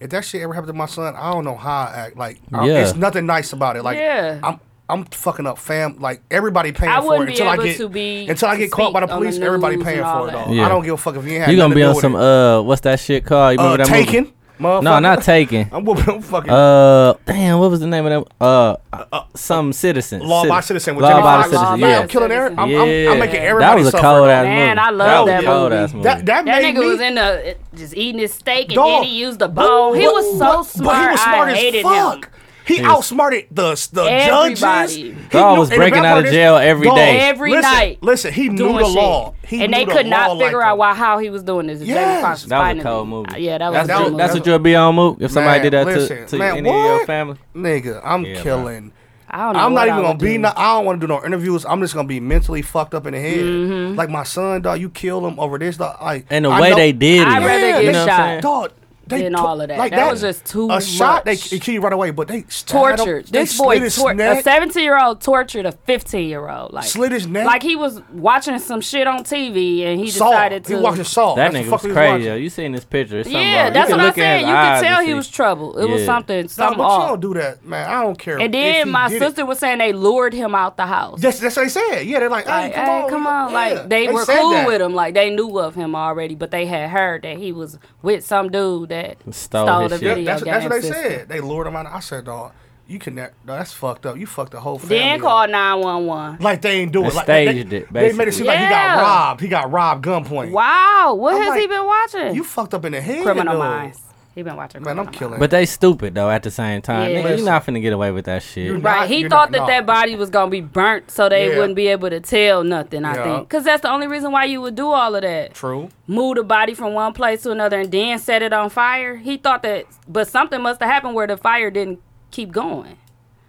Speaker 4: if that shit ever happened to my son, I don't know how I act. Like, I-
Speaker 2: Yeah.
Speaker 4: it's nothing nice about it. Like,
Speaker 1: Yeah.
Speaker 4: I'm I'm fucking up, fam. Like everybody paying
Speaker 1: I
Speaker 4: for
Speaker 1: wouldn't be
Speaker 4: it until I
Speaker 1: able
Speaker 4: get
Speaker 1: to be-
Speaker 4: until I
Speaker 1: to
Speaker 4: get caught by the
Speaker 1: speak on the
Speaker 4: police. everybody
Speaker 1: news
Speaker 4: paying
Speaker 1: and all
Speaker 4: for it,
Speaker 1: that.
Speaker 4: dog.
Speaker 2: Yeah.
Speaker 4: I don't give a fuck if you ain't.
Speaker 2: You gonna be on
Speaker 4: able
Speaker 2: some
Speaker 4: to
Speaker 2: uh, what's that shit called? You
Speaker 4: uh,
Speaker 2: remember that movie?
Speaker 4: taken? No,
Speaker 2: No, not taken.
Speaker 4: I'm whooping. [laughs] I'm fucking.
Speaker 2: Uh, damn, what was the name of that? Uh, some citizen.
Speaker 4: Law
Speaker 2: Citi-
Speaker 4: Abiding Citizen with
Speaker 2: Law
Speaker 4: Jamie
Speaker 2: Abiding
Speaker 1: Foxx. Law
Speaker 2: Citizen.
Speaker 1: Abiding
Speaker 2: Yeah.
Speaker 4: I'm killing Eric. I'm, I'm,
Speaker 2: Yeah.
Speaker 4: I'm making
Speaker 1: That
Speaker 2: That
Speaker 4: everybody
Speaker 2: was a
Speaker 4: suffer.
Speaker 2: cold ass movie.
Speaker 1: Man, I love
Speaker 2: that was
Speaker 1: that
Speaker 2: a cold
Speaker 1: movie.
Speaker 2: ass movie.
Speaker 4: That
Speaker 1: That
Speaker 4: that made
Speaker 1: nigga
Speaker 4: me.
Speaker 1: was in the it- just eating his steak and
Speaker 4: Dog.
Speaker 1: then he used the bone. He was so
Speaker 4: But-
Speaker 1: smart.
Speaker 4: But he was smart
Speaker 1: I
Speaker 4: as
Speaker 1: hated
Speaker 4: fuck.
Speaker 1: him.
Speaker 4: He
Speaker 2: Yes.
Speaker 4: outsmarted the the judges.
Speaker 1: Everybody.
Speaker 4: He
Speaker 2: Dog
Speaker 4: knew-
Speaker 2: was
Speaker 4: and the
Speaker 2: breaking
Speaker 4: bad
Speaker 2: out
Speaker 4: part
Speaker 2: of
Speaker 4: is,
Speaker 2: jail every
Speaker 4: dog,
Speaker 2: day.
Speaker 1: Every
Speaker 4: listen,
Speaker 1: night.
Speaker 4: Listen, he knew
Speaker 1: doing
Speaker 4: the
Speaker 1: shit.
Speaker 4: law. He
Speaker 1: and
Speaker 4: knew
Speaker 1: they
Speaker 4: the
Speaker 1: could
Speaker 4: law
Speaker 1: not
Speaker 4: like
Speaker 1: figure
Speaker 4: that.
Speaker 1: out why how he was doing this. Jamie
Speaker 4: Yes.
Speaker 1: Foxx
Speaker 2: That was a
Speaker 1: finally-
Speaker 2: cold movie.
Speaker 1: Yeah, that was
Speaker 2: That's,
Speaker 1: a good
Speaker 2: what,
Speaker 1: movie.
Speaker 2: that's what you'll be on, Mook. If somebody
Speaker 4: Man,
Speaker 2: did that
Speaker 4: listen,
Speaker 2: to, to
Speaker 4: man,
Speaker 2: any of your
Speaker 4: what?
Speaker 2: family.
Speaker 4: Nigga, I'm
Speaker 2: Yeah,
Speaker 4: killing.
Speaker 1: I don't know.
Speaker 4: I'm
Speaker 1: what
Speaker 4: not
Speaker 1: I
Speaker 4: even
Speaker 1: would
Speaker 4: gonna be.
Speaker 1: do.
Speaker 4: No, I don't want to do no interviews. I'm just gonna be mentally fucked up in the head.
Speaker 1: Mm-hmm.
Speaker 4: Like my son, dog. You kill him over this, dog. Like
Speaker 2: And the
Speaker 4: I
Speaker 2: way
Speaker 4: know-
Speaker 2: they did it.
Speaker 1: I'd rather
Speaker 4: Yeah,
Speaker 1: get
Speaker 2: you know what I'm
Speaker 1: shot.
Speaker 2: saying?
Speaker 4: dog. They
Speaker 1: Than
Speaker 4: to-
Speaker 1: all of that.
Speaker 4: Like
Speaker 1: That was just too
Speaker 4: A shot, they
Speaker 1: much.
Speaker 4: they kill you right away, but they stabbed him.
Speaker 1: tortured.
Speaker 4: They
Speaker 1: This boy,
Speaker 4: slit his
Speaker 1: tor- a
Speaker 4: neck.
Speaker 1: 17 year old tortured a 15 year old. Like
Speaker 4: Slit his neck?
Speaker 1: Like he was watching some shit on TV and he
Speaker 4: Saw.
Speaker 1: decided
Speaker 4: He
Speaker 1: to.
Speaker 4: watching Saw.
Speaker 2: That
Speaker 4: That's the
Speaker 2: nigga was
Speaker 4: fuck he
Speaker 2: crazy.
Speaker 4: watching.
Speaker 2: Yo. You seen this picture? It's something
Speaker 1: yeah,
Speaker 2: wrong.
Speaker 1: that's
Speaker 2: you
Speaker 1: what
Speaker 2: can
Speaker 1: I
Speaker 2: look at
Speaker 1: said.
Speaker 2: his
Speaker 1: You
Speaker 2: eyes
Speaker 1: could
Speaker 2: and
Speaker 1: tell he
Speaker 2: see.
Speaker 1: was troubled. It was
Speaker 2: Yeah.
Speaker 1: something,
Speaker 4: Nah,
Speaker 1: something
Speaker 4: but you
Speaker 1: off.
Speaker 4: don't do that, man. I don't care.
Speaker 1: And
Speaker 4: if
Speaker 1: then
Speaker 4: he
Speaker 1: my
Speaker 4: did it.
Speaker 1: sister was saying they lured him out the house.
Speaker 4: That's, that's what they said. Yeah, they're like, hey,
Speaker 1: Like,
Speaker 4: come
Speaker 1: hey,
Speaker 4: on,
Speaker 1: come
Speaker 4: we-
Speaker 1: on. Like,
Speaker 4: yeah.
Speaker 1: they, were
Speaker 4: said
Speaker 1: cool
Speaker 4: that.
Speaker 1: with him. Like, they knew of him already, but they had heard that he was with some dude that stole,
Speaker 2: Stole his
Speaker 1: the
Speaker 2: shit. Yeah,
Speaker 1: video
Speaker 4: that's,
Speaker 1: game
Speaker 4: that's what they
Speaker 1: system.
Speaker 4: said. They lured him out. I said, dog, you can that, that's fucked up. You fucked the whole family.
Speaker 1: Then
Speaker 4: up.
Speaker 1: called 911.
Speaker 4: Like they ain't do
Speaker 2: They
Speaker 4: it. Like,
Speaker 2: staged
Speaker 4: they,
Speaker 2: it,
Speaker 4: They made it
Speaker 2: basically.
Speaker 4: seem like he got
Speaker 1: Yeah.
Speaker 4: robbed. He got robbed gunpoint.
Speaker 1: Wow, what
Speaker 4: I'm
Speaker 1: has
Speaker 4: like,
Speaker 1: he been watching?
Speaker 4: You fucked up in the head.
Speaker 1: Criminal
Speaker 4: though.
Speaker 1: Minds. He been watching.
Speaker 4: Man, I'm
Speaker 1: Criminal
Speaker 4: killing.
Speaker 2: But they stupid though. At the same time,
Speaker 1: Yeah.
Speaker 2: nigga, you not finna get away with that shit.
Speaker 4: not-
Speaker 1: Right, he
Speaker 4: you're
Speaker 1: thought that
Speaker 4: not-
Speaker 1: that
Speaker 4: no.
Speaker 1: body was gonna be burnt, so they
Speaker 4: Yeah.
Speaker 1: wouldn't be able to tell nothing. I
Speaker 4: Yeah.
Speaker 1: think, cause that's the only reason why you would do all of that.
Speaker 4: True.
Speaker 1: Move the body from one place to another and then set it on fire. He thought that, but something must have happened where the fire didn't keep going.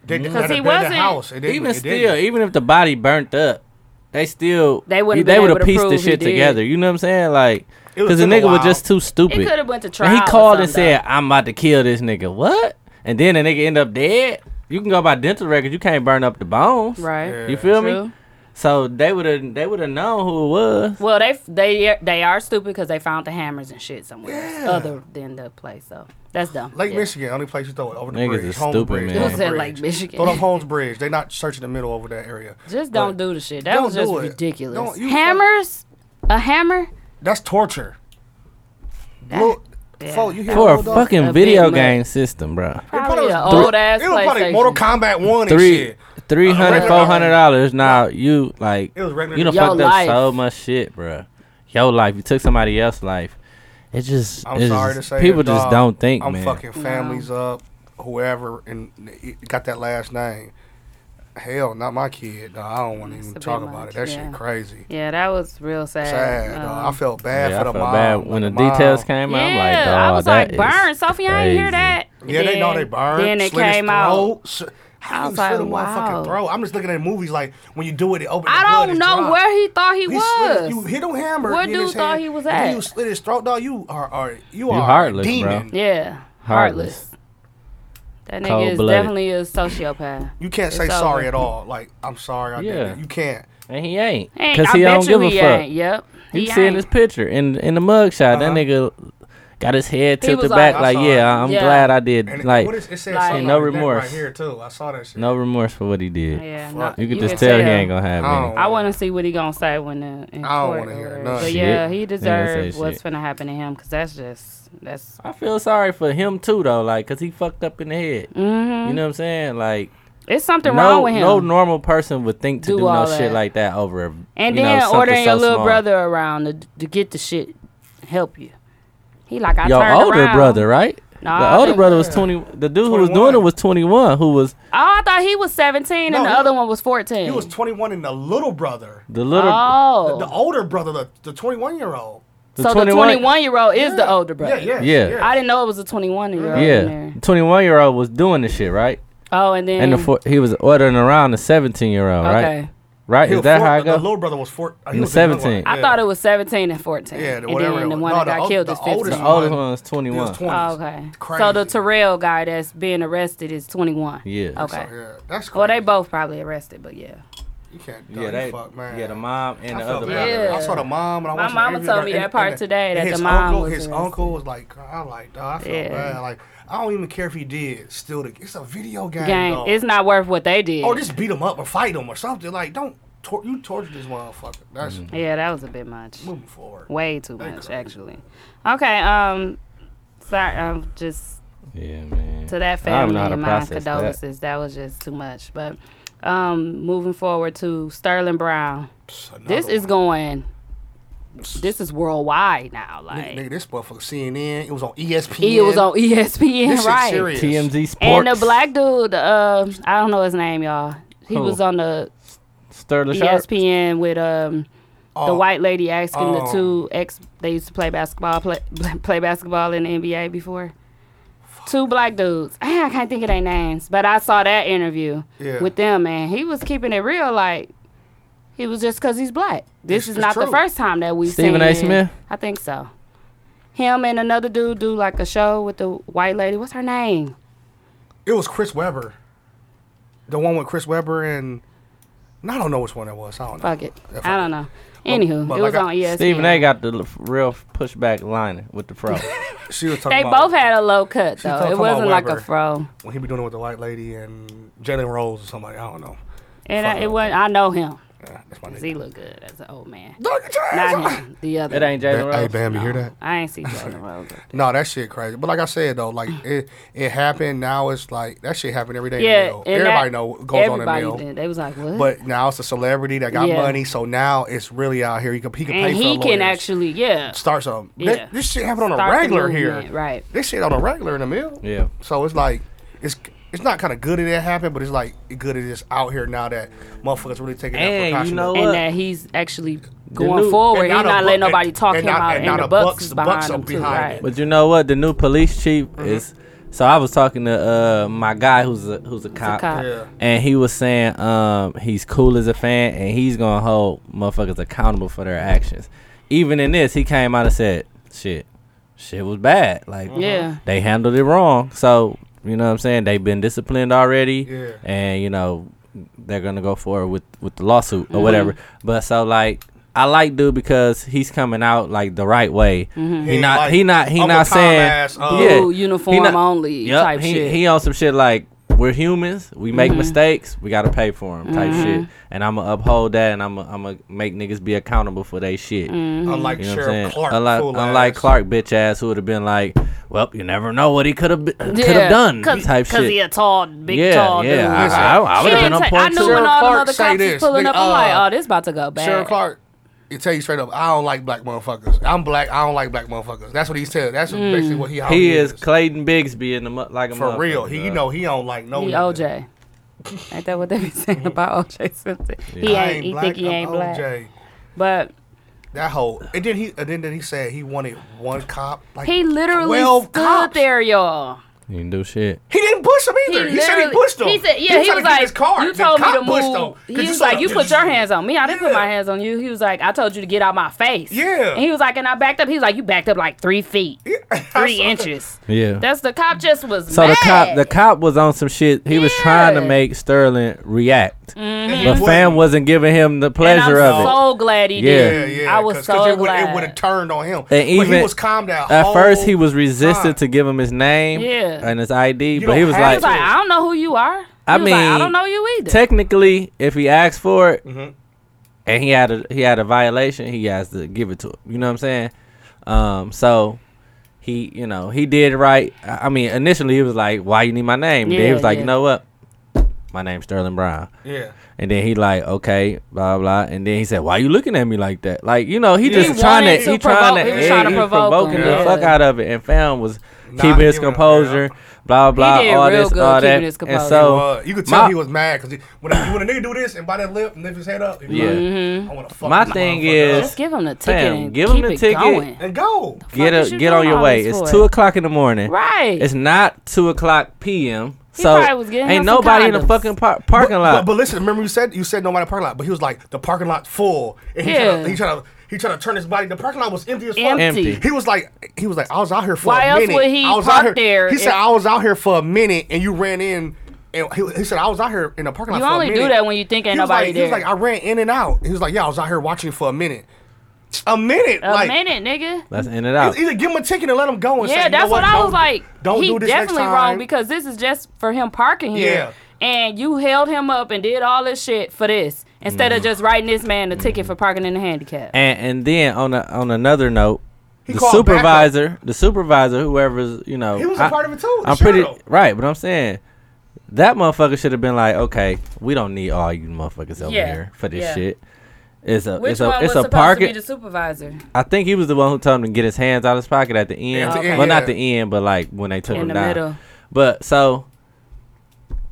Speaker 4: Because
Speaker 1: Mm. he wasn't-
Speaker 4: house. It didn't,
Speaker 2: even
Speaker 4: it
Speaker 2: still,
Speaker 4: didn't.
Speaker 2: even if the body burnt up, they still
Speaker 1: They wouldn't
Speaker 2: they
Speaker 1: been
Speaker 2: would
Speaker 1: able to
Speaker 2: have pieced
Speaker 1: prove
Speaker 2: this
Speaker 1: he
Speaker 2: shit
Speaker 1: did.
Speaker 2: together. You know what I'm saying? Like,
Speaker 4: It was
Speaker 2: because the
Speaker 4: took a
Speaker 2: nigga was
Speaker 4: while.
Speaker 2: just too stupid.
Speaker 1: It could've went to
Speaker 2: And
Speaker 1: trial
Speaker 2: he
Speaker 1: or
Speaker 2: called and
Speaker 1: something,
Speaker 2: said, "I'm about to kill this nigga." What? And then the nigga end up dead. You can go by dental records. You can't burn up the bones.
Speaker 1: Right.
Speaker 2: You feel
Speaker 1: True.
Speaker 2: me? So they would have they would have known who it was.
Speaker 1: Well, they they they are stupid because they found the hammers and shit somewhere else
Speaker 4: Yeah.
Speaker 1: other than the place. So that's dumb.
Speaker 4: Lake
Speaker 1: yeah.
Speaker 4: Michigan, only place you throw it over the
Speaker 2: Niggas
Speaker 4: bridge.
Speaker 2: is
Speaker 4: Holmes
Speaker 2: stupid,
Speaker 4: bridge,
Speaker 2: man.
Speaker 4: throw it
Speaker 1: Who
Speaker 4: over the
Speaker 1: said
Speaker 4: bridge.
Speaker 1: Lake Michigan?
Speaker 4: Throw the Holmes Bridge. They not searching the middle over that area.
Speaker 1: Just don't do the shit. That
Speaker 4: Don't
Speaker 1: was just
Speaker 4: do it.
Speaker 1: ridiculous.
Speaker 4: Don't- you-
Speaker 1: Hammers, a hammer.
Speaker 4: That's torture. Look,
Speaker 1: Yeah.
Speaker 4: folk, you hear
Speaker 2: For a
Speaker 4: bulldog-
Speaker 2: fucking
Speaker 1: A big
Speaker 2: video
Speaker 1: nut.
Speaker 2: game system, bro.
Speaker 4: It probably
Speaker 1: Probably
Speaker 4: was
Speaker 1: an
Speaker 4: br-
Speaker 1: old ass
Speaker 4: It was probably
Speaker 1: PlayStation.
Speaker 4: Mortal Kombat One and
Speaker 2: Three,
Speaker 4: shit.
Speaker 2: three hundred,
Speaker 4: regular-
Speaker 2: four hundred dollars. Now you like
Speaker 4: It was regular.
Speaker 2: you done
Speaker 1: Your
Speaker 2: fucked
Speaker 1: life.
Speaker 2: up so much shit, bro. Your life, you took somebody else's life. It just,
Speaker 4: I'm
Speaker 2: it's
Speaker 4: sorry to
Speaker 2: just-
Speaker 4: say,
Speaker 2: people
Speaker 4: it,
Speaker 2: just
Speaker 4: dawg.
Speaker 2: don't think,
Speaker 4: I'm
Speaker 2: man.
Speaker 4: fucking families up, whoever, and it got that last name. Hell, not my kid. dawg. I don't want to even
Speaker 1: a
Speaker 4: talk
Speaker 1: bit
Speaker 4: about
Speaker 1: much,
Speaker 4: it. That
Speaker 1: yeah.
Speaker 4: shit crazy.
Speaker 1: Yeah, that was real sad.
Speaker 4: Sad.
Speaker 1: Um,
Speaker 4: dawg. I felt
Speaker 2: Yeah,
Speaker 4: bad
Speaker 2: I
Speaker 4: for the
Speaker 2: felt
Speaker 4: mom.
Speaker 2: bad when the
Speaker 4: like, mom.
Speaker 2: details came.
Speaker 1: yeah,
Speaker 2: out. I'm like,
Speaker 1: I
Speaker 2: dawg,
Speaker 1: was like,
Speaker 2: that is
Speaker 1: burn, Sophie. I ain't hear
Speaker 2: crazy."
Speaker 1: that.
Speaker 4: Yeah, they know
Speaker 1: Then-
Speaker 4: they burned.
Speaker 1: Then it
Speaker 4: slit his
Speaker 1: came out.
Speaker 4: throat. S-
Speaker 1: I
Speaker 4: How
Speaker 1: was
Speaker 4: you slit a
Speaker 1: like, wow.
Speaker 4: motherfucking throat? I'm just looking at movies like when you do it, it opens.
Speaker 1: I don't know where he thought he,
Speaker 4: He
Speaker 1: was.
Speaker 4: slit his- you hit him hammer.
Speaker 1: Where
Speaker 4: in
Speaker 1: dude
Speaker 4: his
Speaker 1: thought
Speaker 4: hand,
Speaker 1: he was
Speaker 4: and then
Speaker 1: at?
Speaker 4: You slit his throat, dog. You are, are you
Speaker 2: You
Speaker 4: are
Speaker 2: heartless,
Speaker 4: a demon.
Speaker 1: yeah,
Speaker 2: Heartless.
Speaker 1: heartless. That nigga is
Speaker 2: Cold-blooded.
Speaker 1: definitely a sociopath.
Speaker 4: You can't say
Speaker 1: It's over.
Speaker 4: sorry at all. Like I'm sorry, I
Speaker 2: Yeah.
Speaker 4: did that. You can't.
Speaker 2: and he ain't,
Speaker 1: Hey,
Speaker 2: cause
Speaker 1: I
Speaker 2: he
Speaker 1: bet
Speaker 2: don't
Speaker 1: you
Speaker 2: give a
Speaker 1: he
Speaker 2: fuck.
Speaker 1: Ain't. Yep.
Speaker 2: You
Speaker 1: He
Speaker 2: can see in
Speaker 1: ain't.
Speaker 2: this picture in in the mugshot, that
Speaker 4: Uh-huh.
Speaker 2: nigga got his head
Speaker 1: He was
Speaker 2: tilted back,
Speaker 1: like-
Speaker 2: like,
Speaker 4: I saw
Speaker 2: yeah,
Speaker 4: it.
Speaker 2: I'm
Speaker 1: Yeah.
Speaker 2: glad I did.
Speaker 4: And
Speaker 2: like,
Speaker 4: what is, it says
Speaker 1: like-
Speaker 4: something
Speaker 1: No
Speaker 4: on the neck
Speaker 2: remorse.
Speaker 4: right here too. I saw that shit.
Speaker 2: no remorse for what he did.
Speaker 1: Yeah,
Speaker 4: Fuck.
Speaker 1: no,
Speaker 2: You can just tell, he ain't gonna have
Speaker 4: I
Speaker 2: any.
Speaker 4: don't
Speaker 1: I
Speaker 4: wanna-
Speaker 1: want to see what he gonna say when the. In
Speaker 4: I don't
Speaker 1: court
Speaker 4: wanna
Speaker 1: or
Speaker 4: hear
Speaker 1: whatever.
Speaker 4: none.
Speaker 1: But
Speaker 4: Shit.
Speaker 1: yeah, he
Speaker 2: Ain't gonna say
Speaker 1: deserved what's
Speaker 2: shit.
Speaker 1: gonna happen to him because that's just that's.
Speaker 2: I feel sorry for him too though, like, cause he fucked up in the head.
Speaker 1: hmm
Speaker 2: You know what I'm saying? Like,
Speaker 1: it's something
Speaker 2: no,
Speaker 1: wrong with him.
Speaker 2: no normal person would think to
Speaker 1: Do
Speaker 2: do, no
Speaker 1: all
Speaker 2: shit
Speaker 1: that.
Speaker 2: like that over.
Speaker 1: and
Speaker 2: you know,
Speaker 1: then
Speaker 2: something
Speaker 1: ordering your
Speaker 2: so
Speaker 1: little
Speaker 2: small.
Speaker 1: brother around to, to get the shit help you. He like I
Speaker 2: Your
Speaker 1: turned
Speaker 2: older
Speaker 1: around.
Speaker 2: brother, right?
Speaker 1: Nah,
Speaker 2: the
Speaker 1: I
Speaker 2: older
Speaker 1: think-
Speaker 2: brother was twenty. The dude who was
Speaker 4: 21.
Speaker 2: doing it was twenty one. Who was
Speaker 1: Oh, I thought he was seventeen
Speaker 4: No,
Speaker 1: and the
Speaker 4: he-
Speaker 1: other one was fourteen.
Speaker 4: He was 21 and the little brother,
Speaker 2: the little?
Speaker 1: oh,
Speaker 4: the older brother, the the 21 year old.
Speaker 2: the
Speaker 1: so the
Speaker 2: 21
Speaker 1: twenty-one year old is the older brother.
Speaker 4: Yeah, yeah,
Speaker 2: Yeah.
Speaker 1: I didn't know it was a twenty-one year old. In
Speaker 2: Yeah,
Speaker 1: there.
Speaker 2: twenty one year old was doing this shit, right?
Speaker 1: Oh, and then
Speaker 2: And the four, he was ordering around the seventeen year old,
Speaker 1: okay.
Speaker 2: right? Right?
Speaker 4: He
Speaker 2: Is
Speaker 4: was
Speaker 2: that
Speaker 4: four-
Speaker 2: how I
Speaker 4: the
Speaker 2: go?
Speaker 4: little brother was four. uh, he
Speaker 2: And
Speaker 4: was
Speaker 2: the
Speaker 4: young one.
Speaker 2: 17.
Speaker 1: I thought it was 17 and 14.
Speaker 4: Yeah, the
Speaker 1: and
Speaker 4: whatever
Speaker 1: then
Speaker 4: it
Speaker 1: the
Speaker 4: was.
Speaker 1: one
Speaker 4: No,
Speaker 1: that
Speaker 4: the
Speaker 1: got
Speaker 4: ol-
Speaker 1: killed
Speaker 4: the
Speaker 1: is 15.
Speaker 4: oldest
Speaker 2: The older
Speaker 4: one.
Speaker 2: one was twenty
Speaker 4: He was
Speaker 2: one.
Speaker 4: 20.
Speaker 1: Oh, okay.
Speaker 4: Crazy.
Speaker 1: So the Terrell guy that's being arrested is 21.
Speaker 2: Yeah.
Speaker 1: Okay.
Speaker 4: Yeah, that's crazy.
Speaker 1: Well, they both probably arrested, but yeah.
Speaker 4: You can't.
Speaker 2: Yeah,
Speaker 4: Yeah,
Speaker 2: they,
Speaker 4: fuck, man.
Speaker 2: yeah, the mom and
Speaker 4: I
Speaker 2: the
Speaker 4: felt
Speaker 2: other
Speaker 4: bad.
Speaker 2: brother.
Speaker 1: brother.
Speaker 4: I saw the mom. And I
Speaker 1: My
Speaker 4: watched the
Speaker 1: mama
Speaker 4: interview
Speaker 1: told
Speaker 4: about-
Speaker 1: me that
Speaker 4: and-
Speaker 1: part
Speaker 4: and the-
Speaker 1: today,
Speaker 4: and
Speaker 1: that
Speaker 4: his
Speaker 1: the mom
Speaker 4: uncle,
Speaker 1: was
Speaker 4: his
Speaker 1: arrested.
Speaker 4: uncle was like, "Girl, I like, dog, I feel
Speaker 1: Yeah.
Speaker 4: bad. Like, I don't even care if he did. Still, the, it's a video game.
Speaker 1: Gang,
Speaker 4: dog. Oh,
Speaker 1: it's not worth what they did.
Speaker 4: or just beat him up or fight him or something. Like, don't tor- you torture this motherfucker? That's
Speaker 2: Mm.
Speaker 1: yeah, that was a bit much.
Speaker 4: moving forward.
Speaker 1: Way too
Speaker 4: They
Speaker 1: much,
Speaker 4: crazy.
Speaker 1: actually. Okay. Um, sorry. Um, just
Speaker 2: Yeah, man.
Speaker 1: to that
Speaker 2: I don't
Speaker 1: family
Speaker 2: know how to
Speaker 1: and my
Speaker 2: process that.
Speaker 1: condolences. That. was just too much. But um, moving forward to Sterling Brown.
Speaker 4: Another
Speaker 1: This is
Speaker 4: one.
Speaker 1: going. This is worldwide now. Like
Speaker 4: Nigga, this motherfucker CNN. It was on E ESPN.
Speaker 1: It was on E ESPN,
Speaker 4: This shit
Speaker 1: right?
Speaker 4: serious.
Speaker 2: TMZ Sports.
Speaker 1: And the black dude, uh, I don't know his name, y'all. He
Speaker 2: Who?
Speaker 1: was on the E
Speaker 2: Sterling Sharp.
Speaker 1: ESPN with um the
Speaker 4: Oh,
Speaker 1: white lady asking the
Speaker 4: um,
Speaker 1: two ex. They used to play basketball, play, [laughs] play basketball in the NBA before. Two black dudes. Ah, I can't think of their names, but I saw that interview
Speaker 4: Yeah.
Speaker 1: with them, and he was keeping it real, like. It was just because he's black. This
Speaker 4: It's-
Speaker 1: is
Speaker 4: it's
Speaker 1: not the
Speaker 4: true.
Speaker 1: first time that we've seen
Speaker 2: Stephen A.
Speaker 1: it.
Speaker 2: Smith?
Speaker 1: I think so. Him and another dude do like a show with the white lady. What's her name?
Speaker 4: It was Chris Webber. The one with Chris Webber and I don't know which one it was. I don't know.
Speaker 1: Fuck it.
Speaker 4: Yeah, fuck
Speaker 1: I don't know. Anywho,
Speaker 4: but
Speaker 1: it was
Speaker 4: like I-
Speaker 1: on E ESPN.
Speaker 2: Stephen A. got the l- real pushback lining with
Speaker 1: [laughs]
Speaker 2: the fro.
Speaker 4: She was talking
Speaker 1: They
Speaker 4: about
Speaker 1: both had a low cut though.
Speaker 4: talking
Speaker 1: It
Speaker 4: about
Speaker 1: wasn't like a
Speaker 4: Weber.
Speaker 1: fro.
Speaker 4: when he be doing it with the white lady and Jalen Rose or somebody. I don't know.
Speaker 1: And I,
Speaker 4: Fuck
Speaker 1: it
Speaker 4: up.
Speaker 1: wasn't. I know him.
Speaker 4: Yeah, that's my
Speaker 1: 'Cause
Speaker 4: nigga.
Speaker 1: he look good as an old man.
Speaker 4: Don't get your ass [laughs]
Speaker 1: Not
Speaker 4: up.
Speaker 1: him. The other.
Speaker 2: It ain't Jalen
Speaker 4: Hey,
Speaker 2: Rose.
Speaker 4: Bam, you hear that?
Speaker 1: I ain't see Jalen
Speaker 4: [laughs]
Speaker 1: Rose.
Speaker 4: No, that shit crazy. But like I said though, like it, it happened. Now it's like that shit happened every day. in the
Speaker 1: Yeah,
Speaker 4: mail.
Speaker 1: and
Speaker 4: everybody
Speaker 1: that-
Speaker 4: know what goes
Speaker 1: everybody
Speaker 4: on in the mail.
Speaker 1: Did. They was like, what?
Speaker 4: But now it's a celebrity that got
Speaker 1: Yeah.
Speaker 4: money, so now it's really out here. He can, he can pay
Speaker 1: and
Speaker 4: for
Speaker 1: he
Speaker 4: the
Speaker 1: can
Speaker 4: lawyers.
Speaker 1: actually, yeah.
Speaker 4: start something.
Speaker 1: Yeah.
Speaker 4: That- this shit happened on
Speaker 1: Start
Speaker 4: a
Speaker 1: the
Speaker 4: regular here.
Speaker 1: movement, right.
Speaker 4: This shit on a regular in the mill.
Speaker 2: Yeah.
Speaker 4: So it's like it's it's not kind of good that it happened, but it's like good it is out here now that motherfuckers really taking
Speaker 2: And
Speaker 4: that
Speaker 2: you
Speaker 4: precaution.
Speaker 2: know
Speaker 1: And
Speaker 2: what?
Speaker 1: that he's actually going
Speaker 2: new-
Speaker 1: forward.
Speaker 4: and
Speaker 1: He's
Speaker 4: not a
Speaker 1: not letting
Speaker 4: Buck-
Speaker 1: nobody talk
Speaker 4: and
Speaker 1: him
Speaker 4: not-
Speaker 1: out.
Speaker 4: and
Speaker 1: And
Speaker 4: not
Speaker 1: the
Speaker 4: a
Speaker 1: Bucks
Speaker 4: Bucks-
Speaker 1: is
Speaker 4: Bucks
Speaker 1: behind
Speaker 4: are
Speaker 1: him too,
Speaker 4: behind
Speaker 1: right?
Speaker 4: it.
Speaker 2: Mm-hmm. But you know what? The new police chief is So I was talking to uh my guy who's a who's a cop,
Speaker 1: cop.
Speaker 4: Yeah.
Speaker 2: and he was saying um he's cool as a fan and he's gonna hold motherfuckers accountable for their actions. Even in this, he came out and said, "Shit, shit was bad. Like
Speaker 1: Yeah.
Speaker 2: they handled it wrong. So you know what I'm saying. They've been disciplined already,
Speaker 4: Yeah.
Speaker 2: and you know they're gonna go forward with with the lawsuit or whatever. But so like. I like dude because he's coming out like the right way. He
Speaker 4: ain't
Speaker 2: not
Speaker 4: like
Speaker 2: he not he
Speaker 4: Uncle
Speaker 2: not
Speaker 4: Tom
Speaker 2: saying
Speaker 4: ass, uh,
Speaker 2: yeah.
Speaker 1: Blue uniform
Speaker 2: He not-
Speaker 1: only
Speaker 2: Yup,
Speaker 1: type
Speaker 2: he,
Speaker 1: shit. Mm-hmm.
Speaker 2: He on some shit like we're humans, we make mistakes, we gotta pay for them type shit. And I'ma uphold that, and I'ma I'ma make niggas be accountable for their shit.
Speaker 1: Mm.
Speaker 4: Unlike
Speaker 2: You know what I'm saying?
Speaker 4: Sheriff Clark.
Speaker 2: unlike,
Speaker 4: fool
Speaker 2: unlike
Speaker 4: ass.
Speaker 2: Clark, bitch ass, who would have been like, "Well, you never know what he could have could have
Speaker 1: Yeah,
Speaker 2: done."
Speaker 1: Cause,
Speaker 2: type
Speaker 1: cause
Speaker 2: shit.
Speaker 1: he a tall, big
Speaker 2: yeah,
Speaker 1: tall
Speaker 2: yeah.
Speaker 1: dude.
Speaker 2: I-
Speaker 1: Listen,
Speaker 2: I, I, would
Speaker 1: shit
Speaker 2: have been
Speaker 1: ain't
Speaker 2: on
Speaker 1: ta-
Speaker 2: point
Speaker 1: I knew
Speaker 2: too.
Speaker 1: when
Speaker 4: Cheryl
Speaker 1: all the
Speaker 4: Clark
Speaker 1: other
Speaker 4: say
Speaker 1: cops was
Speaker 4: this,
Speaker 1: pulling
Speaker 4: nigga,
Speaker 1: up, I'm like,
Speaker 4: uh,
Speaker 1: oh, this about to go bad.
Speaker 4: Sheriff Clark, it tell you straight up, I don't like black motherfuckers. I'm black. I don't like black motherfuckers. That's what he said. That's what basically what Oh, he. how
Speaker 2: Mm. He is Clayton Bigsby in the mu- like a
Speaker 4: for
Speaker 2: motherfucker,
Speaker 4: real. He you
Speaker 2: dog.
Speaker 4: know he don't like no.
Speaker 1: He
Speaker 4: nigga.
Speaker 1: OJ. ain't that what they be
Speaker 2: [laughs]
Speaker 1: saying about OJ Simpson? He
Speaker 4: I
Speaker 1: ain't. He
Speaker 4: black,
Speaker 1: think he
Speaker 4: I'm
Speaker 1: ain't black.
Speaker 4: OJ.
Speaker 1: But
Speaker 4: That whole and then he and then, then he said he wanted one cop. Like
Speaker 1: he literally
Speaker 4: 12
Speaker 1: stood
Speaker 4: cops.
Speaker 1: there, y'all.
Speaker 2: He didn't do shit.
Speaker 4: He didn't push him either. He, said he
Speaker 1: literally-
Speaker 4: pushed him.
Speaker 1: He said, yeah, he,
Speaker 4: trying
Speaker 1: was
Speaker 4: to get in
Speaker 1: like,
Speaker 4: his car.
Speaker 1: you
Speaker 4: The
Speaker 1: told me
Speaker 4: cop
Speaker 1: to
Speaker 4: pushed him,
Speaker 1: move.
Speaker 4: 'cause
Speaker 1: He
Speaker 4: you
Speaker 1: was
Speaker 4: saw
Speaker 1: like,
Speaker 4: the-
Speaker 1: you put your hands on me. I didn't put my hands on you. He was like, I told you to get out my face.
Speaker 4: Yeah.
Speaker 1: And he was like, and I backed up. He was like, you backed up like three feet,
Speaker 4: [laughs]
Speaker 1: three inches.
Speaker 2: Yeah.
Speaker 1: That's the cop just was
Speaker 2: So
Speaker 1: mad.
Speaker 2: the cop, the cop was on some shit. He was trying to
Speaker 1: Yeah. Mm-hmm.
Speaker 2: make Sterling react,
Speaker 4: And he
Speaker 2: but
Speaker 4: wouldn't.
Speaker 2: fam wasn't giving him the
Speaker 1: and
Speaker 2: pleasure
Speaker 1: I'm
Speaker 2: of it.
Speaker 1: so glad he
Speaker 2: Yeah.
Speaker 4: Yeah,
Speaker 1: did.
Speaker 4: yeah.
Speaker 1: I was
Speaker 4: 'cause-
Speaker 1: so
Speaker 4: 'cause it would-
Speaker 1: glad.
Speaker 4: It would have turned on him.
Speaker 2: And
Speaker 4: but
Speaker 2: even-
Speaker 4: he was calmed down.
Speaker 2: At first, he was resistant to give him his name
Speaker 1: Yeah.
Speaker 2: and his ID, but
Speaker 4: don't
Speaker 2: he was
Speaker 4: have
Speaker 1: He
Speaker 2: like,
Speaker 1: was like, I don't know who you are. He
Speaker 2: I
Speaker 1: was like, I
Speaker 2: mean,
Speaker 1: don't know you either.
Speaker 2: technically, if he asked for it,
Speaker 4: Mm-hmm.
Speaker 2: and he had a he had a violation, he has to give it to him. You know what I'm saying? Um, so he, you know, he did right. I I mean, initially he was like, "Why you need my name?" then he
Speaker 1: Yeah,
Speaker 2: was like,
Speaker 1: yeah.
Speaker 2: "You know what? My name's Sterling Brown."
Speaker 4: Yeah.
Speaker 2: And then he like, okay, blah blah. And then he said, "Why you looking at me like that?" Like you know, he just trying
Speaker 1: wanted
Speaker 2: to,
Speaker 1: to
Speaker 2: he trying
Speaker 1: provoke-
Speaker 2: to,
Speaker 1: he was trying to
Speaker 2: he
Speaker 1: provoke
Speaker 2: provoking
Speaker 1: him,
Speaker 2: the
Speaker 1: yeah.
Speaker 2: fuck out of it. And Fam was
Speaker 4: Not
Speaker 2: keeping his
Speaker 4: giving up,
Speaker 2: composure, blah blah,
Speaker 1: did
Speaker 2: all
Speaker 1: real
Speaker 2: this,
Speaker 1: good
Speaker 2: all
Speaker 1: keeping
Speaker 2: that.
Speaker 1: his
Speaker 2: And
Speaker 1: composure.
Speaker 2: so
Speaker 4: Uh, you could tell
Speaker 2: my-
Speaker 4: he was mad because when, a- when a nigga do this and bite that lip and lift his head up, he
Speaker 2: Yeah.
Speaker 4: like,
Speaker 1: Mm-hmm.
Speaker 4: I want to fuck
Speaker 2: My
Speaker 4: this
Speaker 2: thing
Speaker 4: motherfucker
Speaker 2: is-
Speaker 4: up
Speaker 1: Just give him the ticket
Speaker 2: Fam,
Speaker 1: and
Speaker 2: give
Speaker 1: keep
Speaker 2: him the
Speaker 1: it
Speaker 2: ticket.
Speaker 1: going.
Speaker 4: and go.
Speaker 1: fuck
Speaker 2: get
Speaker 1: is
Speaker 2: up,
Speaker 1: you
Speaker 2: get on
Speaker 1: doing
Speaker 2: your
Speaker 1: all
Speaker 2: way.
Speaker 1: this
Speaker 2: It's
Speaker 1: for?
Speaker 2: two o'clock in the morning.
Speaker 1: Right.
Speaker 2: It's not two o'clock p.m.
Speaker 1: He
Speaker 2: So
Speaker 1: probably was getting
Speaker 2: ain't
Speaker 1: him some
Speaker 2: nobody in the
Speaker 1: condoms.
Speaker 2: fucking par- parking
Speaker 4: But-
Speaker 2: lot.
Speaker 4: But, but listen, remember you said you said nobody parking lot, but he was like the parking lot full, and he tried
Speaker 1: Yeah.
Speaker 4: to he tried to he tried to turn his body. The parking lot was empty as fuck.
Speaker 1: Empty.
Speaker 2: Empty.
Speaker 4: He was like, he was like, I was out here for
Speaker 1: Why
Speaker 4: a
Speaker 1: else
Speaker 4: minute.
Speaker 1: would he
Speaker 4: I was
Speaker 1: park
Speaker 4: out here.
Speaker 1: there
Speaker 4: He said,
Speaker 1: if-
Speaker 4: I was out here for a minute, and you ran in. And he, he said, I was out here in the parking lot.
Speaker 1: You
Speaker 4: for a
Speaker 1: only do
Speaker 4: minute."
Speaker 1: that when you think ain't
Speaker 4: He was
Speaker 1: nobody
Speaker 4: like,
Speaker 1: there.
Speaker 4: He was like, I ran in and out. He was like, Yeah, I was out here watching for a minute. A minute,
Speaker 1: a
Speaker 4: like
Speaker 1: minute, nigga.
Speaker 2: Let's end it out.
Speaker 4: either give him a ticket and let him go. And say,
Speaker 1: Yeah,
Speaker 4: "You know
Speaker 1: that's what, I
Speaker 4: Don't-
Speaker 1: was like.
Speaker 4: Don't
Speaker 1: he
Speaker 4: do this
Speaker 1: definitely
Speaker 4: next time.
Speaker 1: wrong because this is just for him parking here.
Speaker 4: Yeah.
Speaker 1: And you held him up and did all this shit for this instead of just writing this man a ticket for parking in the handicap.
Speaker 2: Mm. And and then on a, on another note, the
Speaker 4: called
Speaker 2: supervisor, the supervisor, whoever's you know,
Speaker 4: He was a
Speaker 2: I-
Speaker 4: part of it too, the
Speaker 2: I'm pretty
Speaker 4: sheriff.
Speaker 2: right, but I'm saying that motherfucker should have been like, okay, we don't need all you motherfuckers over
Speaker 1: Yeah,
Speaker 2: here for this
Speaker 1: yeah.
Speaker 2: shit. It's a
Speaker 1: Which
Speaker 2: it's a
Speaker 1: one was
Speaker 2: it's a
Speaker 1: supposed to be
Speaker 2: parking.
Speaker 1: the supervisor?
Speaker 2: I think he was the one who told him to get his hands out of his pocket at the end.
Speaker 4: At the
Speaker 2: well,
Speaker 4: end,
Speaker 2: not
Speaker 4: yeah.
Speaker 2: the end, but like when they took
Speaker 1: In
Speaker 2: him
Speaker 1: the
Speaker 2: down.
Speaker 1: middle.
Speaker 2: But so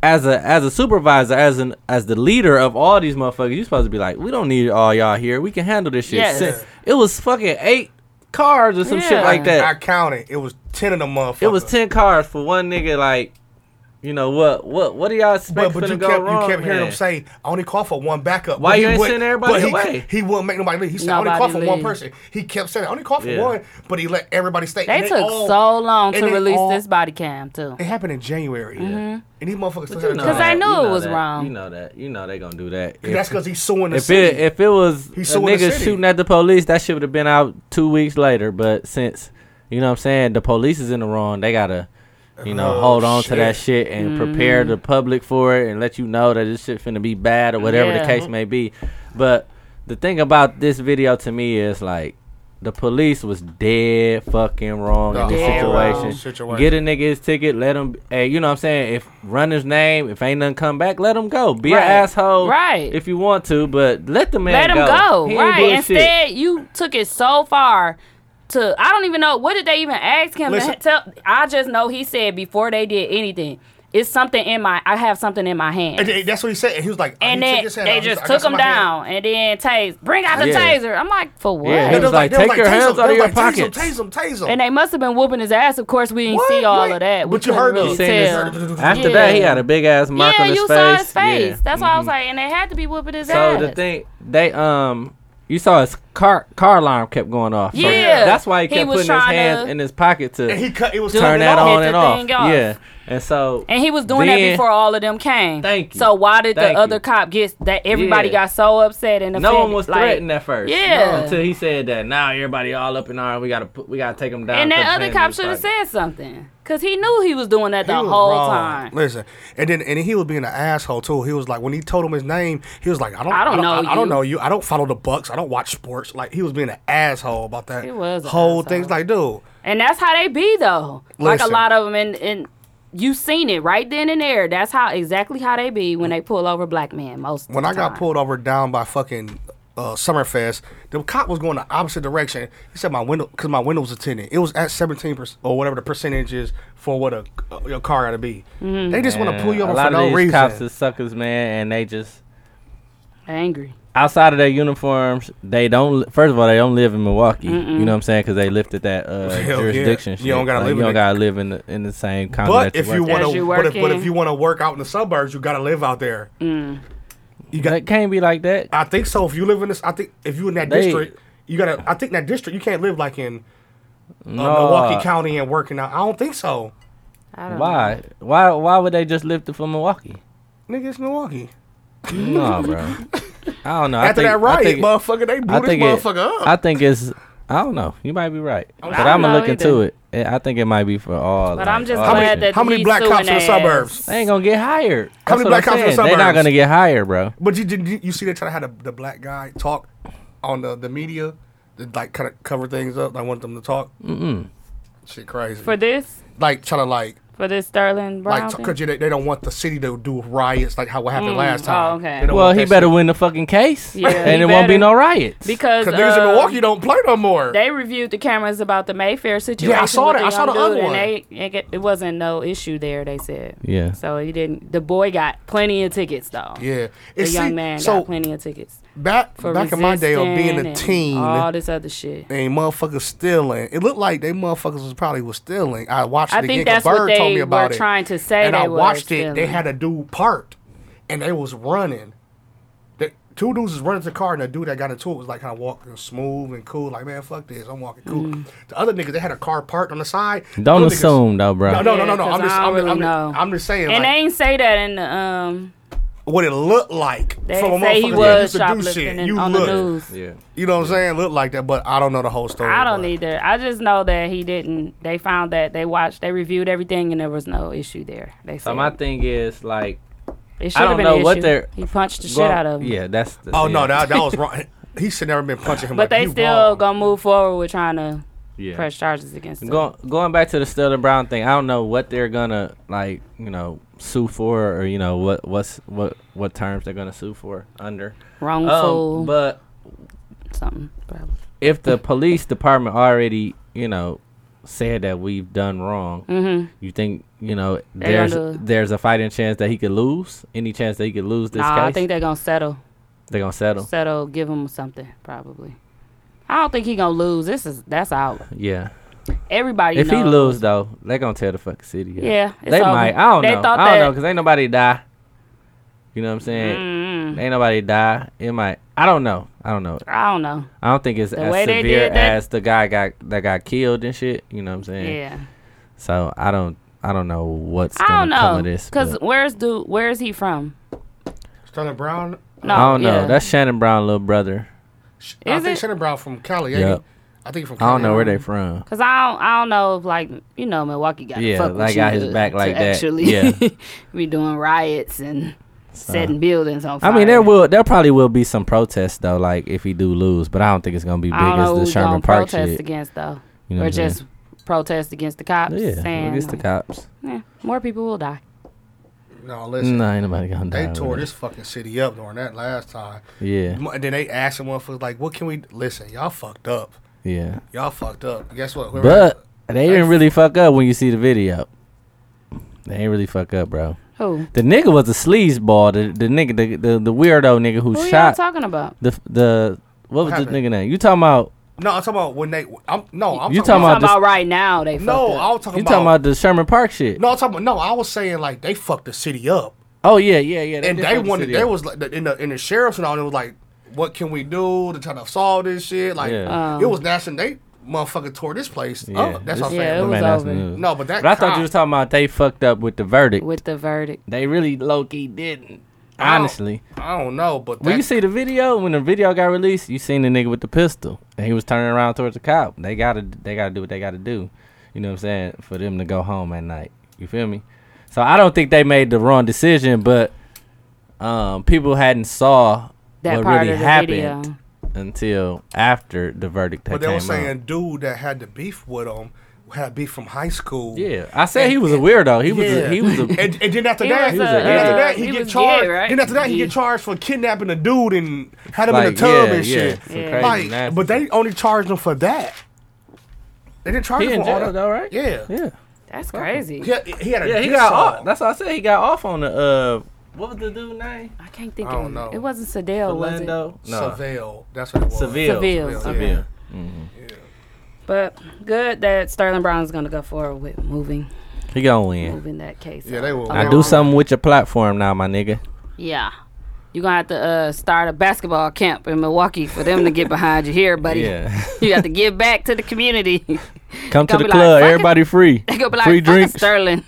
Speaker 2: as a as a supervisor, as an as the leader of all these motherfuckers, you supposed to be like, we don't need all y'all here. We can handle this shit.
Speaker 1: Yes.
Speaker 2: Since it was fucking eight cars or some
Speaker 1: Yeah.
Speaker 2: shit like
Speaker 4: I
Speaker 2: that.
Speaker 4: counted. It was ten of them motherfuckers.
Speaker 2: it was ten cars for one nigga. Like, you know what? What what do y'all expect to
Speaker 4: But, but you
Speaker 2: go
Speaker 4: kept
Speaker 2: wrong?
Speaker 4: you kept hearing
Speaker 2: man?
Speaker 4: him say, "I only call for one backup."
Speaker 2: Why
Speaker 4: But
Speaker 2: you
Speaker 4: he
Speaker 2: ain't
Speaker 4: wouldn't-
Speaker 2: sending everybody
Speaker 4: but he,
Speaker 2: away?
Speaker 4: He wouldn't make nobody leave. He said, "I only
Speaker 1: Nobody
Speaker 4: call for one
Speaker 1: leave.
Speaker 4: person." He kept saying, "I only call for
Speaker 2: Yeah.
Speaker 4: one," but he let everybody stay.
Speaker 1: They
Speaker 4: And
Speaker 1: took
Speaker 4: all-
Speaker 1: so long to
Speaker 4: and they
Speaker 1: release
Speaker 4: all-
Speaker 1: this body cam too.
Speaker 4: It happened in January, Mm-hmm. and these motherfuckers still
Speaker 2: You
Speaker 4: had
Speaker 2: know
Speaker 4: a
Speaker 1: 'Cause
Speaker 4: job.
Speaker 1: I
Speaker 2: that,
Speaker 1: knew
Speaker 2: you
Speaker 1: it was
Speaker 2: that,
Speaker 1: wrong.
Speaker 2: You know that. You know they gonna do that. If-
Speaker 4: That's because he's suing the
Speaker 2: If it
Speaker 4: city.
Speaker 2: if it was
Speaker 4: He
Speaker 2: a
Speaker 4: suing the
Speaker 2: nigga
Speaker 4: city.
Speaker 2: shooting at the police, that shit would have been out two weeks later. But since you know what I'm saying, the police is in the wrong. They gotta you know
Speaker 4: Oh,
Speaker 2: hold on to that
Speaker 4: shit.
Speaker 2: shit and prepare the public for it and let you know that this shit finna be bad or whatever the
Speaker 1: Yeah.
Speaker 2: case may be. But the thing about this video to me is like. The police was dead fucking wrong in
Speaker 4: The
Speaker 2: this
Speaker 1: whole
Speaker 2: situation.
Speaker 4: situation.
Speaker 2: Get a nigga his ticket, let him. Hey, you know what I'm saying? If run his name, if ain't nothing come back, let him go. Be
Speaker 1: Right.
Speaker 2: an asshole,
Speaker 1: Right.
Speaker 2: If you want to, but let the man
Speaker 1: Let him go.
Speaker 2: He ain't
Speaker 1: Right.
Speaker 2: doing shit.
Speaker 1: Instead, you took it so far to I don't even know what did they even ask him
Speaker 4: Listen.
Speaker 1: to tell I just know he said before they did anything, it's something in my. I have something in my hand.
Speaker 4: And, and that's what he said. And he was like,
Speaker 1: and
Speaker 4: he took
Speaker 1: then
Speaker 4: his hand
Speaker 1: they
Speaker 4: out. He was
Speaker 1: just
Speaker 4: like, I got
Speaker 1: took him
Speaker 4: somebody here.
Speaker 1: down, and then tase, bring out the
Speaker 2: Yeah.
Speaker 1: taser. I'm like, for what?
Speaker 2: Yeah, he
Speaker 4: They
Speaker 2: was
Speaker 4: was
Speaker 2: like,
Speaker 4: they was
Speaker 2: take your
Speaker 4: "Tase him."
Speaker 2: hands
Speaker 4: They
Speaker 2: out of
Speaker 4: was
Speaker 2: your
Speaker 4: like, "Tase him,
Speaker 2: pockets.
Speaker 4: Tase him, tase him.
Speaker 1: And they must have been whooping his ass. Of course, we didn't
Speaker 4: What?
Speaker 1: see all
Speaker 4: Like-
Speaker 1: of that. We
Speaker 4: but you
Speaker 1: couldn't
Speaker 4: heard it.
Speaker 1: really
Speaker 4: You
Speaker 2: seen
Speaker 1: tell.
Speaker 2: his- After that, he
Speaker 1: Yeah.
Speaker 2: had a big ass mark
Speaker 1: yeah,
Speaker 2: on his
Speaker 1: you
Speaker 2: face.
Speaker 1: saw his face.
Speaker 2: Yeah. Mm-hmm.
Speaker 1: That's why I was like, and they had to be whooping his
Speaker 2: So
Speaker 1: ass.
Speaker 2: the thing they um you saw his car car alarm kept going off. So
Speaker 1: Yeah.
Speaker 2: that's why he
Speaker 1: He
Speaker 2: kept
Speaker 1: was
Speaker 2: putting his
Speaker 1: trying
Speaker 2: hands
Speaker 1: to-
Speaker 2: in his pocket to
Speaker 4: And he cut. It was
Speaker 2: turn
Speaker 1: it
Speaker 2: that
Speaker 1: off.
Speaker 2: on
Speaker 1: Hit
Speaker 2: and
Speaker 1: the
Speaker 2: off.
Speaker 1: thing off.
Speaker 2: Yeah, and so
Speaker 1: and he was doing that
Speaker 2: Then-
Speaker 1: before all of them came.
Speaker 2: Thank you.
Speaker 1: So why did
Speaker 2: Thank
Speaker 1: the other
Speaker 2: you.
Speaker 1: cop get that? Everybody
Speaker 2: Yeah.
Speaker 1: got so upset and
Speaker 2: no one was
Speaker 1: offended, like-
Speaker 2: threatened at first.
Speaker 1: Yeah.
Speaker 2: until he said that. Now everybody all up in arms. We gotta put, we gotta take him down.
Speaker 1: And
Speaker 2: put
Speaker 1: that
Speaker 2: his
Speaker 1: other
Speaker 2: hand
Speaker 1: cop
Speaker 2: in
Speaker 1: should have
Speaker 2: his pocket.
Speaker 1: said something because he knew he was doing that the
Speaker 4: He was
Speaker 1: whole
Speaker 4: wrong.
Speaker 1: time.
Speaker 4: Listen, and then and then he was being an asshole too. He was like, when he told him his name, he was like, I don't,
Speaker 1: I don't
Speaker 4: I,
Speaker 1: know
Speaker 4: I
Speaker 1: you.
Speaker 4: don't know you. I don't follow the Bucks. I don't watch sports. Like he was being an asshole about that
Speaker 1: He was an
Speaker 4: whole
Speaker 1: asshole.
Speaker 4: thing. It's like, dude,
Speaker 1: And that's how they be though. Like a
Speaker 4: Listen.
Speaker 1: lot of them, and and you seen it right then and there. That's how exactly how they be when they pull over black men most. of
Speaker 4: when
Speaker 1: the
Speaker 4: I got
Speaker 1: time.
Speaker 4: pulled over down by fucking uh, Summerfest, the cop was going the opposite direction. He said my window because my window was tinted. It was at seventeen percent or whatever the percentage is for what a your car ought to be.
Speaker 1: Mm-hmm.
Speaker 4: They just want to pull you
Speaker 2: Yeah,
Speaker 4: over
Speaker 2: a lot
Speaker 4: for
Speaker 2: of
Speaker 4: no
Speaker 2: these
Speaker 4: reason.
Speaker 2: cops is suckers, man, and they just
Speaker 1: angry.
Speaker 2: outside of their uniforms, they don't. li- First of all, they don't live in Milwaukee. You know what I'm saying? Because they lifted that
Speaker 4: [laughs]
Speaker 2: uh,
Speaker 4: yeah.
Speaker 2: jurisdiction.
Speaker 4: You
Speaker 2: shit.
Speaker 4: don't gotta
Speaker 2: Like,
Speaker 4: live
Speaker 2: you
Speaker 4: in
Speaker 2: don't
Speaker 4: it.
Speaker 2: gotta live in the, in the same county.
Speaker 4: But
Speaker 2: that
Speaker 4: if you
Speaker 2: work at.
Speaker 4: want
Speaker 1: As you
Speaker 4: to, but if, but
Speaker 1: working.
Speaker 4: if you want to work out in the suburbs, you got to live out there. You got.
Speaker 2: That can't be like that.
Speaker 4: I think so. If you live in this, I think if you in that
Speaker 2: They-
Speaker 4: district, you gotta. I think that district, you can't live like in uh,
Speaker 2: No.
Speaker 4: Milwaukee County and working out. I don't think so.
Speaker 1: I don't
Speaker 2: Why? Why? Why would they just lift it from
Speaker 4: [laughs]
Speaker 2: Milwaukee?
Speaker 4: Nigga, it's Milwaukee.
Speaker 2: No, bro. I don't know. I
Speaker 4: After
Speaker 2: think-
Speaker 4: that
Speaker 2: I
Speaker 4: riot,
Speaker 2: think,
Speaker 4: motherfucker, they blew
Speaker 2: I
Speaker 4: this
Speaker 2: think it-
Speaker 4: motherfucker up.
Speaker 2: I think it's. I don't know. You might be right, but
Speaker 1: don't
Speaker 2: I'm gonna
Speaker 1: know
Speaker 2: look into
Speaker 1: either.
Speaker 2: it. Eh, I think it might be for all.
Speaker 1: But
Speaker 2: like,
Speaker 1: I'm just
Speaker 2: all
Speaker 4: how
Speaker 1: glad that
Speaker 2: shit.
Speaker 4: many, how many
Speaker 1: he's
Speaker 4: black cops in
Speaker 1: suing
Speaker 4: the
Speaker 1: ass.
Speaker 4: suburbs?
Speaker 2: they ain't gonna get hired.
Speaker 4: How
Speaker 2: That's
Speaker 4: many
Speaker 2: what
Speaker 4: black
Speaker 2: I'm
Speaker 4: cops in the
Speaker 2: saying. They're not
Speaker 4: suburbs?
Speaker 2: gonna get hired, bro.
Speaker 4: But you did you, you see they try to have the, the black guy talk on the the media, to, like kind of cover things up. I want them to talk. Mm-mm. Shit, crazy.
Speaker 1: for this
Speaker 4: like trying to like
Speaker 1: for this Sterling Brown.
Speaker 4: like
Speaker 1: thing?
Speaker 4: because they, they don't want the city to do riots like how what happened
Speaker 1: Mm,
Speaker 4: last
Speaker 1: oh,
Speaker 4: time.
Speaker 1: okay.
Speaker 4: They don't
Speaker 2: Well,
Speaker 4: want
Speaker 2: he
Speaker 4: that
Speaker 2: better
Speaker 4: shit.
Speaker 2: win the fucking case,
Speaker 1: Yeah,
Speaker 2: and
Speaker 1: he
Speaker 2: it won't be
Speaker 1: better.
Speaker 2: no riots.
Speaker 1: because
Speaker 4: Cause niggas in
Speaker 1: uh,
Speaker 4: Milwaukee don't play no more.
Speaker 1: They reviewed the cameras about the Mayfair situation.
Speaker 4: Yeah, I saw
Speaker 1: with
Speaker 4: that. I saw
Speaker 1: young
Speaker 4: the other
Speaker 1: dude,
Speaker 4: one.
Speaker 1: And they, it, get- it wasn't no issue there. They said.
Speaker 2: Yeah.
Speaker 1: So he didn't. The boy got plenty of tickets though.
Speaker 4: yeah,
Speaker 1: The
Speaker 4: It's-
Speaker 1: young
Speaker 4: see,
Speaker 1: man
Speaker 4: so
Speaker 1: got plenty of tickets
Speaker 4: back
Speaker 1: for
Speaker 4: back in my day of being
Speaker 1: resisting
Speaker 4: a
Speaker 1: and
Speaker 4: teen,
Speaker 1: All this other shit.
Speaker 4: and motherfuckers stealing. It looked like they motherfuckers was probably was stealing. I watched it
Speaker 1: I
Speaker 4: again.
Speaker 1: think
Speaker 4: 'cause
Speaker 1: that's what
Speaker 4: Bird
Speaker 1: they
Speaker 4: told me about
Speaker 1: were
Speaker 4: it.
Speaker 1: trying to say.
Speaker 4: and
Speaker 1: they
Speaker 4: I
Speaker 1: were
Speaker 4: watched it.
Speaker 1: stealing.
Speaker 4: They had a dude parked, and they was running. The two dudes was running to the car, and the dude that got into it was like kind of walking smooth and cool. Like man, fuck this, I'm walking cool.
Speaker 1: Mm.
Speaker 4: The other niggas, they had a car parked on the side.
Speaker 2: Don't
Speaker 4: Them niggas-
Speaker 2: assume though, bro.
Speaker 4: No, no, no, no, no.
Speaker 1: Yeah,
Speaker 4: I'm
Speaker 1: 'cause
Speaker 4: just,
Speaker 1: I
Speaker 4: I'm,
Speaker 1: don't
Speaker 4: just- I'm,
Speaker 1: really
Speaker 4: just-
Speaker 1: know.
Speaker 4: I'm just saying,
Speaker 1: And they
Speaker 4: like,
Speaker 1: ain't say that in the um.
Speaker 4: what it looked like
Speaker 1: They
Speaker 4: from a
Speaker 1: say
Speaker 4: motherfucker
Speaker 1: he
Speaker 4: that
Speaker 1: was
Speaker 4: used to do
Speaker 1: shoplifting
Speaker 4: shit.
Speaker 1: in-
Speaker 4: You
Speaker 1: on
Speaker 4: look,
Speaker 1: the news.
Speaker 2: Yeah.
Speaker 4: you know what I'm saying? Look like that, but I don't know the whole story.
Speaker 1: I don't
Speaker 4: but-
Speaker 1: either. I just know that he didn't. They found that they watched, they reviewed everything, and there was no issue there. They said
Speaker 2: So my thing is like
Speaker 1: it should
Speaker 2: I
Speaker 1: have
Speaker 2: don't
Speaker 1: been
Speaker 2: know
Speaker 1: an
Speaker 2: what
Speaker 1: issue.
Speaker 2: they're-
Speaker 1: He punched the shit
Speaker 2: well,
Speaker 1: out of him.
Speaker 2: Yeah, that's. The,
Speaker 4: Oh
Speaker 2: yeah.
Speaker 4: no, that that [laughs] was wrong. He should never been punching him.
Speaker 1: But
Speaker 4: like,
Speaker 1: they
Speaker 4: "You
Speaker 1: still
Speaker 4: wrong."
Speaker 1: gonna move forward with trying to
Speaker 2: Yeah.
Speaker 1: press charges against him.
Speaker 2: Go, going back to the Sterling Brown thing, I don't know what they're gonna like, you know, sue for, or you know what what's what what terms they're gonna sue for under.
Speaker 1: Wrongful
Speaker 2: Um, but
Speaker 1: something. Probably.
Speaker 2: if the police department already, you know, said that we've done wrong, you think you know
Speaker 1: Mm-hmm. They
Speaker 2: there's
Speaker 1: gonna-
Speaker 2: there's a fighting chance that he could lose? Any chance that he could lose this
Speaker 1: Nah,
Speaker 2: case?
Speaker 1: I think they're gonna settle.
Speaker 2: they're gonna settle.
Speaker 1: Settle. Give him something. Probably. I don't think he gonna lose. This is that's out.
Speaker 2: Yeah.
Speaker 1: Everybody.
Speaker 2: If he
Speaker 1: knows.
Speaker 2: lose though, they gonna tell the fucking city. up.
Speaker 1: Yeah, it's
Speaker 2: they
Speaker 1: over.
Speaker 2: might. I don't
Speaker 1: They
Speaker 2: know.
Speaker 1: thought
Speaker 2: I don't
Speaker 1: that-
Speaker 2: know because ain't nobody die. You know what I'm saying?
Speaker 1: Mm-hmm.
Speaker 2: Ain't nobody die. It might. I don't know. I don't know.
Speaker 1: I don't know.
Speaker 2: I don't think it's as
Speaker 1: way they
Speaker 2: severe
Speaker 1: did that-
Speaker 2: as the guy got that got killed and shit. You know what I'm saying?
Speaker 1: Yeah.
Speaker 2: So I don't. I don't know what's
Speaker 1: I
Speaker 2: gonna
Speaker 1: don't
Speaker 2: come
Speaker 1: know.
Speaker 2: of this.
Speaker 1: Cause
Speaker 2: but
Speaker 1: where's dude? Where's he from?
Speaker 4: Sterling Brown.
Speaker 1: No,
Speaker 2: I don't know.
Speaker 1: yeah.
Speaker 2: That's Shannon Brown, little brother.
Speaker 4: Sh- I
Speaker 1: Is
Speaker 4: think
Speaker 1: it?
Speaker 4: Shannon Brown from Cali. ain't
Speaker 2: Yep.
Speaker 4: he? I think he from
Speaker 2: I
Speaker 4: Cali.
Speaker 2: don't know where they from.
Speaker 1: Cause I don't, I don't know if like you know Milwaukee got to
Speaker 2: Yeah,
Speaker 1: fuck with
Speaker 2: like,
Speaker 1: you
Speaker 2: got his
Speaker 1: to-
Speaker 2: back
Speaker 1: to
Speaker 2: like that.
Speaker 1: Actually,
Speaker 2: Yeah.
Speaker 1: [laughs] be doing riots and setting buildings on fire.
Speaker 2: I mean, there will there probably will be some protests though, like if he do lose, but I don't think it's gonna be big
Speaker 1: I don't know
Speaker 2: as the
Speaker 1: who's
Speaker 2: Sherman
Speaker 1: gonna
Speaker 2: Park
Speaker 1: protest
Speaker 2: shit.
Speaker 1: against though,
Speaker 2: You know what
Speaker 1: or
Speaker 2: I'm saying?
Speaker 1: just protest against the cops.
Speaker 2: Yeah,
Speaker 1: saying,
Speaker 2: against the
Speaker 1: like,
Speaker 2: cops.
Speaker 1: "Eh, more people will die.
Speaker 4: No, listen.
Speaker 2: No, ain't nobody gonna die.
Speaker 4: They
Speaker 2: over
Speaker 4: tore
Speaker 2: that.
Speaker 4: this fucking city up during that last time.
Speaker 2: Yeah,
Speaker 4: Mo- And then they asked the motherfuckers like, "What can we listen? Y'all fucked up.
Speaker 2: yeah.
Speaker 4: Y'all fucked up. Guess what? Whoever-
Speaker 2: But they didn't really fuck up when you see the video. They ain't really fuck up, bro.
Speaker 1: Who?
Speaker 2: The nigga was a sleazeball. The the nigga, the the, the weirdo nigga who,
Speaker 1: Who are y'all
Speaker 2: shot
Speaker 1: talking about?
Speaker 2: the the what was
Speaker 4: What
Speaker 2: this
Speaker 4: happened?
Speaker 2: nigga name? You talking about?
Speaker 4: No, I'm talking about when they. I'm no. I'm
Speaker 2: You
Speaker 1: I'm
Speaker 2: talking
Speaker 1: talking
Speaker 2: about
Speaker 1: about right now. They
Speaker 4: No,
Speaker 1: fucked
Speaker 4: I
Speaker 1: up.
Speaker 4: was talking
Speaker 2: You
Speaker 4: about.
Speaker 2: talking about the Sherman Park shit?
Speaker 4: No, I'm talking about. No, I was saying like they fucked the city up,
Speaker 2: Oh yeah, yeah, yeah. did
Speaker 4: and they
Speaker 2: fuck the
Speaker 4: wanted.
Speaker 2: city
Speaker 4: They
Speaker 2: up.
Speaker 4: was like the- in the in the sheriffs and all. It was like, what can we do to try to solve this shit? Like
Speaker 2: Yeah.
Speaker 4: it was national. They motherfucking tore this place
Speaker 2: Yeah,
Speaker 4: up. That's what I'm
Speaker 2: this-
Speaker 1: Yeah, it
Speaker 4: saying.
Speaker 1: was
Speaker 2: Man, that's
Speaker 1: over.
Speaker 2: news.
Speaker 4: No, but that.
Speaker 2: But I thought
Speaker 4: cop-
Speaker 2: you was talking about they fucked up with the verdict.
Speaker 1: with the verdict.
Speaker 2: They really low key didn't.
Speaker 4: I don't-
Speaker 2: Honestly,
Speaker 4: I don't know, but
Speaker 2: when you
Speaker 4: that,
Speaker 2: see the video, when the video got released, you seen the nigga with the pistol, and he was turning around towards the cop. They gotta, they gotta do what they gotta do. You know what I'm saying? For them to go home at night. You feel me? So I don't think they made the wrong decision, but um, people hadn't saw
Speaker 1: That
Speaker 2: what
Speaker 1: part
Speaker 2: really
Speaker 1: of the
Speaker 2: happened
Speaker 1: video.
Speaker 2: until after the verdict had
Speaker 4: but they
Speaker 2: came
Speaker 4: were
Speaker 2: out.
Speaker 4: saying dude that had the beef with them had beef from high school.
Speaker 2: Yeah, I said
Speaker 4: And-
Speaker 2: he was a
Speaker 4: and-
Speaker 2: weirdo. He was, a, he
Speaker 1: [laughs]
Speaker 2: was [laughs] a.
Speaker 4: and, and then after
Speaker 1: He
Speaker 4: that,
Speaker 1: was
Speaker 4: then
Speaker 2: a-
Speaker 4: after
Speaker 2: uh,
Speaker 4: that, he,
Speaker 1: he
Speaker 4: get
Speaker 1: was
Speaker 4: charged.
Speaker 1: gay, right?
Speaker 4: Then after that, he
Speaker 1: Yeah.
Speaker 4: get charged for kidnapping a dude and had him in
Speaker 2: Like,
Speaker 4: a tub
Speaker 2: yeah,
Speaker 4: and shit.
Speaker 2: yeah, some Yeah. crazy
Speaker 4: Like,
Speaker 2: nasty
Speaker 4: but they
Speaker 2: shit.
Speaker 4: only charged him for that. They didn't charge
Speaker 2: He
Speaker 4: him
Speaker 2: in
Speaker 4: for all
Speaker 2: jail
Speaker 4: that.
Speaker 2: though, right?
Speaker 4: Yeah.
Speaker 2: yeah.
Speaker 1: That's crazy.
Speaker 4: He had, he had a
Speaker 2: Yeah, he
Speaker 4: dick
Speaker 2: got
Speaker 4: saw.
Speaker 2: off. That's what I said. He got off on the uh, what was the dude name?
Speaker 1: I can't think
Speaker 4: I
Speaker 1: of
Speaker 4: don't know.
Speaker 1: it. It wasn't Sedell, was it?
Speaker 2: Orlando. No,
Speaker 4: Seville. That's what it was.
Speaker 2: Seville.
Speaker 1: Seville.
Speaker 4: Seville.
Speaker 1: Okay.
Speaker 4: Mm-hmm.
Speaker 1: But good that Sterling Brown's gonna go forward with moving
Speaker 2: He gonna win.
Speaker 1: moving that case.
Speaker 4: Yeah, they will.
Speaker 2: I do something with your platform now, my nigga.
Speaker 1: Yeah. You're gonna have to uh, start a basketball camp in Milwaukee for them to get behind you here, buddy.
Speaker 2: Yeah, [laughs]
Speaker 1: You have to give back to the community. [laughs]
Speaker 2: come to
Speaker 1: Gonna
Speaker 2: the
Speaker 1: be like,
Speaker 2: club.
Speaker 1: "Fuck it."
Speaker 2: Everybody free.
Speaker 1: they gonna be like
Speaker 2: Free
Speaker 1: "Fuck
Speaker 2: drinks. [laughs]
Speaker 1: Sterling.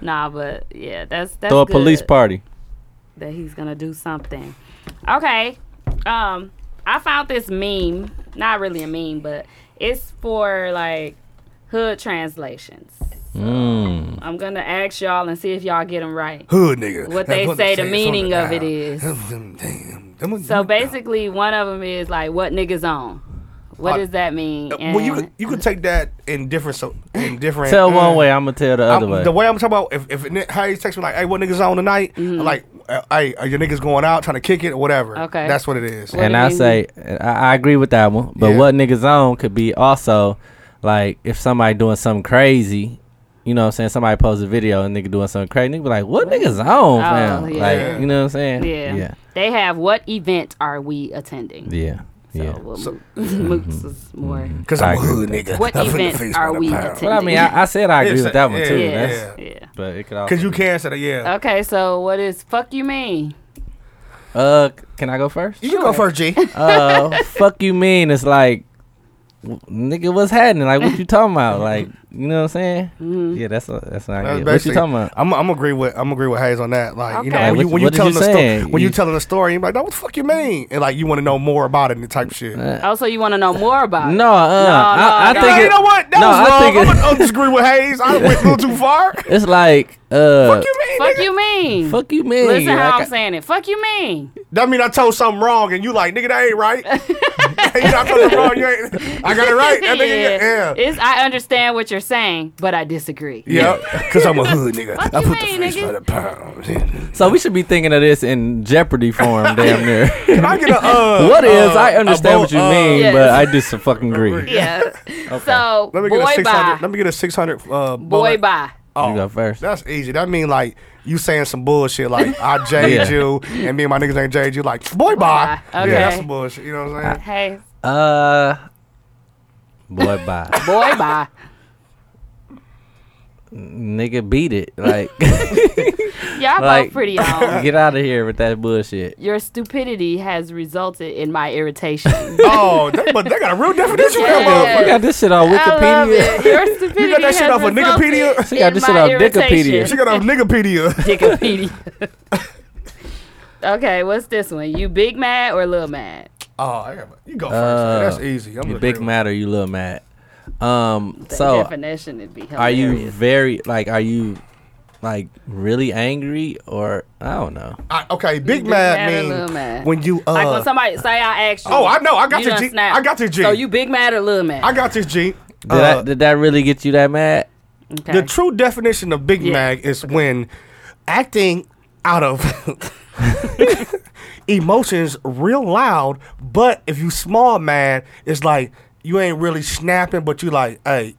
Speaker 1: nah, but yeah, that's that's
Speaker 2: Throw a
Speaker 1: good
Speaker 2: police party.
Speaker 1: that he's gonna do something. Okay. Um, I found this meme. Not really a meme, but it's for like hood translations.
Speaker 2: Mm.
Speaker 1: I'm gonna ask y'all and see if y'all get them right.
Speaker 4: Hood nigga.
Speaker 1: What they
Speaker 4: That's
Speaker 1: say the
Speaker 4: it's
Speaker 1: meaning
Speaker 4: on
Speaker 1: of it is.
Speaker 4: Damn, damn, damn.
Speaker 1: So basically, one of them is like, "What niggas on?" What
Speaker 4: Uh,
Speaker 1: does that mean?
Speaker 4: Uh,
Speaker 1: And
Speaker 4: well, you could, you could take that in different so in different.
Speaker 2: Tell
Speaker 4: uh,
Speaker 2: one way, I'm gonna tell the other
Speaker 4: I'm-
Speaker 2: way.
Speaker 4: The way I'm talking about, if, if it- how you text me like, "Hey, what niggas on tonight?"
Speaker 1: Mm-hmm.
Speaker 4: I'm like, uh, "Hey, are your niggas going out trying to kick it or whatever?"
Speaker 1: Okay.
Speaker 4: that's what it is.
Speaker 1: What
Speaker 2: and
Speaker 1: it
Speaker 2: I
Speaker 1: mean.
Speaker 2: say I, I agree with that one. But
Speaker 4: Yeah.
Speaker 2: what niggas on could be also like if somebody doing something crazy, you know what I'm saying? Somebody posts a video and nigga doing something crazy, nigga be like, What niggas on, fam?
Speaker 1: Oh, yeah.
Speaker 2: Like you know what I'm saying?
Speaker 1: yeah.
Speaker 2: Yeah.
Speaker 1: they have what event are we attending?
Speaker 2: Yeah.
Speaker 1: So,
Speaker 2: yeah. Mm-hmm.
Speaker 1: well, [laughs] Moots is more.
Speaker 4: Because
Speaker 2: I
Speaker 4: I'm a
Speaker 2: agree
Speaker 4: hood
Speaker 2: with
Speaker 4: nigga. [laughs]
Speaker 1: What
Speaker 4: I'm in the
Speaker 1: event
Speaker 4: face
Speaker 1: are
Speaker 4: by the
Speaker 1: we
Speaker 4: pound.
Speaker 1: attending?
Speaker 2: But I mean I, I said I agree
Speaker 4: Yeah,
Speaker 2: with that one
Speaker 4: yeah,
Speaker 2: too.
Speaker 4: yeah,
Speaker 2: That's
Speaker 4: yeah.
Speaker 1: Yeah.
Speaker 2: but it could also
Speaker 4: Because you
Speaker 2: be-
Speaker 4: can say that, yeah.
Speaker 1: Okay, so what is fuck you mean?
Speaker 2: uh can I go first?
Speaker 4: [laughs] you can go first, G.
Speaker 2: uh, fuck you mean? It's like, w- nigga, what's happening? Like, what you talking about? Like, you know what I'm saying?
Speaker 1: Mm-hmm.
Speaker 2: Yeah, that's a, that's not good.
Speaker 4: That's
Speaker 2: What you
Speaker 4: basically-
Speaker 2: talking about?
Speaker 4: I'm I'm agree with I'm agree with Hayes on that. Like you know
Speaker 1: Okay.
Speaker 4: when you
Speaker 2: What-
Speaker 4: when you
Speaker 2: what did
Speaker 4: telling
Speaker 2: you
Speaker 4: the story
Speaker 2: saying?
Speaker 4: when you
Speaker 2: You-
Speaker 4: telling the story, you're like, "No, what the fuck you mean?" And like you want to know more about it and type shit.
Speaker 1: Also, you want to know more about it?
Speaker 2: No, uh, I, I
Speaker 1: no,
Speaker 2: Uh, think
Speaker 1: no.
Speaker 2: it-
Speaker 4: you know what? That
Speaker 2: no,
Speaker 4: was
Speaker 2: I think
Speaker 4: wrong. I'm
Speaker 2: it-
Speaker 4: gonna I'm disagree with Hayes. I went a little too far.
Speaker 2: [laughs]
Speaker 4: [laughs]
Speaker 2: it's like, uh,
Speaker 4: Fuck you mean?
Speaker 1: Fuck
Speaker 4: nigga?
Speaker 1: you mean?
Speaker 2: fuck you mean?
Speaker 1: Listen how
Speaker 2: Like,
Speaker 1: I'm saying it. Fuck you mean?
Speaker 4: That mean I told something wrong, and you like, nigga, that
Speaker 1: [laughs]
Speaker 4: ain't right. you know, I told something wrong. You ain't. I got it right. That nigga,
Speaker 1: [laughs]
Speaker 4: yeah. yeah.
Speaker 1: It's I understand what you're saying, but I disagree.
Speaker 4: Yeah, cause I'm a hood nigga.
Speaker 1: Fuck
Speaker 4: I
Speaker 1: you
Speaker 4: put the
Speaker 1: mean,
Speaker 4: face
Speaker 1: nigga?
Speaker 4: by the pound.
Speaker 2: so we should be thinking of this in Jeopardy
Speaker 4: [laughs]
Speaker 2: form, damn near. [laughs]
Speaker 4: Can I get a? Uh,
Speaker 2: What is?
Speaker 4: uh,
Speaker 2: I
Speaker 4: a
Speaker 2: understand
Speaker 4: bo-
Speaker 2: what you
Speaker 4: uh,
Speaker 2: mean,
Speaker 1: Yes.
Speaker 2: but
Speaker 4: [laughs]
Speaker 2: I just fucking agree.
Speaker 1: Yeah. So
Speaker 4: Let me get a
Speaker 1: boy
Speaker 4: six
Speaker 1: bye,
Speaker 4: hundred. Let me get a six hundred.
Speaker 1: boy
Speaker 4: Uh, bullet.
Speaker 1: bye.
Speaker 2: You go first.
Speaker 4: That's easy. That mean like you saying some bullshit like
Speaker 2: [laughs]
Speaker 4: I jade
Speaker 2: Yeah.
Speaker 4: you and me and my niggas ain't jade you like boy bye.
Speaker 1: bye. Okay.
Speaker 4: Yeah, that's some bullshit. You know
Speaker 2: [laughs]
Speaker 4: what I'm saying?
Speaker 1: Hey,
Speaker 2: Uh, boy, bye.
Speaker 1: boy bye.
Speaker 2: Nigga, beat it.
Speaker 4: [laughs]
Speaker 2: Like,
Speaker 1: Y'all
Speaker 2: Like-
Speaker 1: both
Speaker 2: [laughs]
Speaker 1: pretty on.
Speaker 2: get out of here with that bullshit.
Speaker 1: Your stupidity has resulted in my irritation.
Speaker 4: oh, they, but they got a real definition for
Speaker 1: Yeah.
Speaker 4: that
Speaker 2: You got this shit on
Speaker 1: I love
Speaker 2: Wikipedia.
Speaker 4: [laughs]
Speaker 1: it. Your stupidity
Speaker 4: You got that shit
Speaker 1: has
Speaker 4: off of
Speaker 1: resulted
Speaker 4: Nickopedia?
Speaker 2: She got
Speaker 1: in
Speaker 2: this shit
Speaker 1: my
Speaker 2: off Dickopedia.
Speaker 4: motherfucker. She
Speaker 1: irritation.
Speaker 4: got a Wikipedia.
Speaker 1: [laughs] Dickopedia. okay, what's this one? You big mad or little mad?
Speaker 4: [laughs] Oh, I got, you go first.
Speaker 2: Uh,
Speaker 4: that's easy. I'm
Speaker 2: You
Speaker 4: a
Speaker 2: big mad or you little mad? Um.
Speaker 1: The
Speaker 2: So,
Speaker 1: definition would be hilarious.
Speaker 2: are you very like? Are you like really angry or I don't know?
Speaker 4: I, okay, big,
Speaker 1: big
Speaker 4: mad,
Speaker 1: mad or
Speaker 4: mean
Speaker 1: little mad?
Speaker 4: when you uh.
Speaker 1: like when somebody say I asked you?
Speaker 4: Oh, I know. I got
Speaker 1: you
Speaker 4: the
Speaker 1: done
Speaker 4: G-
Speaker 1: snapped.
Speaker 4: I got the G.
Speaker 1: So you big mad or little mad?
Speaker 4: I got this G.
Speaker 2: Did
Speaker 4: Uh,
Speaker 2: that did that really get you that mad?
Speaker 1: okay.
Speaker 4: The true definition of Big Mac is when acting out of [laughs] emotions real loud, but if you small man, it's like you ain't really snapping, but you like, hey,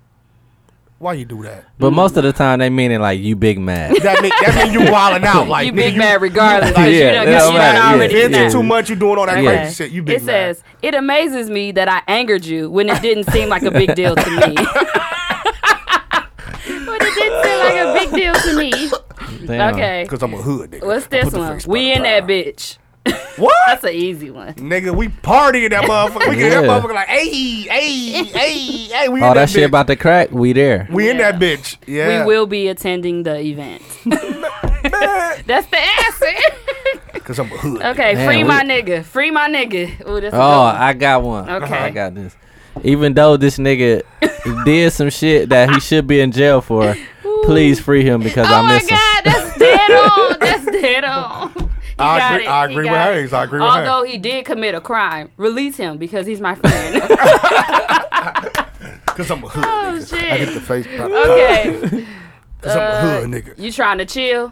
Speaker 4: Why you do that?
Speaker 2: But most of
Speaker 4: Mm.
Speaker 2: the time, they mean it like you big mad.
Speaker 1: [laughs]
Speaker 4: That mean that mean you wilding out like
Speaker 1: you
Speaker 4: nigga,
Speaker 1: big mad
Speaker 4: [laughs]
Speaker 1: regardless.
Speaker 2: Yeah,
Speaker 1: yeah, you done,
Speaker 2: that
Speaker 1: you
Speaker 2: don't
Speaker 1: done
Speaker 2: matter, yeah,
Speaker 1: already
Speaker 2: yeah.
Speaker 4: Been
Speaker 1: snapped.
Speaker 4: too much. You doing all that
Speaker 1: Okay.
Speaker 4: crazy shit. You big
Speaker 1: it
Speaker 4: mad.
Speaker 1: says it amazes me that I angered you when it didn't seem like a big deal to me. [laughs]
Speaker 4: [laughs]
Speaker 1: but it didn't seem like a big deal to me.
Speaker 2: Damn.
Speaker 1: Okay,
Speaker 4: because I'm a hood nigga.
Speaker 1: what's
Speaker 4: I
Speaker 1: this
Speaker 4: put the
Speaker 1: one?
Speaker 4: face
Speaker 1: We
Speaker 4: back.
Speaker 1: in that bitch.
Speaker 4: What?
Speaker 1: That's an easy one.
Speaker 4: Nigga, we partying that motherfucker. We get that
Speaker 2: Yeah.
Speaker 4: motherfucker like, hey, hey, hey, hey. We in
Speaker 2: All
Speaker 4: that
Speaker 2: Oh, that shit
Speaker 4: bitch.
Speaker 2: about the crack, we there.
Speaker 4: We in
Speaker 1: Yeah.
Speaker 4: that bitch. Yeah.
Speaker 1: We will be attending the
Speaker 4: [laughs]
Speaker 1: event. That's the answer. [laughs]
Speaker 4: Because I'm a hood.
Speaker 1: okay,
Speaker 2: Man,
Speaker 1: free
Speaker 2: we-
Speaker 1: my nigga. Free my nigga. Ooh, that's a good
Speaker 2: Oh,
Speaker 1: one.
Speaker 2: I got one.
Speaker 1: Okay.
Speaker 2: I got this. Even though
Speaker 1: [laughs]
Speaker 2: this nigga did some shit that he should be in jail for, please free him because
Speaker 1: Oh
Speaker 2: I
Speaker 1: my
Speaker 2: miss him.
Speaker 1: God, that's
Speaker 4: [laughs]
Speaker 1: dead on. That's dead on. He
Speaker 4: I
Speaker 1: got
Speaker 4: agree-
Speaker 1: it.
Speaker 4: I
Speaker 1: He
Speaker 4: agree
Speaker 1: got
Speaker 4: with
Speaker 1: it.
Speaker 4: Hayes. I agree with
Speaker 1: Although he did commit a crime, release him because he's my
Speaker 4: [laughs]
Speaker 1: friend.
Speaker 4: Because I'm a hood
Speaker 1: oh
Speaker 4: nigga. I get the
Speaker 1: shit.
Speaker 4: face back.
Speaker 1: [laughs]
Speaker 4: [laughs]
Speaker 1: Okay, Uh,
Speaker 4: Because I'm a hood nigga.
Speaker 1: you trying to chill?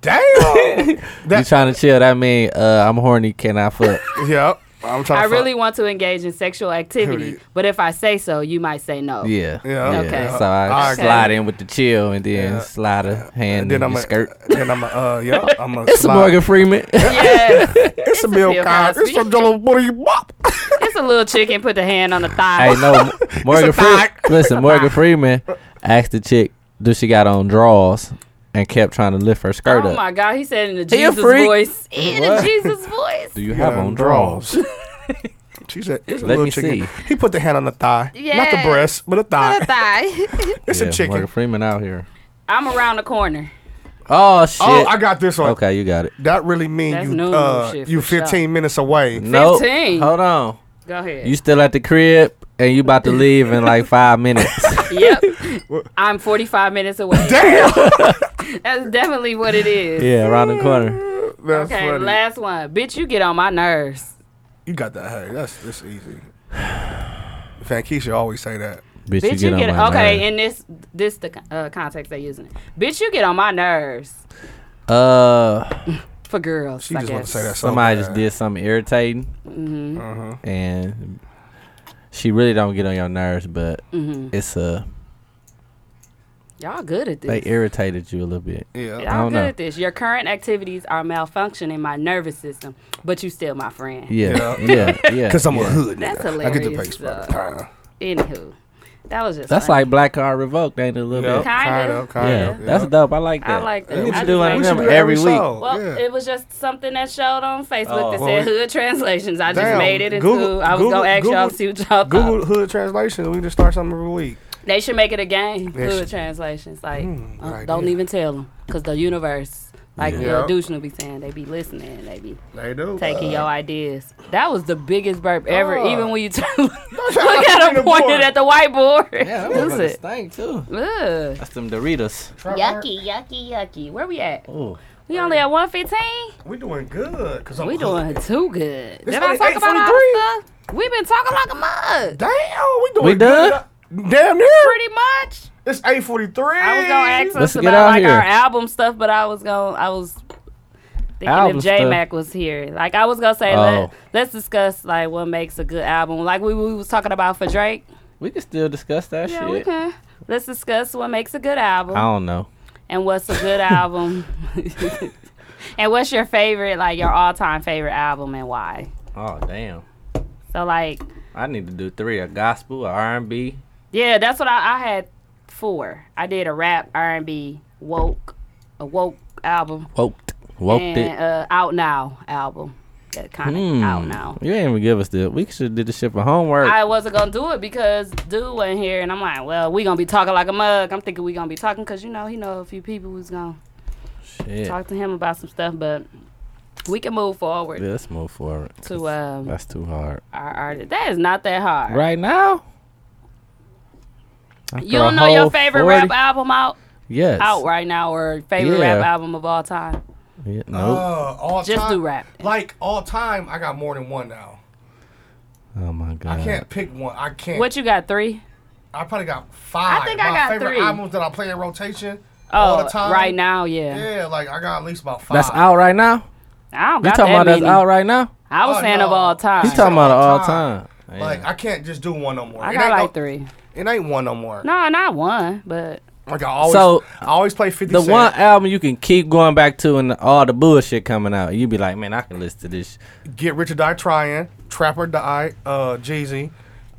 Speaker 4: Damn.
Speaker 2: You trying to chill? That mean uh, I'm horny. Can I fuck?
Speaker 4: yep. I'm trying
Speaker 1: I
Speaker 4: to Oh, fuck.
Speaker 1: really want to engage in sexual activity,
Speaker 4: Period.
Speaker 1: but if I say so, you might say no.
Speaker 2: Yeah.
Speaker 4: Yeah.
Speaker 1: Okay.
Speaker 2: So I
Speaker 4: I
Speaker 2: slide in with the chill and then
Speaker 4: Yeah.
Speaker 2: slide a hand
Speaker 4: Then
Speaker 2: in
Speaker 4: I'm
Speaker 2: the
Speaker 4: a
Speaker 2: skirt.
Speaker 4: Then I'm a.
Speaker 1: [laughs]
Speaker 4: Uh, yeah. I'm a.
Speaker 2: It's a
Speaker 4: slide.
Speaker 2: Morgan [laughs] Freeman.
Speaker 1: Yes.
Speaker 4: [laughs] It's a
Speaker 1: a
Speaker 4: Bill
Speaker 1: Bill
Speaker 4: Cosby. It's a
Speaker 1: [laughs] Cosby.
Speaker 4: Jello Buddy Bop.
Speaker 1: it's a little chicken. Put the hand on the thigh.
Speaker 2: hey, no, Morgan Freeman.
Speaker 4: thought.
Speaker 2: Listen, Morgan Freeman asked the chick, "Do she got on drawers?" and kept trying to lift her skirt
Speaker 1: Oh
Speaker 2: up.
Speaker 1: my God, he said in the
Speaker 2: He a
Speaker 1: Jesus
Speaker 2: freak.
Speaker 1: voice. In a
Speaker 2: What?
Speaker 1: Jesus voice. [laughs]
Speaker 2: Do you have on drawers?
Speaker 4: She said, it's a
Speaker 2: Let
Speaker 4: little
Speaker 2: me
Speaker 4: chicken.
Speaker 2: see.
Speaker 4: He put the hand on the thigh. Not the
Speaker 1: Yeah.
Speaker 4: breast, but the
Speaker 2: [laughs]
Speaker 4: thigh.
Speaker 1: Thigh.
Speaker 4: It's
Speaker 2: Yeah,
Speaker 4: a chicken.
Speaker 2: Morgan Freeman out here.
Speaker 1: I'm around the corner.
Speaker 2: Oh shit.
Speaker 4: Oh, I got this one.
Speaker 2: okay, you got it.
Speaker 4: That really mean
Speaker 1: That's
Speaker 4: you
Speaker 1: new
Speaker 4: uh,
Speaker 1: shit
Speaker 4: you
Speaker 1: for sure.
Speaker 4: 15 minutes away.
Speaker 2: Nope.
Speaker 1: 15.
Speaker 2: Hold on.
Speaker 1: Go ahead.
Speaker 2: You still at the crib and you about to leave in like five minutes.
Speaker 1: yep. I'm 45 minutes away.
Speaker 4: Damn.
Speaker 1: [laughs]
Speaker 2: [laughs]
Speaker 1: That's definitely what it is.
Speaker 2: [laughs] yeah, around the
Speaker 1: [laughs]
Speaker 2: corner.
Speaker 4: That's
Speaker 1: okay,
Speaker 4: funny.
Speaker 1: last one. Bitch, you get on my nerves.
Speaker 4: you got that. Hey, that's that's easy. [sighs] Van Keisha always say that.
Speaker 2: Bitch,
Speaker 1: Bitch, you get,
Speaker 2: on my
Speaker 1: okay.
Speaker 2: nerves.
Speaker 1: In this this the uh, context they're using it. Bitch, you get on my nerves
Speaker 2: uh,
Speaker 1: for girls.
Speaker 4: She
Speaker 1: I
Speaker 4: just
Speaker 1: guess.
Speaker 4: want to say that. So
Speaker 2: somebody
Speaker 4: bad.
Speaker 2: just did something irritating,
Speaker 1: Mm-hmm.
Speaker 2: Uh-huh. and she really don't get on your nerves, but
Speaker 1: Mm-hmm.
Speaker 2: it's a
Speaker 1: Y'all good at this.
Speaker 2: they irritated you a little bit.
Speaker 4: Yeah.
Speaker 1: Y'all good
Speaker 2: know.
Speaker 1: at this. Your current activities are malfunctioning my nervous system, but you still my friend.
Speaker 2: Yeah, yeah, yeah. [laughs]
Speaker 4: Because I'm a hood nigga.
Speaker 1: That's
Speaker 4: I get the
Speaker 1: hilarious,
Speaker 4: face back.
Speaker 1: though.
Speaker 4: Kinda.
Speaker 1: Anywho, that was just.
Speaker 2: That's
Speaker 1: funny.
Speaker 2: like Black Card Revoked, ain't it? A little
Speaker 4: Yep,
Speaker 2: bit.
Speaker 1: Kinda.
Speaker 4: Kinda.
Speaker 2: Yeah,
Speaker 4: Kinda.
Speaker 2: that's dope. I like
Speaker 1: I
Speaker 2: that.
Speaker 1: like that.
Speaker 2: We
Speaker 1: I
Speaker 2: should
Speaker 1: just
Speaker 2: do
Speaker 1: like
Speaker 2: one of
Speaker 1: that.
Speaker 2: them every week.
Speaker 1: Well, it was just something that showed on Facebook that
Speaker 2: Oh.
Speaker 1: said
Speaker 4: Well,
Speaker 1: hood translations. I just
Speaker 4: Damn,
Speaker 1: made it into.
Speaker 4: Google-
Speaker 1: I was
Speaker 4: Google-
Speaker 1: gonna ask y'all
Speaker 4: Google-
Speaker 1: see what y'all
Speaker 4: Google
Speaker 1: thought.
Speaker 4: hood translation. We just start something every week.
Speaker 1: They should make it a game.
Speaker 4: They
Speaker 1: hood
Speaker 4: should. Hmm,
Speaker 1: translations, like
Speaker 4: good
Speaker 1: uh,
Speaker 4: idea.
Speaker 1: don't even tell them, cause the universe, like
Speaker 4: Yeah.
Speaker 1: Lil Douche will be saying, they be listening, they be
Speaker 4: They do.
Speaker 1: taking your ideas. That was the biggest burp ever.
Speaker 4: Oh.
Speaker 1: even when you t- [laughs] look at him
Speaker 4: the board.
Speaker 1: pointed at the whiteboard.
Speaker 2: Yeah, that
Speaker 1: Who's
Speaker 2: was
Speaker 1: it?
Speaker 2: stink too.
Speaker 1: [laughs] Ugh.
Speaker 2: That's them Doritos.
Speaker 1: Yucky, yucky, yucky. Where we at?
Speaker 2: Oh,
Speaker 1: We only at one fifteen.
Speaker 4: We doing good. Cause I'm
Speaker 1: We
Speaker 4: hood.
Speaker 1: doing too good. Did I
Speaker 4: only
Speaker 1: talk about all
Speaker 4: 8:43.
Speaker 1: the stuff? We've been talking like a mug.
Speaker 4: Damn, we doing
Speaker 2: We
Speaker 4: good. Damn near.
Speaker 1: Pretty much.
Speaker 4: It's 8:43.
Speaker 1: I was gonna ask
Speaker 2: Let's
Speaker 1: us
Speaker 2: get
Speaker 1: about
Speaker 2: out
Speaker 1: like
Speaker 2: here.
Speaker 1: our album stuff, but I was gonna I was thinking
Speaker 2: Album
Speaker 1: if J
Speaker 2: stuff.
Speaker 1: Mac was here. Like I was gonna say
Speaker 2: Oh.
Speaker 1: let, let's discuss like what makes a good album. Like we, we was talking about for Drake.
Speaker 2: we can still discuss that
Speaker 1: Yeah,
Speaker 2: shit.
Speaker 1: we can. Let's discuss what makes a good album
Speaker 2: I don't know.
Speaker 1: and what's a good
Speaker 2: [laughs]
Speaker 1: album. and what's your favorite, like your all time favorite album and why.
Speaker 2: Oh damn.
Speaker 1: So like
Speaker 2: I need to do three: a gospel, a R and B.
Speaker 1: Yeah, that's what I, I had four. I did a rap, R and B, woke, a woke album,
Speaker 2: Woked, woked
Speaker 1: and
Speaker 2: it.
Speaker 1: uh, out now album. That kind of
Speaker 2: Hmm.
Speaker 1: out now.
Speaker 2: You ain't even give us the. We should did the shit for homework.
Speaker 1: I wasn't gonna do it because dude wasn't here, and I'm like, well, we gonna be talking like a mug. I'm thinking we gonna be talking because you know he know a few people who's gonna
Speaker 2: shit.
Speaker 1: talk to him about some stuff, but we can move forward
Speaker 2: Yeah, let's move forward.
Speaker 1: to um
Speaker 2: That's too hard.
Speaker 1: our artist. That is not that hard.
Speaker 2: Right now.
Speaker 1: You don't know your favorite rap album out
Speaker 2: Yes.
Speaker 1: out right now or favorite
Speaker 2: Yeah.
Speaker 1: rap album of all time.
Speaker 2: Yeah, no.
Speaker 4: Uh, all
Speaker 1: Oh. Just
Speaker 4: time,
Speaker 1: do rap.
Speaker 4: Like all time, I got more than one now.
Speaker 2: oh my god.
Speaker 4: I can't pick one. I can't.
Speaker 1: Uh. What you got? Three.
Speaker 4: I probably got five.
Speaker 1: I think
Speaker 4: My
Speaker 1: I got
Speaker 4: favorite
Speaker 1: three.
Speaker 4: albums that I play in rotation
Speaker 1: Oh,
Speaker 4: all the time.
Speaker 1: right now, yeah.
Speaker 4: Yeah, like I got at least about five.
Speaker 2: That's out right now.
Speaker 1: I don't
Speaker 2: You
Speaker 1: got that
Speaker 2: talking about that's
Speaker 1: many.
Speaker 2: out right now?
Speaker 1: I was
Speaker 4: Oh,
Speaker 1: saying
Speaker 4: no.
Speaker 1: of all time.
Speaker 2: You
Speaker 4: I
Speaker 2: talking
Speaker 4: got
Speaker 2: about all
Speaker 4: all
Speaker 2: time?
Speaker 4: Like
Speaker 2: Yeah.
Speaker 4: I can't just do one no more.
Speaker 1: I
Speaker 4: It
Speaker 1: got
Speaker 4: ain't
Speaker 1: like
Speaker 4: no-
Speaker 1: three.
Speaker 4: It ain't one no more.
Speaker 1: No, not one, but
Speaker 4: Like I always,
Speaker 2: So,
Speaker 4: I always play Fifty
Speaker 2: The
Speaker 4: Cent.
Speaker 2: one album you can keep going back to and all the bullshit coming out, you be like, man, I can listen to this.
Speaker 4: Get Rich or Die Trying, Trapper Die, uh, Jeezy.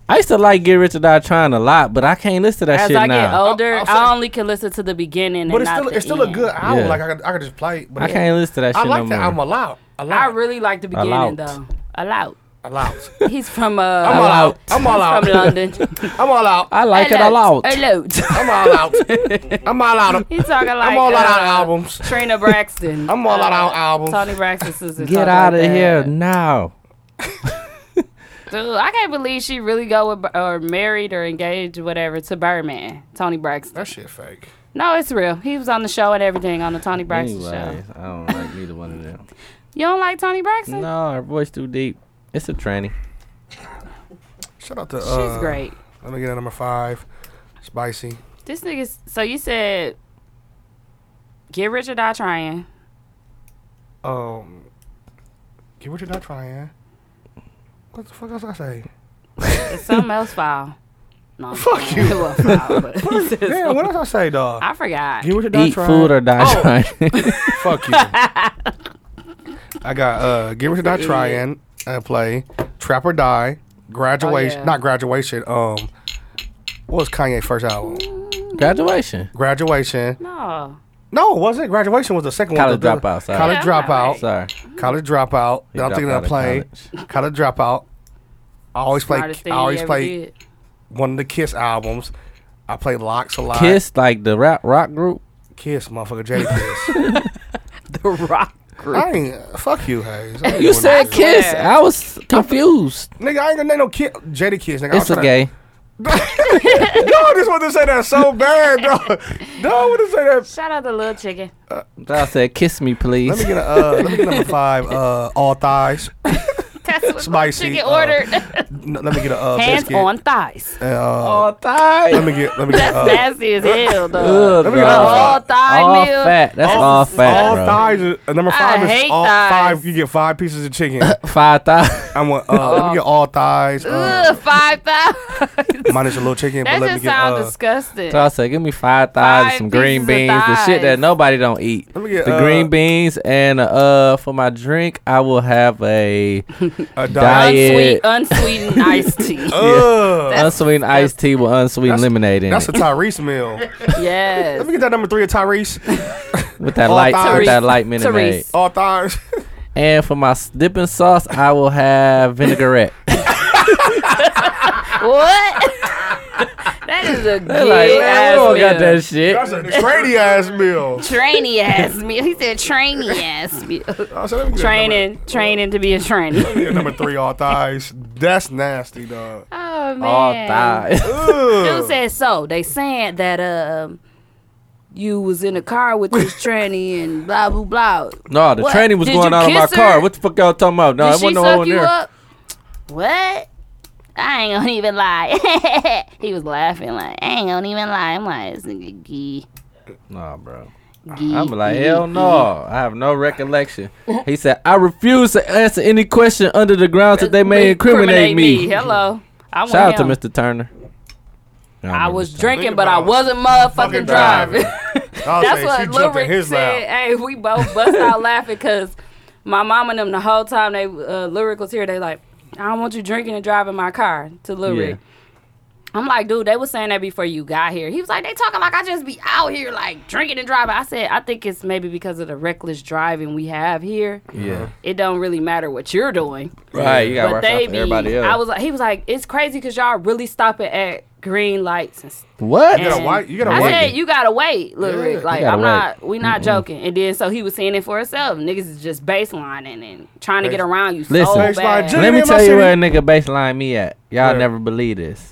Speaker 2: I used to like Get Rich or Die Trying a lot, but I can't listen to that
Speaker 1: as
Speaker 2: shit
Speaker 1: I get
Speaker 2: now.
Speaker 1: older,
Speaker 4: I-
Speaker 1: i
Speaker 4: I'm sorry.
Speaker 1: only can listen to the beginning. and
Speaker 4: But it's
Speaker 1: not
Speaker 4: still,
Speaker 1: the
Speaker 4: it's still a
Speaker 1: end.
Speaker 4: good album.
Speaker 2: Yeah.
Speaker 4: Like I, could- I could just play. it, But
Speaker 2: I
Speaker 4: it-
Speaker 2: can't listen to that
Speaker 4: I
Speaker 2: shit
Speaker 4: like
Speaker 2: no
Speaker 4: that
Speaker 2: more.
Speaker 4: album a lot. A lot.
Speaker 1: I really like the beginning
Speaker 2: Allowed.
Speaker 1: though. Allowed.
Speaker 4: a lot.
Speaker 2: [laughs]
Speaker 1: He's from uh.
Speaker 4: I'm all out. I'm all out.
Speaker 1: From London.
Speaker 4: I'm all out.
Speaker 2: I like it a
Speaker 1: [laughs]
Speaker 2: lot.
Speaker 1: Allowed.
Speaker 4: I'm all out. I'm all out.
Speaker 1: He's talking like
Speaker 4: I'm all out
Speaker 1: uh,
Speaker 4: on albums.
Speaker 1: Trina Braxton.
Speaker 4: [laughs]
Speaker 1: Uh,
Speaker 4: I'm all out on albums.
Speaker 1: Tony Braxton's sister.
Speaker 2: Get
Speaker 1: talk
Speaker 2: out of
Speaker 1: like that.
Speaker 2: here now.
Speaker 1: Dude, I can't believe she really go with or married or engaged, whatever, to Birdman, Tony Braxton.
Speaker 4: That shit fake.
Speaker 1: No, it's real. He was on the show and everything on the Tony Braxton
Speaker 2: Anyways,
Speaker 1: show.
Speaker 2: I don't like neither one of them.
Speaker 1: You don't like Tony Braxton?
Speaker 2: No, her voice too deep. It's a tranny.
Speaker 4: Shout out to.
Speaker 1: She's
Speaker 4: Uh,
Speaker 1: great.
Speaker 4: Let me get a number five. Spicy.
Speaker 1: This nigga's so you said get rich or die trying.
Speaker 4: Um, get what you're not trying. What the fuck else I say?
Speaker 1: It's something else foul. [laughs] No,
Speaker 4: Fuck you.
Speaker 1: Well, foul, but he said
Speaker 4: Damn,
Speaker 1: something-
Speaker 4: [laughs] what else I say, dog?
Speaker 1: I forgot.
Speaker 4: Get what you're not
Speaker 2: Eat food or die
Speaker 4: Oh.
Speaker 2: trying. [laughs]
Speaker 4: Fuck you. I got uh Get Rich or Die Trying. I uh, play Trap or Die. Graduation
Speaker 1: Oh, yeah.
Speaker 4: not graduation. Um what was Kanye's first album?
Speaker 2: Graduation.
Speaker 4: Graduation.
Speaker 1: no.
Speaker 4: No, it wasn't. Graduation was the second
Speaker 2: College
Speaker 4: one. The- the-
Speaker 2: Dropout, sorry.
Speaker 4: College
Speaker 1: Yeah, I'm
Speaker 4: dropout.
Speaker 2: Sorry.
Speaker 4: College dropout. Then I'm
Speaker 2: dropped
Speaker 4: thinking
Speaker 2: out
Speaker 4: of
Speaker 2: of
Speaker 4: playing college. dropout. I always play.
Speaker 1: Smartest
Speaker 4: I
Speaker 1: thing
Speaker 4: always
Speaker 1: you ever
Speaker 4: play [laughs]
Speaker 1: did.
Speaker 4: one of the Kiss albums. I play Locks a lot.
Speaker 2: Kiss like the rap rock group.
Speaker 4: Kiss, motherfucker, J
Speaker 2: [laughs]
Speaker 4: Kiss.
Speaker 1: the rock group.
Speaker 4: I ain't uh, fuck you, Hayes. I ain't
Speaker 2: You
Speaker 4: doing
Speaker 2: said
Speaker 4: that shit.
Speaker 2: Kiss.
Speaker 1: swear.
Speaker 2: I was confused.
Speaker 4: nigga. I ain't gonna name no kid Jada Kiss. Nigga, I was
Speaker 2: It's a
Speaker 4: tryna-
Speaker 2: gay.
Speaker 4: Dog just wanted to say that so bad, dog.
Speaker 1: [laughs]
Speaker 4: Dog wanted to say that.
Speaker 1: Shout out to Lil Chicken.
Speaker 2: I said, "Kiss me,
Speaker 4: Let me
Speaker 2: [laughs] please."
Speaker 4: get a, uh, let me get number five. Uh, all thighs.
Speaker 1: That's what
Speaker 4: Spicy,
Speaker 1: Lil Chicken
Speaker 4: uh,
Speaker 1: ordered.
Speaker 4: N- let me get a uh,
Speaker 1: Hands
Speaker 4: biscuit.
Speaker 1: on thighs.
Speaker 4: Uh,
Speaker 2: All
Speaker 4: let
Speaker 2: thighs.
Speaker 4: me get let me get
Speaker 1: That's
Speaker 4: uh,
Speaker 1: nasty as hell, though.
Speaker 2: Ugh,
Speaker 4: Let me get
Speaker 2: dog.
Speaker 4: a-
Speaker 1: All thigh
Speaker 2: All
Speaker 1: meal.
Speaker 2: fat. That's all, fat,
Speaker 4: all
Speaker 2: bro.
Speaker 4: thighs. Is, uh, number five is
Speaker 1: hate
Speaker 4: all
Speaker 1: thighs.
Speaker 4: five. You get five pieces of chicken.
Speaker 2: Five thighs.
Speaker 4: I want. Uh, Let me get all thighs. Uh,
Speaker 1: Ugh, five
Speaker 4: [laughs]
Speaker 1: thousand.
Speaker 4: minus a little chicken,
Speaker 1: That
Speaker 4: but let me
Speaker 1: just
Speaker 4: get.
Speaker 1: sounds
Speaker 4: Uh,
Speaker 1: disgusting.
Speaker 2: So I said, "Give me five thighs, and
Speaker 1: Five
Speaker 2: some green
Speaker 1: pieces
Speaker 2: beans,
Speaker 1: of
Speaker 2: the shit that
Speaker 1: thighs.
Speaker 2: nobody don't eat."
Speaker 4: let me get
Speaker 2: the
Speaker 4: uh,
Speaker 2: green beans and uh for my drink I will have a
Speaker 4: uh, A
Speaker 2: diet.
Speaker 4: diet.
Speaker 1: Unsweet,
Speaker 2: Yeah.
Speaker 1: unsweetened
Speaker 4: [laughs]
Speaker 1: iced tea.
Speaker 4: Uh,
Speaker 2: unsweetened iced tea with unsweetened lemonade in
Speaker 4: that's a
Speaker 2: it
Speaker 4: Tyrese meal.
Speaker 1: yes.
Speaker 4: Let me get that number three of Tyrese.
Speaker 2: with that
Speaker 4: all
Speaker 2: light
Speaker 4: thighs.
Speaker 2: with that light minute
Speaker 1: Therese.
Speaker 2: maid.
Speaker 4: All thighs. [laughs]
Speaker 2: And for my s- dipping sauce I will have
Speaker 1: [laughs]
Speaker 2: vinaigrette.
Speaker 4: [laughs]
Speaker 1: What? that is a good
Speaker 2: like,
Speaker 1: ass
Speaker 2: man, we don't got
Speaker 1: meal.
Speaker 2: that shit.
Speaker 4: That's a crazy ass meal.
Speaker 1: Trainee ass meal. He said trainee ass
Speaker 4: [laughs]
Speaker 1: meal.
Speaker 4: I said, let me get that number-
Speaker 1: Training, training to be a trainee.
Speaker 4: [laughs] Yeah, number three, all thighs. That's nasty, dog.
Speaker 1: Oh man.
Speaker 2: All thighs. [laughs]
Speaker 1: Dude said so. They saying that um you was in the car with
Speaker 2: [laughs]
Speaker 1: this tranny and blah blah blah.
Speaker 2: no, the
Speaker 1: What?
Speaker 2: training was
Speaker 1: Did
Speaker 2: going
Speaker 1: you
Speaker 2: on in my
Speaker 1: kiss
Speaker 2: car.
Speaker 1: her?
Speaker 2: What the fuck y'all talking about? No,
Speaker 1: Did
Speaker 2: it wasn't
Speaker 1: she
Speaker 2: no
Speaker 1: suck
Speaker 2: one
Speaker 1: you
Speaker 2: there.
Speaker 1: up? What? I ain't gonna [laughs] even lie. [laughs] he was laughing like I ain't gonna even lie. I'm like this nigga gee.
Speaker 2: Nah, bro.
Speaker 1: gee
Speaker 2: I'm like,
Speaker 1: gee,
Speaker 2: hell
Speaker 1: gee."
Speaker 2: no. I have no recollection. He said, I refuse to answer any question under the grounds that they may incriminate me.
Speaker 1: Hello. I
Speaker 2: Shout out
Speaker 1: want
Speaker 2: to
Speaker 1: him.
Speaker 2: Mr. Turner.
Speaker 1: I was drinking,
Speaker 4: Think
Speaker 1: but I
Speaker 4: about
Speaker 1: wasn't motherfucking
Speaker 4: fucking
Speaker 1: driving.
Speaker 4: driving.
Speaker 1: That's
Speaker 4: That's
Speaker 1: what
Speaker 4: what she
Speaker 1: Lil
Speaker 4: jumped
Speaker 1: Rick
Speaker 4: in his
Speaker 1: said.
Speaker 4: lap.
Speaker 1: Hey, we both bust out [laughs] laughing because my mom and them the whole time they uh, Lil Rick was here. They like, I don't want you drinking and driving my car to Lil
Speaker 2: Yeah.
Speaker 1: Rick. I'm like, dude, they was saying that before you got here. He was like, they talking like I just be out here like drinking and driving. I said, I think it's maybe because of the reckless driving we have here.
Speaker 2: Yeah.
Speaker 1: It don't really matter what you're doing.
Speaker 2: Right, you gotta
Speaker 1: but
Speaker 2: watch out
Speaker 1: they
Speaker 2: for
Speaker 1: be,
Speaker 2: everybody else.
Speaker 1: I was like, he was like, it's crazy because y'all really stopping at green lights and stuff.
Speaker 2: what?
Speaker 1: And
Speaker 4: gotta wait- you gotta
Speaker 1: I
Speaker 4: wait.
Speaker 1: said you gotta wait, Lil
Speaker 4: Yeah.
Speaker 1: Rick. Like
Speaker 2: You gotta
Speaker 1: I'm
Speaker 2: wait.
Speaker 1: not, we not joking. And then so he was seeing it for himself. Niggas is just baselining and trying to get
Speaker 4: Base-
Speaker 1: around you so
Speaker 2: Listen.
Speaker 1: bad.
Speaker 2: Baseline
Speaker 4: Jimmy
Speaker 2: Let me
Speaker 4: in my
Speaker 2: tell you
Speaker 4: city.
Speaker 2: where a nigga baseline me at. Y'all
Speaker 4: Where?
Speaker 2: never believe this.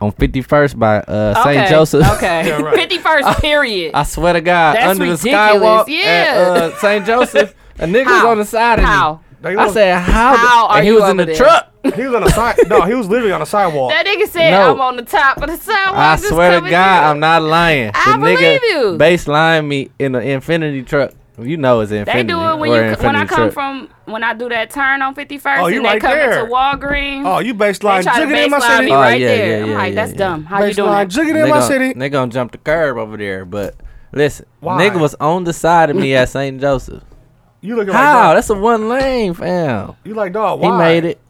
Speaker 2: On 51st by uh,
Speaker 1: okay,
Speaker 2: St. Joseph.
Speaker 1: Okay,
Speaker 4: Yeah, right.
Speaker 1: fifty first period.
Speaker 2: [laughs] I swear to God,
Speaker 1: That's
Speaker 2: under the
Speaker 1: ridiculous,
Speaker 2: skywalk at
Speaker 1: yeah.
Speaker 2: uh, St. Joseph, a nigga was
Speaker 1: How?
Speaker 2: on the side of me.
Speaker 1: How?
Speaker 4: They
Speaker 2: I
Speaker 4: was-
Speaker 2: said, how? the-
Speaker 1: How are
Speaker 2: and he
Speaker 1: you
Speaker 2: was in
Speaker 1: over
Speaker 2: the
Speaker 1: there?
Speaker 2: truck.
Speaker 4: He was on the side. No, he was literally on the sidewalk.
Speaker 1: That nigga said
Speaker 2: No.
Speaker 1: I'm on the top of the sidewalk.
Speaker 2: I
Speaker 1: just
Speaker 2: swear to
Speaker 1: coming
Speaker 2: God,
Speaker 1: through."
Speaker 2: I'm not lying. The
Speaker 1: I
Speaker 2: nigga
Speaker 1: believe you.
Speaker 2: baseline me in the infinity truck You know it's
Speaker 1: They
Speaker 2: infinity.
Speaker 1: do it when you
Speaker 2: or
Speaker 1: when I
Speaker 2: Infinity
Speaker 1: come
Speaker 2: Trip.
Speaker 1: from when I do that turn on 51st
Speaker 4: Oh, you
Speaker 1: and they
Speaker 4: right
Speaker 1: come
Speaker 4: there.
Speaker 1: into Walgreens.
Speaker 4: Oh, you
Speaker 1: they try
Speaker 4: baseline
Speaker 1: to
Speaker 4: jigging in my
Speaker 1: baseline
Speaker 4: city.
Speaker 1: me
Speaker 2: Oh,
Speaker 1: right
Speaker 2: yeah,
Speaker 1: there.
Speaker 2: yeah,
Speaker 1: I'm
Speaker 2: yeah,
Speaker 1: like, that's
Speaker 2: yeah.
Speaker 1: dumb. How you doing?
Speaker 4: Baseline
Speaker 1: that?
Speaker 4: jigging in my
Speaker 2: gon-
Speaker 4: city.
Speaker 2: They gonna jump the curb over there, but listen,
Speaker 4: Why?
Speaker 2: nigga was on the side of me at St. Joseph.
Speaker 4: You looking like
Speaker 2: How?
Speaker 4: dog.
Speaker 2: That's a one lane, fam.
Speaker 4: You like dog?
Speaker 2: He
Speaker 4: Why?
Speaker 2: made it.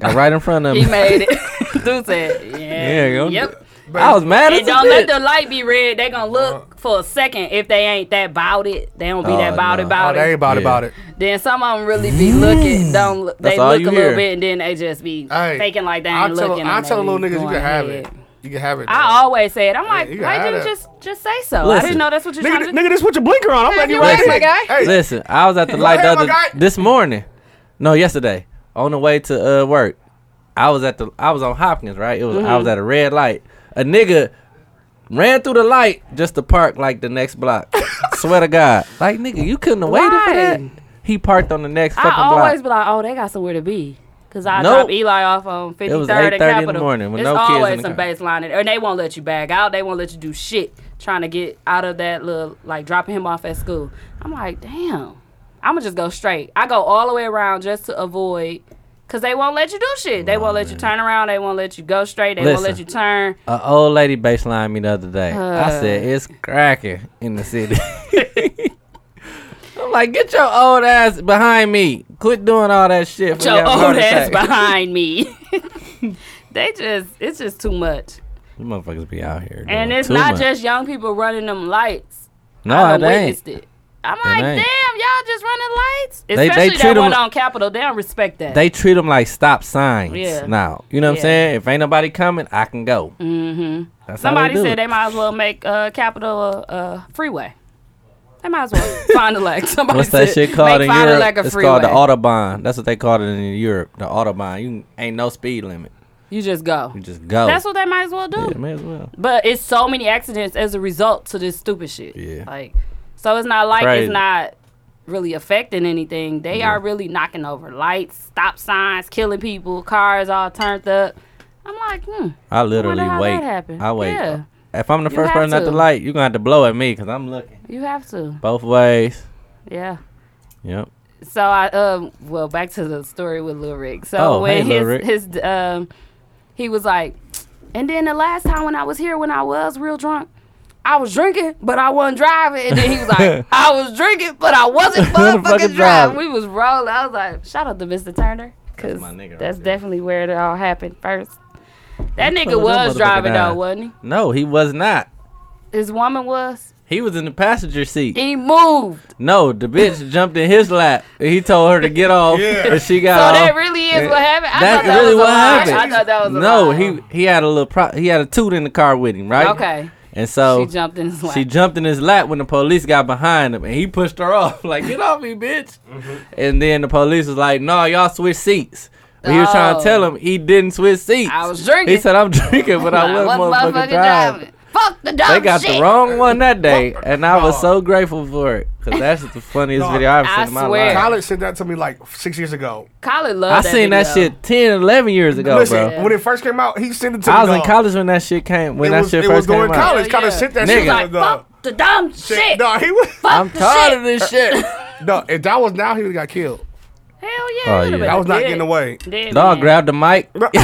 Speaker 2: Got right in front of me.
Speaker 1: [laughs] He
Speaker 2: [laughs]
Speaker 1: made it. [laughs] Dude said, yeah.
Speaker 2: Yeah, go-
Speaker 1: Yep.
Speaker 2: I was mad as
Speaker 1: And
Speaker 2: a
Speaker 1: don't let
Speaker 2: bitch.
Speaker 1: the light be red. They gonna
Speaker 4: Uh-huh.
Speaker 1: look for a second if they ain't that bout it. They don't be
Speaker 2: Oh,
Speaker 1: that bout
Speaker 2: no.
Speaker 1: it
Speaker 4: Oh,
Speaker 1: bout
Speaker 4: they Mm. ain't
Speaker 1: it.
Speaker 4: about
Speaker 2: Yeah.
Speaker 4: about it.
Speaker 1: Then some of them really be looking. Don't look, they
Speaker 2: That's all
Speaker 1: look a
Speaker 2: you
Speaker 1: little
Speaker 2: hear.
Speaker 1: bit and then they just be
Speaker 4: Hey,
Speaker 1: faking like they
Speaker 4: I
Speaker 1: ain't
Speaker 4: tell,
Speaker 1: looking.
Speaker 4: I
Speaker 1: and they
Speaker 4: tell
Speaker 1: be
Speaker 4: little niggas you
Speaker 1: going
Speaker 4: can have
Speaker 1: ahead.
Speaker 4: it. You can have it.
Speaker 1: I always say it. I'm like,
Speaker 4: you can
Speaker 1: why
Speaker 4: have
Speaker 1: didn't
Speaker 4: that.
Speaker 1: you just just say so? I
Speaker 2: Listen.
Speaker 1: didn't know that's what you're
Speaker 4: nigga,
Speaker 1: trying to do.
Speaker 4: nigga, this with your blinker on. I'm letting you
Speaker 1: you
Speaker 4: right
Speaker 1: right, my
Speaker 4: in.
Speaker 1: guy.
Speaker 4: Hey,
Speaker 2: Listen, I was
Speaker 1: [laughs]
Speaker 2: at the light the
Speaker 4: ahead, my
Speaker 2: other
Speaker 4: guy.
Speaker 2: this morning. No, yesterday. On the way to uh, work, I was at the I was on Hopkins, right? It was I
Speaker 1: Mm-hmm.
Speaker 2: was at a red light. A nigga ran through the light just to park like the next block. [laughs] Swear to God, like nigga, you couldn't have waited for that.
Speaker 1: Why?
Speaker 2: He parked on the next fucking
Speaker 1: I always
Speaker 2: block.
Speaker 1: be like, oh, they got somewhere to be. Cause I
Speaker 2: Nope.
Speaker 1: dropped Eli off on fifty
Speaker 2: was
Speaker 1: third
Speaker 2: 8:30 in
Speaker 1: and
Speaker 2: the
Speaker 1: Capitol.
Speaker 2: morning with
Speaker 1: it's
Speaker 2: no kids in
Speaker 1: always
Speaker 2: the
Speaker 1: some
Speaker 2: car.
Speaker 1: baseline, in- and they won't let you bag out. They won't let you do shit trying to get out of that little like dropping him off at school. I'm like, damn, I'ma just go straight. I go all the way around just to avoid, cause they won't let you do shit. They won't let you turn around. They won't let you go straight. They won't let
Speaker 2: Oh, Listen.
Speaker 1: you turn.
Speaker 2: A old lady baselined me the other day. I
Speaker 1: Uh.
Speaker 2: said it's cracking in the
Speaker 1: [laughs]
Speaker 2: city. I'm like, get your old ass behind me. Quit doing all that shit. for
Speaker 1: your
Speaker 2: your
Speaker 1: old
Speaker 2: heart
Speaker 1: ass
Speaker 2: attack." [laughs]
Speaker 1: behind me. [laughs] they just, it's just too much.
Speaker 2: You motherfuckers be out here.
Speaker 1: And
Speaker 2: doing
Speaker 1: it's
Speaker 2: too
Speaker 1: not
Speaker 2: much.
Speaker 1: just young people running them lights.
Speaker 2: no,
Speaker 1: I
Speaker 2: it
Speaker 1: done
Speaker 2: ain't.
Speaker 1: witnessed it. I'm like, damn,
Speaker 2: ain't.
Speaker 1: y'all just running lights.
Speaker 2: they
Speaker 1: Especially
Speaker 2: treat
Speaker 1: that
Speaker 2: 'em
Speaker 1: one
Speaker 2: like-
Speaker 1: on Capitol. They don't respect that.
Speaker 2: They treat them like stop signs
Speaker 1: Yeah.
Speaker 2: now. You know what
Speaker 1: Yeah.
Speaker 2: I'm saying? If ain't nobody coming, I can go. Mm-hmm. That's
Speaker 1: Somebody
Speaker 2: how they do
Speaker 1: said
Speaker 2: it.
Speaker 1: they might as well make uh, Capitol a uh, freeway. They might as well [laughs] Fond du Lac. Somebody
Speaker 2: What's that
Speaker 1: said,
Speaker 2: shit called
Speaker 1: make
Speaker 2: in
Speaker 1: Fond du
Speaker 2: Europe?
Speaker 1: Lac a
Speaker 2: it's
Speaker 1: freeway.
Speaker 2: called the autobahn. That's what they called it in Europe. The autobahn. You ain't no speed limit.
Speaker 1: you just go.
Speaker 2: You just go.
Speaker 1: That's what they might as well do.
Speaker 2: Yeah, may as well.
Speaker 1: But it's so many accidents as a result to this stupid shit.
Speaker 2: Yeah.
Speaker 1: Like, so it's not like
Speaker 2: Crazy.
Speaker 1: it's not really affecting anything. They are really knocking over lights, stop signs, killing people, cars all turned up. I'm like, hmm.
Speaker 2: I literally
Speaker 1: how that
Speaker 2: wait.
Speaker 1: happened.
Speaker 2: I wait.
Speaker 1: Yeah.
Speaker 2: If I'm the
Speaker 1: You
Speaker 2: first
Speaker 1: have
Speaker 2: person at the
Speaker 1: to.
Speaker 2: light, you're gonna have to blow at me because I'm looking
Speaker 1: You have to.
Speaker 2: both ways.
Speaker 1: Yeah.
Speaker 2: Yep.
Speaker 1: So I um well back to the story with Lil Rick. So
Speaker 2: Oh,
Speaker 1: when
Speaker 2: hey, Lil Rick.
Speaker 1: his his um he was like, and then the last time when I was here when I was real drunk, I was drinking but I wasn't driving. And then he was like,
Speaker 2: [laughs]
Speaker 1: I was drinking but I wasn't motherfucking
Speaker 2: Motherfucking
Speaker 1: driving.
Speaker 2: driving.
Speaker 1: We was rolling. I was like, shout out to Mr. Turner because
Speaker 2: That's my nigga right
Speaker 1: that's
Speaker 2: there.
Speaker 1: definitely where it all happened first. That nigga
Speaker 2: told that
Speaker 1: was
Speaker 2: motherfucker
Speaker 1: driving
Speaker 2: died.
Speaker 1: though, wasn't
Speaker 2: No, he was not.
Speaker 1: he? His woman was.
Speaker 2: He was in the passenger seat.
Speaker 1: He moved.
Speaker 2: No, the
Speaker 1: [laughs]
Speaker 2: bitch jumped in his lap. and He told her to get off,
Speaker 4: Yeah.
Speaker 2: and she
Speaker 1: So
Speaker 2: got off.
Speaker 1: that really is what happened. I
Speaker 2: That's
Speaker 1: thought that
Speaker 2: really
Speaker 1: was a
Speaker 2: what
Speaker 1: lie.
Speaker 2: happened.
Speaker 1: I thought that was a
Speaker 2: no,
Speaker 1: lie.
Speaker 2: he he had a little pro- he had a toot in the car with him, right?
Speaker 1: Okay.
Speaker 2: And so
Speaker 1: she jumped in his lap.
Speaker 2: She jumped in his lap when the police got behind him, and he pushed her off [laughs] like, "Get off me, bitch!" And then the police was like, "No, y'all switch seats." But he was trying
Speaker 1: Oh.
Speaker 2: to tell him he didn't switch seats.
Speaker 1: I was drinking.
Speaker 2: He said, "I'm [laughs] drinking, but I wasn't motherfucking, driving."
Speaker 1: Fuck the dog
Speaker 2: They got
Speaker 1: shit.
Speaker 2: the wrong one that day, and I was so grateful for it because that's the funniest
Speaker 4: No,
Speaker 2: video I've seen
Speaker 1: I
Speaker 2: in my
Speaker 1: swear.
Speaker 2: life.
Speaker 4: Khaled said that to me like six years ago.
Speaker 1: Colin
Speaker 2: I
Speaker 1: loved that
Speaker 2: seen that
Speaker 1: video.
Speaker 2: shit 10, 11 years ago,
Speaker 4: Listen,
Speaker 2: Oh, bro.
Speaker 4: when it first came out, he sent it to me.
Speaker 2: I was in
Speaker 4: dog.
Speaker 2: college when that shit came. When
Speaker 4: It
Speaker 2: that
Speaker 4: was-
Speaker 2: shit
Speaker 4: it
Speaker 2: first
Speaker 4: was going
Speaker 2: came out.
Speaker 4: college. College kinda sent that
Speaker 2: shit to
Speaker 1: Like,
Speaker 4: the-
Speaker 1: fuck the dumb shit.
Speaker 4: No, he was.
Speaker 1: Fuck
Speaker 2: I'm
Speaker 1: the
Speaker 2: tired
Speaker 1: shit.
Speaker 2: of this shit.
Speaker 4: No, if that was now, he would have got killed.
Speaker 1: Hell
Speaker 2: Oh,
Speaker 1: yeah.
Speaker 2: yeah.
Speaker 4: That was not getting away.
Speaker 1: Dead
Speaker 2: Dog
Speaker 1: man.
Speaker 2: grabbed the mic. [laughs]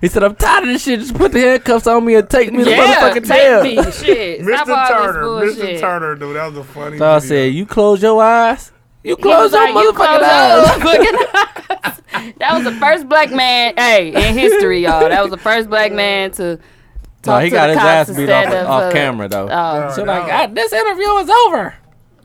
Speaker 2: he said, "I'm tired of this shit. Just put the handcuffs on me and take me to the
Speaker 1: Yeah,
Speaker 2: motherfucking
Speaker 1: take
Speaker 2: tail."
Speaker 1: me. Shit.
Speaker 4: Mr.
Speaker 1: Stop all this
Speaker 4: Turner, Mr.
Speaker 1: bullshit.
Speaker 4: Turner, dude, that was a funny.
Speaker 2: So I
Speaker 4: video.
Speaker 2: said, "You close your eyes.
Speaker 1: He
Speaker 2: You
Speaker 1: was
Speaker 2: close your
Speaker 1: like, you close
Speaker 2: motherfucking eyes."
Speaker 1: your motherfucking eyes. that was the first black man, hey, in history, y'all. That was the first black man to
Speaker 2: No,
Speaker 1: talk
Speaker 2: he
Speaker 1: to
Speaker 2: got
Speaker 1: the
Speaker 2: his
Speaker 1: cops
Speaker 2: ass beat off,
Speaker 1: instead of, uh,
Speaker 2: off camera though.
Speaker 1: Oh,
Speaker 2: so like, "God, this interview is over.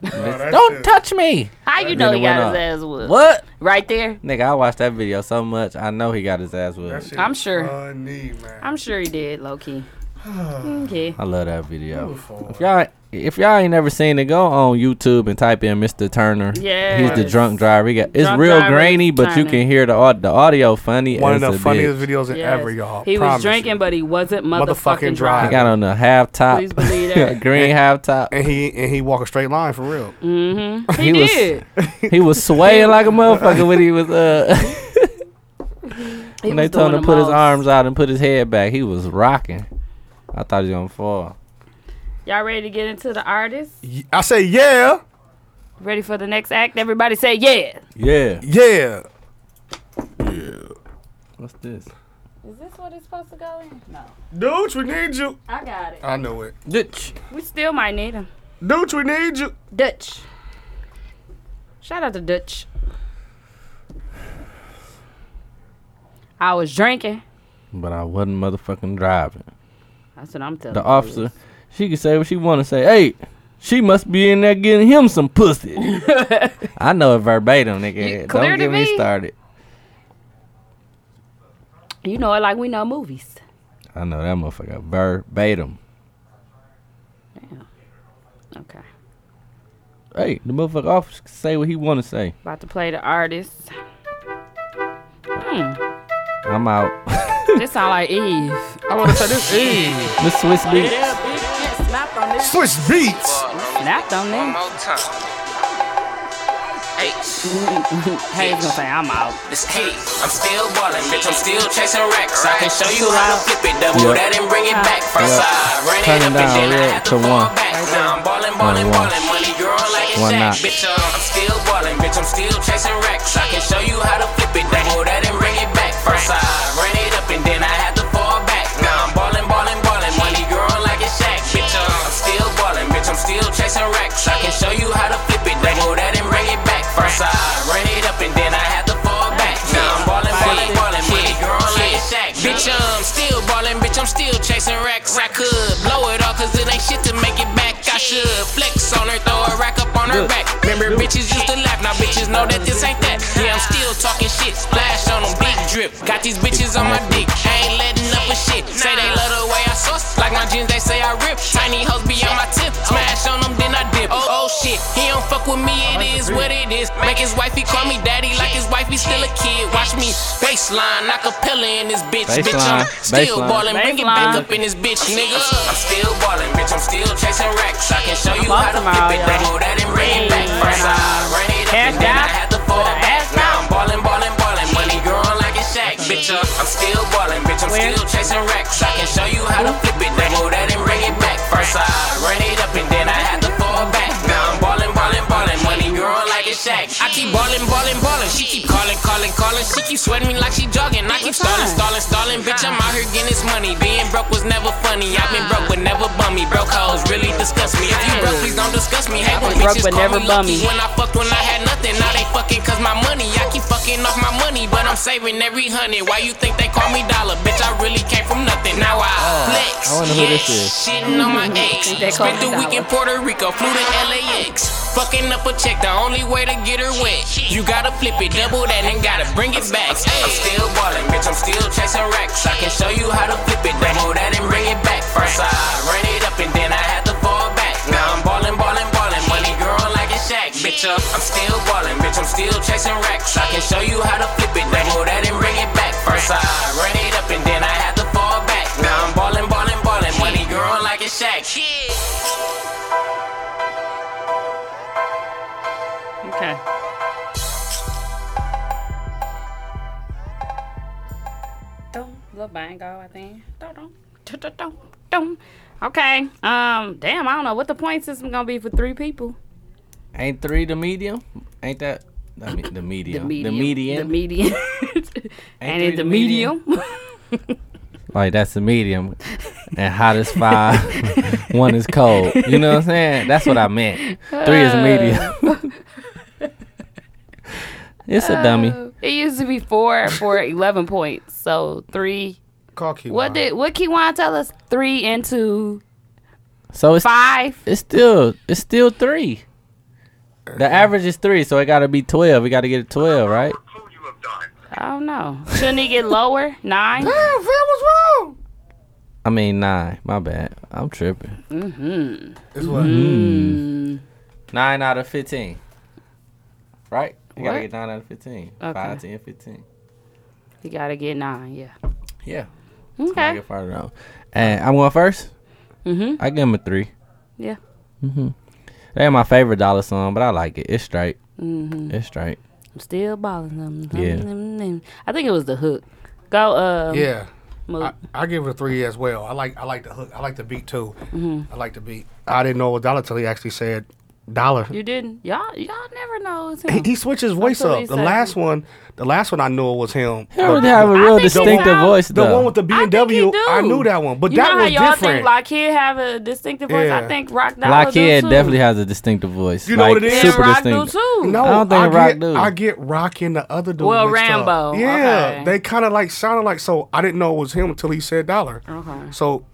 Speaker 4: No, that
Speaker 2: Don't
Speaker 4: shit-
Speaker 2: touch me.
Speaker 1: how you
Speaker 2: Then
Speaker 1: know
Speaker 2: it
Speaker 1: he got
Speaker 2: went
Speaker 1: his ass whooped?
Speaker 2: What,
Speaker 1: Right there.
Speaker 2: nigga? I watched that video so much. I know he got his ass
Speaker 4: that
Speaker 2: whipped.
Speaker 4: shit
Speaker 1: I'm
Speaker 4: was
Speaker 1: sure.
Speaker 4: Funny, man.
Speaker 1: I'm sure he did, low
Speaker 4: [sighs]
Speaker 1: key. okay.
Speaker 2: I love that video.
Speaker 4: Beautiful.
Speaker 2: If y'all, if y'all ain't never seen it, go on YouTube and type in Mr. Turner. he's the
Speaker 1: Yes.
Speaker 2: drunk driver. He got, it's
Speaker 1: Drunk
Speaker 2: real
Speaker 1: driver,
Speaker 2: grainy, but you
Speaker 1: Turner.
Speaker 2: can hear the au- the audio funny.
Speaker 4: One of
Speaker 2: as
Speaker 4: the
Speaker 2: a
Speaker 4: funniest
Speaker 2: bitch.
Speaker 4: videos in
Speaker 1: Yes.
Speaker 4: ever, y'all.
Speaker 1: He was
Speaker 4: Promise
Speaker 1: drinking,
Speaker 4: you.
Speaker 1: but he wasn't motherfucking,
Speaker 4: Motherfucking
Speaker 2: He
Speaker 1: driving.
Speaker 4: driving.
Speaker 2: got on the half top,
Speaker 1: Please
Speaker 2: [laughs]
Speaker 1: believe that.
Speaker 2: green half top.
Speaker 4: and he and he walk a straight line for real.
Speaker 1: Mm-hmm. He,
Speaker 2: He was-
Speaker 1: did.
Speaker 2: He was swaying like a motherfucker when he was uh. [laughs]
Speaker 1: He
Speaker 2: when they
Speaker 1: was
Speaker 2: told
Speaker 1: doing the
Speaker 2: him to put his
Speaker 1: most.
Speaker 2: arms out and put his head back, he was rocking. I thought he was gonna fall.
Speaker 1: Y'all ready to get into the artist?
Speaker 4: I say, yeah.
Speaker 1: Ready for the next act? Everybody say yeah.
Speaker 2: Yeah.
Speaker 4: Yeah.
Speaker 2: What's this?
Speaker 1: Is this what it's supposed to go in? No.
Speaker 4: Dudes, we need you.
Speaker 1: I got it.
Speaker 4: I know it.
Speaker 2: Ditch.
Speaker 1: We still might need him.
Speaker 4: Dudes, we need you.
Speaker 1: Dutch. Shout out to Dutch. I was drinking.
Speaker 2: But I wasn't motherfucking driving.
Speaker 1: That's what I'm telling
Speaker 2: The
Speaker 1: you.
Speaker 2: officer, she could say what she want to say. Hey, she must be in there getting him
Speaker 1: [laughs]
Speaker 2: some pussy. I know it verbatim,
Speaker 1: You
Speaker 2: nigga.
Speaker 1: clear
Speaker 2: Don't
Speaker 1: to
Speaker 2: get me
Speaker 1: me?
Speaker 2: started.
Speaker 1: You know it like we know movies.
Speaker 2: I know that motherfucker verbatim.
Speaker 1: Okay.
Speaker 2: Hey, the motherfucker officer can say what he want to say.
Speaker 1: About to play the artist. Hmm.
Speaker 2: I'm out. [laughs]
Speaker 1: this sound like Eve.
Speaker 4: I want to say this. Hey,
Speaker 2: Miss Swiss beat.
Speaker 1: Snapped on this.
Speaker 4: Swiss beats.
Speaker 1: Snapped on this.
Speaker 9: more time. Hey,
Speaker 1: [laughs] Hey, he's gonna say I'm out.
Speaker 9: this hate, I'm still ballin', bitch. I'm still chasing racks. I can show you how to flip it, double
Speaker 2: Yep.
Speaker 9: that and bring it back. First
Speaker 2: Yep.
Speaker 9: side, run
Speaker 2: Turn
Speaker 9: it
Speaker 2: it
Speaker 9: up
Speaker 2: down,
Speaker 9: and then I
Speaker 2: yeah,
Speaker 9: have
Speaker 2: to
Speaker 9: to fall
Speaker 2: one.
Speaker 9: back. Now I'm ballin', ballin',
Speaker 2: Only one.
Speaker 9: ballin', money growin' like a
Speaker 2: One
Speaker 9: sack.
Speaker 2: knot.
Speaker 9: Bitch, uh, I'm still ballin', bitch. I'm still chasing racks. I can show you how to flip it, double that and bring it back. First side, run it up and then I have to fall back. Now I'm ballin', ballin', ballin', money growin' like a sack. Bitch, uh, I'm still ballin', bitch. I'm still chasing racks. I can show you how to flip it, double that and bring it back. First side, run it up and then I have to fall back. Now I'm ballin', ballin', ballin', money growin' like a sack. Bitch, I'm still ballin', bitch. I'm still chasing racks. I could blow it all cause it ain't shit to make it back. I should flex on her, throw a rack up on her back. Remember, bitches used to laugh, now bitches know that this ain't that. Yeah, I'm still talking shit, splash on them, big drip. Got these bitches on my dick, I ain't letting up for shit. Say they love the way I sauce, like my jeans, they say I rip. Tiny hoes be on my tip, smash on them, then I dip. Oh, oh shit, he don't fuck with me, it is what it is. Make his wife, he call me daddy, like his wife, he still a kid. Watch me, baseline, acapella in this bitch. Bitch, I'm
Speaker 2: Baseline,
Speaker 9: still
Speaker 2: baseline.
Speaker 9: ballin', bring it
Speaker 1: Baseline.
Speaker 9: back up in this bitch, nigga. I'm still ballin', bitch. I'm still chasing racks. I can show you how to
Speaker 1: tomorrow,
Speaker 9: flip it.
Speaker 1: y'all.
Speaker 9: Double that and bring it back.
Speaker 1: Hey.
Speaker 9: First I ran it up
Speaker 1: Cash
Speaker 9: and then I
Speaker 1: out.
Speaker 9: had to fall
Speaker 1: With a
Speaker 9: back.
Speaker 1: ass
Speaker 9: Now
Speaker 1: out.
Speaker 9: I'm ballin', ballin', ballin'. Money growin' like a shack, bitch. Uh, I'm still ballin', bitch. I'm
Speaker 1: Where?
Speaker 9: still chasing racks. I can show you how to flip it. Double that and bring it back. First I ran it up and then I had to fall back. Now I'm ballin', ballin', ballin'. Money growin' like a shack. I keep ballin', ballin', ballin'. She keep callin', callin', callin'. She keep sweating me like she jogging. I keep stallin', stallin', stallin'. Bitch, I'm out here getting this money. Being broke was never funny. I've been broke but never bummy. Broke hoes really disgust me. If you broke, please don't discuss me. Hey, when
Speaker 1: been broke
Speaker 9: bitches
Speaker 1: but
Speaker 9: call
Speaker 1: never
Speaker 9: me lucky.
Speaker 1: bummy.
Speaker 9: When I fucked when I had nothing, now they fucking cause my money. I keep fucking off my money, but I'm saving every hundred. Why you think they call me dollar? Bitch, I really came from nothing. Now I flex.
Speaker 2: Uh, I wonder who this is.
Speaker 9: Shitting on my
Speaker 1: [laughs]
Speaker 9: ex.
Speaker 1: They call
Speaker 9: Spent
Speaker 1: me
Speaker 9: the week in
Speaker 1: dollar.
Speaker 9: Puerto Rico, flew to LAX. Fucking up a check, the only way to get her wet. You gotta flip it, double that, and gotta bring it back. I'm still ballin', bitch, I'm still chasing racks. I can show you how to flip it, double that, and bring it back. First I ran it up and then I had to fall back. Now I'm ballin', ballin', ballin', money growin' like a shack. Bitch, uh, I'm still ballin', bitch, I'm still chasing racks. I can show you how to flip it, double that, and bring it back. First I ran it up and then I had to fall back. Now I'm ballin', ballin', ballin', money growin' like a shack.
Speaker 1: Okay. Dum, little bango, I think. Dum, dum, dum, dum, dum, dum. Okay. Um. Damn. I don't know what the point system gonna be for three people.
Speaker 2: Ain't three the medium? Ain't that I mean, the medium?
Speaker 1: medium.
Speaker 2: median.
Speaker 1: The [laughs] median. and
Speaker 2: three
Speaker 1: it's the
Speaker 2: the median?
Speaker 1: medium. [laughs]
Speaker 2: like that's the medium, and hot is five. [laughs] One is cold. You know what I'm saying? That's what I meant. Three is medium. [laughs] it's a dummy.
Speaker 1: it used to be four for [laughs] eleven points. So three.
Speaker 4: Call Q.
Speaker 1: What did what Kiwan tell us? Three into
Speaker 2: So it's
Speaker 1: five.
Speaker 2: it's still it's still three. The average is three, so it gotta be twelve. We gotta get a twelve, right?
Speaker 1: I don't know. Shouldn't he get lower? [laughs] Nine.
Speaker 2: I mean nine. My bad. I'm tripping.
Speaker 4: It's what?
Speaker 2: Mm-hmm. Nine out of fifteen. Right? You gotta
Speaker 1: What?
Speaker 2: get nine out of fifteen.
Speaker 1: Okay.
Speaker 2: Five, ten, fifteen.
Speaker 1: You gotta get nine. Yeah.
Speaker 2: Yeah. I
Speaker 1: Okay.
Speaker 2: get farther on. And I'm going first.
Speaker 1: Mhm.
Speaker 2: I give him a three.
Speaker 1: Yeah.
Speaker 2: That ain't my favorite dollar song, but I like it. It's straight.
Speaker 1: Mm-hmm.
Speaker 2: It's straight.
Speaker 1: I'm still balling them.
Speaker 2: Yeah.
Speaker 1: I think it was the hook. Go. Um,
Speaker 4: Yeah.
Speaker 1: Mo-
Speaker 4: I, I give it a three as
Speaker 1: Mm-hmm.
Speaker 4: well. I like I like the hook. I like the beat too. I like the beat. I didn't know a dollar till he actually said Dollar.
Speaker 1: You didn't. Y'all, y'all never know. It's
Speaker 4: He,
Speaker 1: him.
Speaker 4: he switches voice
Speaker 1: Until
Speaker 4: up.
Speaker 1: he
Speaker 4: The
Speaker 1: said-
Speaker 4: last one, the last one I knew was him.
Speaker 2: He
Speaker 4: The-
Speaker 2: would have a
Speaker 1: I
Speaker 2: real
Speaker 1: think he
Speaker 2: distinctive
Speaker 1: sound-
Speaker 2: voice
Speaker 4: The
Speaker 2: though.
Speaker 4: one with the
Speaker 1: I think he
Speaker 4: BMW,
Speaker 1: do.
Speaker 4: I, knew that one, but
Speaker 1: you
Speaker 4: that
Speaker 1: know how
Speaker 4: was
Speaker 1: y'all
Speaker 4: different.
Speaker 1: think Lockheed have a distinctive voice?
Speaker 4: Yeah.
Speaker 1: I think Rock Dollar
Speaker 2: Lockheed
Speaker 1: do too.
Speaker 2: definitely has a distinctive voice.
Speaker 4: You know
Speaker 2: like,
Speaker 4: what it is?
Speaker 1: and
Speaker 2: Super
Speaker 1: Rock do
Speaker 2: distinctive.
Speaker 1: too.
Speaker 4: no,
Speaker 2: I don't think
Speaker 4: I
Speaker 2: Rock
Speaker 4: get,
Speaker 2: do.
Speaker 4: I get Rock and the other dude.
Speaker 1: Well,
Speaker 4: mixed up.
Speaker 1: Rambo,
Speaker 4: Yeah,
Speaker 1: okay.
Speaker 4: they kind of like sounded like so. I didn't know it was him until he said Dollar.
Speaker 1: Okay.
Speaker 4: So,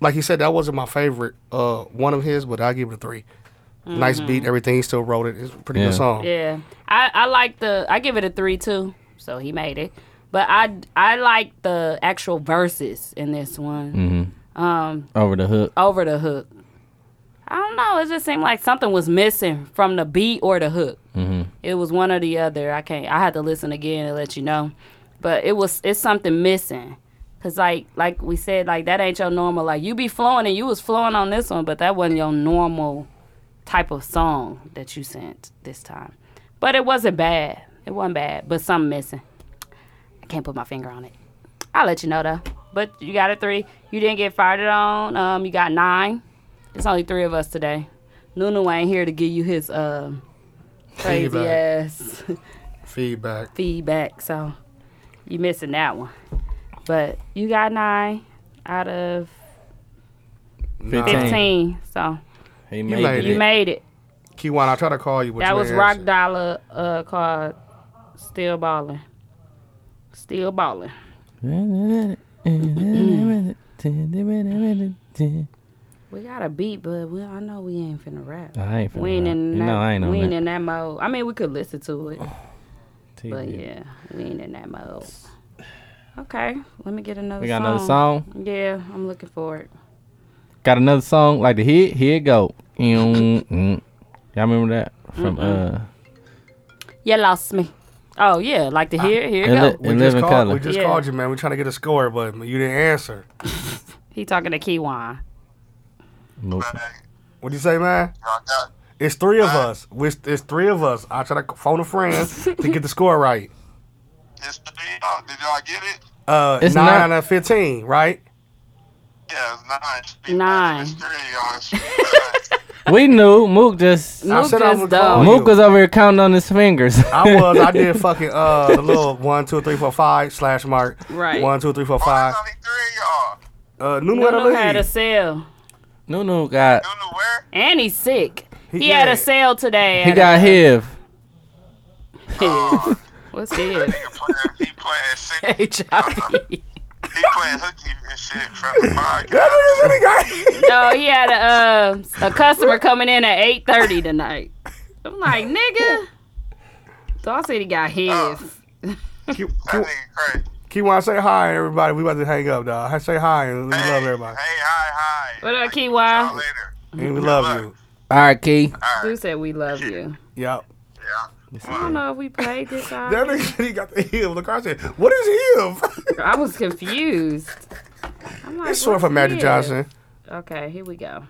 Speaker 4: like he said, that wasn't my favorite uh, one of his, but I give it a 3 Nice beat, everything. He still wrote it. It's a pretty
Speaker 2: Yeah.
Speaker 4: good song.
Speaker 1: Mm-hmm. Yeah, I, I like the. I give it a three too. So he made it, but I I like the actual verses in this one
Speaker 2: Over the hook.
Speaker 1: over the hook. I don't know. It just seemed like something was missing from the beat or the hook. Mm-hmm. It was one or the other. I can't. I had to listen again to let you know, but it was it's something missing. Cause like like we said like that ain't your normal. Like you be flowing and you was flowing on this one, but that wasn't your normal type of song that you sent this time. But it wasn't bad. It wasn't bad, but something missing. I can't put my finger on it. I'll let you know though. But you got a three. You didn't get fired on. Um, you got nine. It's only three of us today. Nunu ain't here to give you his um crazy
Speaker 4: Feedback.
Speaker 1: ass
Speaker 4: Feedback.
Speaker 1: feedback, so you missing that one. But you got nine out of
Speaker 2: Fifteen.
Speaker 1: fifteen, so
Speaker 2: He
Speaker 4: made
Speaker 2: made
Speaker 1: you
Speaker 2: it.
Speaker 1: made it.
Speaker 4: Kiwan, I tried to call you, but
Speaker 1: That
Speaker 4: you
Speaker 1: was
Speaker 4: ain't
Speaker 1: Rock
Speaker 4: answer.
Speaker 1: Dollar uh, called Still Ballin'. Still Ballin'. We got a beat, but we, I know we ain't finna rap.
Speaker 2: [laughs] I ain't finna
Speaker 1: we ain't
Speaker 2: rap.
Speaker 1: in
Speaker 2: You
Speaker 1: that,
Speaker 2: know I ain't on
Speaker 1: we ain't
Speaker 2: that. Oh,
Speaker 1: in that mode. I mean, we could listen to it, but yeah, we ain't in that mode. Okay, let me get another.
Speaker 2: We got another song.
Speaker 1: Yeah, I'm looking for it.
Speaker 2: Got another song like the hit. Here it go. Mm, mm. Y'all remember that from uh?
Speaker 1: You lost me. Oh yeah, like to hear here
Speaker 2: and
Speaker 1: go.
Speaker 2: look-
Speaker 4: We
Speaker 2: in
Speaker 4: just,
Speaker 2: living
Speaker 4: called,
Speaker 2: color.
Speaker 4: we just
Speaker 1: Yeah.
Speaker 4: called you, man. We're trying to get a score, but you didn't answer.
Speaker 1: He talking to
Speaker 4: [laughs]
Speaker 1: Kiwan.
Speaker 4: What'd you say, man? It's three of us. We- It's three of us. I try to phone a friend to get the score right.
Speaker 7: [laughs] It's the y'all. Did y'all get it?
Speaker 4: Uh,
Speaker 2: It's
Speaker 4: nine
Speaker 2: not-
Speaker 4: out of fifteen, right?
Speaker 7: Yeah, it's nine.
Speaker 1: Nine.
Speaker 7: It's three of y'all. It's nine.
Speaker 2: We knew Mook just
Speaker 1: Mook
Speaker 4: said I
Speaker 1: just
Speaker 4: was
Speaker 1: dumb.
Speaker 4: going.
Speaker 2: Mook was over here counting on his fingers.
Speaker 4: Oh, I was.
Speaker 2: [laughs]
Speaker 4: I did fucking uh the little one, two, three, four, five slash mark.
Speaker 1: Right.
Speaker 4: One, two, three, four,
Speaker 7: Oh,
Speaker 4: five.
Speaker 7: there's only three
Speaker 4: Uh, Nunu had a
Speaker 1: Lulu had a
Speaker 4: lead.
Speaker 1: sale,
Speaker 2: Nunu got
Speaker 7: of y'all. Nunu, where?
Speaker 1: and he's sick. He, had
Speaker 4: yeah.
Speaker 1: a sale today.
Speaker 2: he
Speaker 1: at
Speaker 2: got
Speaker 1: a-
Speaker 2: HIV.
Speaker 1: his. [laughs]
Speaker 4: [laughs]
Speaker 1: What's his?
Speaker 7: He playing, he playing, sick-
Speaker 1: HIV.
Speaker 7: he playing hooky and shit from the
Speaker 4: [laughs]
Speaker 7: podcast.
Speaker 1: No, he had a uh, a customer coming in at eight thirty tonight. I'm like, nigga. So I said he got his.
Speaker 4: Ki-
Speaker 7: That
Speaker 4: Ki-
Speaker 7: nigga crazy.
Speaker 4: Kiwan, say hi, everybody. We about to hang up, dog. Say hi, and we
Speaker 7: Hey,
Speaker 4: love everybody,
Speaker 7: Hey, hi, hi.
Speaker 1: What up,
Speaker 7: Y'all
Speaker 1: Kiwan?
Speaker 7: later.
Speaker 4: and we love you.
Speaker 2: All right, Key.
Speaker 1: Dude said we love you.
Speaker 4: Yep.
Speaker 7: Yeah.
Speaker 1: I don't know if we played this.
Speaker 4: That
Speaker 1: already.
Speaker 4: nigga said he got the heel. The car said, "What [laughs] is heel?"
Speaker 1: I was confused. I'm like,
Speaker 4: It's sort
Speaker 1: what's
Speaker 4: of Magic
Speaker 1: this?
Speaker 4: Johnson.
Speaker 1: Okay, here we go.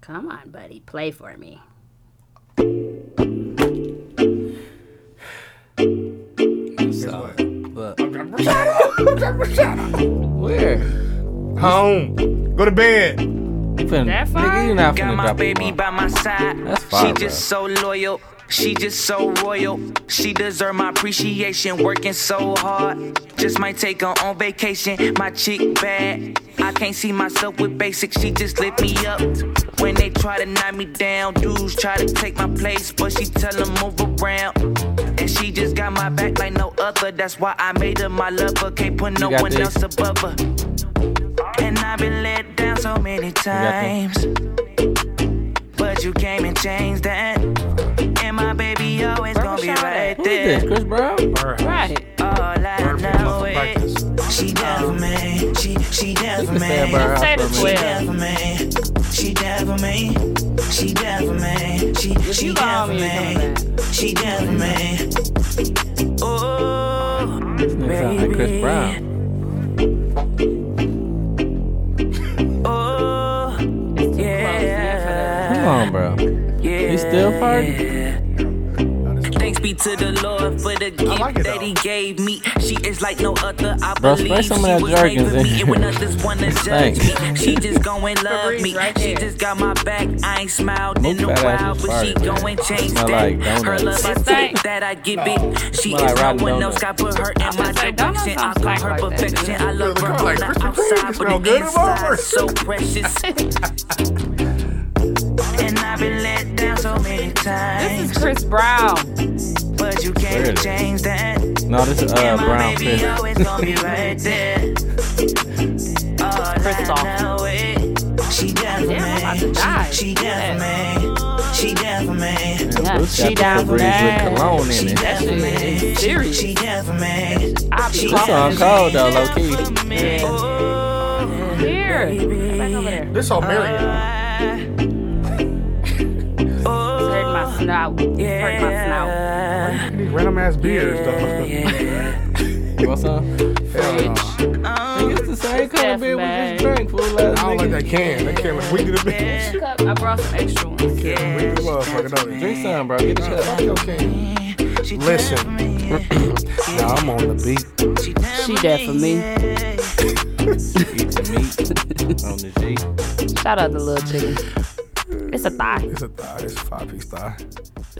Speaker 1: Come on, buddy, play for me.
Speaker 2: Where?
Speaker 4: Home. Go to bed.
Speaker 2: Finna,
Speaker 1: That far?
Speaker 2: nigga, you not
Speaker 10: Got
Speaker 2: finna
Speaker 10: my
Speaker 2: drop a
Speaker 10: baby
Speaker 2: bomb.
Speaker 10: by my side.
Speaker 2: That's
Speaker 10: she
Speaker 2: fire, bro.
Speaker 10: just so loyal. She just so royal. She deserve my appreciation. Working so hard. Just might take her on vacation. My chick bad. I can't see myself with basics. She just lit me up. When they try to knock me down, dudes try to take my place, but she tell them move around. And she just got my back like no other. That's why I made her my lover. Can't put no
Speaker 2: got
Speaker 10: one
Speaker 2: this.
Speaker 10: else above her. And I've been let down so many
Speaker 2: that.
Speaker 10: times. But you came and changed that. And my baby always gonna be right
Speaker 2: Who is this?
Speaker 10: there.
Speaker 2: Chris Brown?
Speaker 1: Right.
Speaker 10: All I know is she down for me. She she down for
Speaker 2: Stand
Speaker 10: me.
Speaker 2: by her house
Speaker 1: Say
Speaker 2: for a
Speaker 1: the
Speaker 2: minute.
Speaker 10: She
Speaker 1: 12.
Speaker 10: down for me. She down for me. She down for me. She she
Speaker 1: You call
Speaker 10: down for
Speaker 1: me and come
Speaker 10: me.
Speaker 1: back.
Speaker 10: She down for me. Oh,
Speaker 2: Nigga sound like Chris
Speaker 10: baby.
Speaker 2: Brown.
Speaker 10: oh,
Speaker 1: man, for
Speaker 10: yeah.
Speaker 2: Come on, bro.
Speaker 10: Yeah.
Speaker 2: He still farting?
Speaker 10: Thanks be be to the Lord for the gift that He gave me. She is like no other. I
Speaker 2: Bro, spray
Speaker 10: believe
Speaker 2: some of
Speaker 10: she
Speaker 2: that
Speaker 10: was made
Speaker 2: Jergens
Speaker 10: for me,
Speaker 2: in
Speaker 10: and when
Speaker 2: here.
Speaker 10: others wanna
Speaker 2: Thanks.
Speaker 10: judge me,
Speaker 2: [laughs]
Speaker 10: she just go and love me. She just got my back. I ain't smiled in a
Speaker 2: Fat
Speaker 10: while,
Speaker 2: ass is
Speaker 10: but
Speaker 2: fire,
Speaker 10: she
Speaker 2: man.
Speaker 10: go and change
Speaker 2: Smell like
Speaker 10: that. Her
Speaker 2: donuts.
Speaker 10: love, I take that. I give it. She
Speaker 2: Smell like
Speaker 10: is no
Speaker 2: rotten
Speaker 10: one
Speaker 2: donuts.
Speaker 10: else. I put her in my direction. I put her perfection. I love her on the outside, but the inside so [laughs] precious. And I've been let down so many times. This is Chris Brown. But you can't
Speaker 2: Really?
Speaker 10: change that.
Speaker 2: No, this is uh,
Speaker 10: And my
Speaker 2: Brown
Speaker 10: baby
Speaker 2: Pitt.
Speaker 10: always gonna be
Speaker 2: [laughs]
Speaker 10: right there. All I know is she down for me. She, she down for me. She down for me.
Speaker 1: Yeah,
Speaker 2: Bruce got
Speaker 1: she
Speaker 2: the
Speaker 1: down for
Speaker 2: Febreze
Speaker 1: that.
Speaker 2: with cologne in it.
Speaker 1: That shit is serious.
Speaker 10: She down for me.
Speaker 1: I be
Speaker 2: This
Speaker 1: calling
Speaker 2: song cold though, low key.
Speaker 1: Here. Back over there.
Speaker 4: This all Marion.
Speaker 1: [laughs] Hurt my snout. Hurt my snout.
Speaker 4: These random ass beers, though. [laughs]
Speaker 2: What's up? It's the same kind of beer we just drank for last
Speaker 4: I don't like
Speaker 2: nigga.
Speaker 4: that can. That can was weak in the bitch.
Speaker 1: Cup, I brought some extra ones.
Speaker 4: Weak as a motherfucker, don't it?
Speaker 2: Drink some, bro. Get the
Speaker 4: Fuck your can. Listen, [clears throat] now I'm on the beat.
Speaker 1: She dead for me.
Speaker 2: Eat the meat on the G.
Speaker 1: Shout out to Little Chicken. It's a thigh.
Speaker 4: It's a thigh. It's a five piece thigh.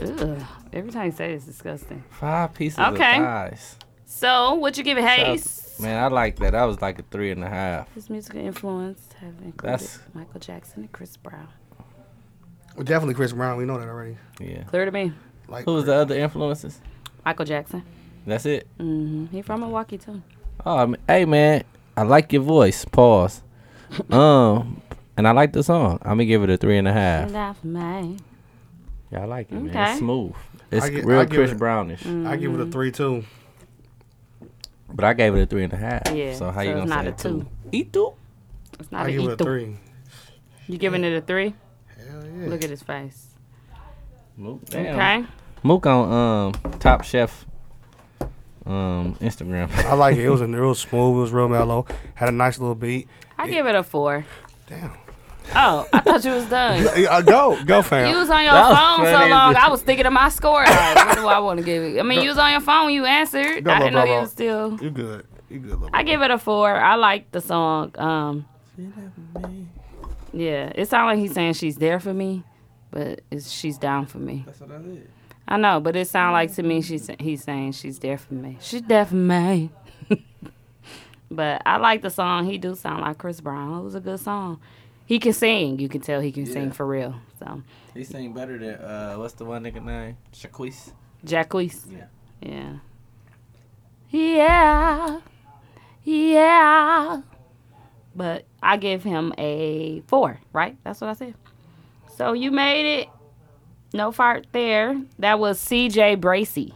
Speaker 1: Ugh. Every time you say it, it's disgusting.
Speaker 2: Five pieces of
Speaker 1: Okay.
Speaker 2: thighs.
Speaker 1: So, what you give it, Hayes?
Speaker 2: Man, I like that. That was like a three and a half.
Speaker 1: His musical influence have included
Speaker 2: That's-
Speaker 1: Michael Jackson and Chris Brown.
Speaker 4: Well, definitely Chris Brown. We know that already.
Speaker 2: Yeah.
Speaker 1: Clear to me.
Speaker 4: Like,
Speaker 2: Who was the other influences?
Speaker 1: Michael Jackson.
Speaker 2: That's it.
Speaker 1: Mm-hmm. He from Milwaukee too.
Speaker 2: Oh, I mean, hey man, I like your voice. Pause. Um, and I like the song. I'm gonna give it a three and a half.
Speaker 1: And that for me.
Speaker 2: Yeah, I like it, man.
Speaker 1: Okay. Mm.
Speaker 2: It's smooth. It's
Speaker 4: I gi- I
Speaker 2: real
Speaker 4: give
Speaker 2: Chris
Speaker 4: it-
Speaker 2: Brownish.
Speaker 4: I give it a three two.
Speaker 2: But I gave it a three and a half.
Speaker 1: Yeah,
Speaker 2: So how
Speaker 1: so
Speaker 2: you
Speaker 1: it's
Speaker 2: gonna
Speaker 1: not
Speaker 2: say
Speaker 1: a two.
Speaker 2: E two.
Speaker 1: It's not
Speaker 4: I
Speaker 1: an
Speaker 4: give
Speaker 1: E
Speaker 4: it a three.
Speaker 1: You giving it a three?
Speaker 4: Hell yeah.
Speaker 1: Look at his face.
Speaker 2: Mook, damn.
Speaker 1: Okay.
Speaker 2: Mook on um Top Chef um Instagram. [laughs]
Speaker 4: I like it. It was a real smooth. It was real mellow. Had a nice little beat.
Speaker 1: I give it a four.
Speaker 4: Damn.
Speaker 1: Oh, I thought you was [laughs] done.
Speaker 4: Uh, go, go, fam.
Speaker 1: You was on your
Speaker 2: That was
Speaker 1: phone so
Speaker 2: crazy.
Speaker 1: long. I was thinking of my score. Like, what do I want to give it? I mean, you was on your phone. when You answered.
Speaker 4: Go,
Speaker 1: I didn't know
Speaker 4: bro, bro,
Speaker 1: you
Speaker 4: bro.
Speaker 1: was still.
Speaker 4: You good? You good? Little
Speaker 1: I give it a four. I like the song. Um, yeah, it sounds like he's saying she's there for me, but it's, she's down for me. That's what I did. I know, but it sounds like to me she's he's saying she's there for me. She's there for me. [laughs] but I like the song. He do sound like Chris Brown. It was a good song. He can sing. You can tell he can sing
Speaker 2: Yeah.
Speaker 1: for real. So.
Speaker 2: he sing better than uh what's the one nigga name? Shaquise.
Speaker 1: Jacquees.
Speaker 2: Yeah.
Speaker 1: Yeah. Yeah. Yeah. But I give him a four, right? That's what I said. So you made it. No fart there. That was CJ Bracy.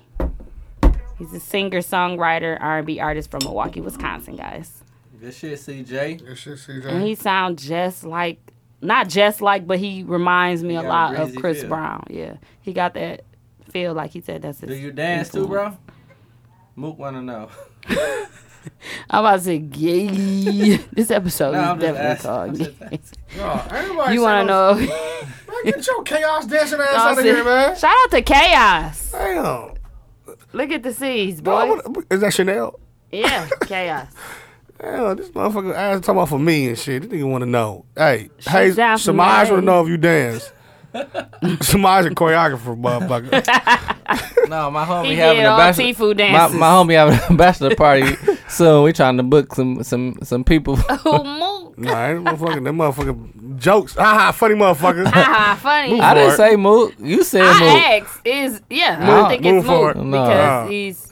Speaker 1: He's a singer, songwriter, R&B artist from Milwaukee, Wisconsin, guys.
Speaker 2: Good shit, CJ.
Speaker 4: That shit,
Speaker 1: And
Speaker 4: CJ.
Speaker 1: he sounds just like, not just like, but he reminds me a
Speaker 2: got a
Speaker 1: lot of
Speaker 2: breezy
Speaker 1: Chris
Speaker 2: feel.
Speaker 1: Brown. Yeah, he got that feel, like he said. That's his
Speaker 2: Do you dance too,
Speaker 1: influence.
Speaker 2: bro? Mook wanna know. [laughs]
Speaker 1: I'm about to say
Speaker 2: [laughs]
Speaker 1: gay. this episode
Speaker 2: No, I'm
Speaker 1: is
Speaker 2: just
Speaker 1: definitely
Speaker 2: asking. I'm
Speaker 1: called
Speaker 2: just
Speaker 1: gay.
Speaker 4: No, everybody
Speaker 1: You
Speaker 4: say
Speaker 1: want to
Speaker 4: those-
Speaker 1: know?
Speaker 4: Man, Get your chaos dancing ass out of
Speaker 1: Honestly.
Speaker 4: here, man.
Speaker 1: Shout out to Chaos.
Speaker 4: Damn.
Speaker 1: Look at the C's,
Speaker 4: Bro, I
Speaker 1: boy.
Speaker 4: wanna- Is that Chanel?
Speaker 1: Yeah,
Speaker 2: [laughs]
Speaker 1: Chaos.
Speaker 4: Hell, this motherfucker ass talking about for me and shit. This nigga want to know. Hey, hey,
Speaker 1: down for
Speaker 4: Samaj
Speaker 1: me.
Speaker 4: want to know if you dance. [laughs] Samaj a choreographer, motherfucker. [laughs]
Speaker 2: No, my homie
Speaker 1: He
Speaker 2: having
Speaker 1: did
Speaker 2: a
Speaker 1: all
Speaker 2: bachelor.
Speaker 1: seafood
Speaker 2: my,
Speaker 1: dances.
Speaker 2: my homie having a bachelor
Speaker 1: [laughs]
Speaker 2: party soon. We trying to book some some some people. [laughs]
Speaker 1: Who moved?
Speaker 4: nah, that motherfucker, that motherfucker jokes. Ah, funny motherfucker.
Speaker 1: [laughs] Ah, funny.
Speaker 2: I
Speaker 1: I,
Speaker 2: didn't say Mook. You said Mook.
Speaker 1: asked is yeah.
Speaker 4: Move-
Speaker 1: I think it's
Speaker 4: move
Speaker 1: moved
Speaker 4: forward.
Speaker 1: because
Speaker 2: No.
Speaker 1: he's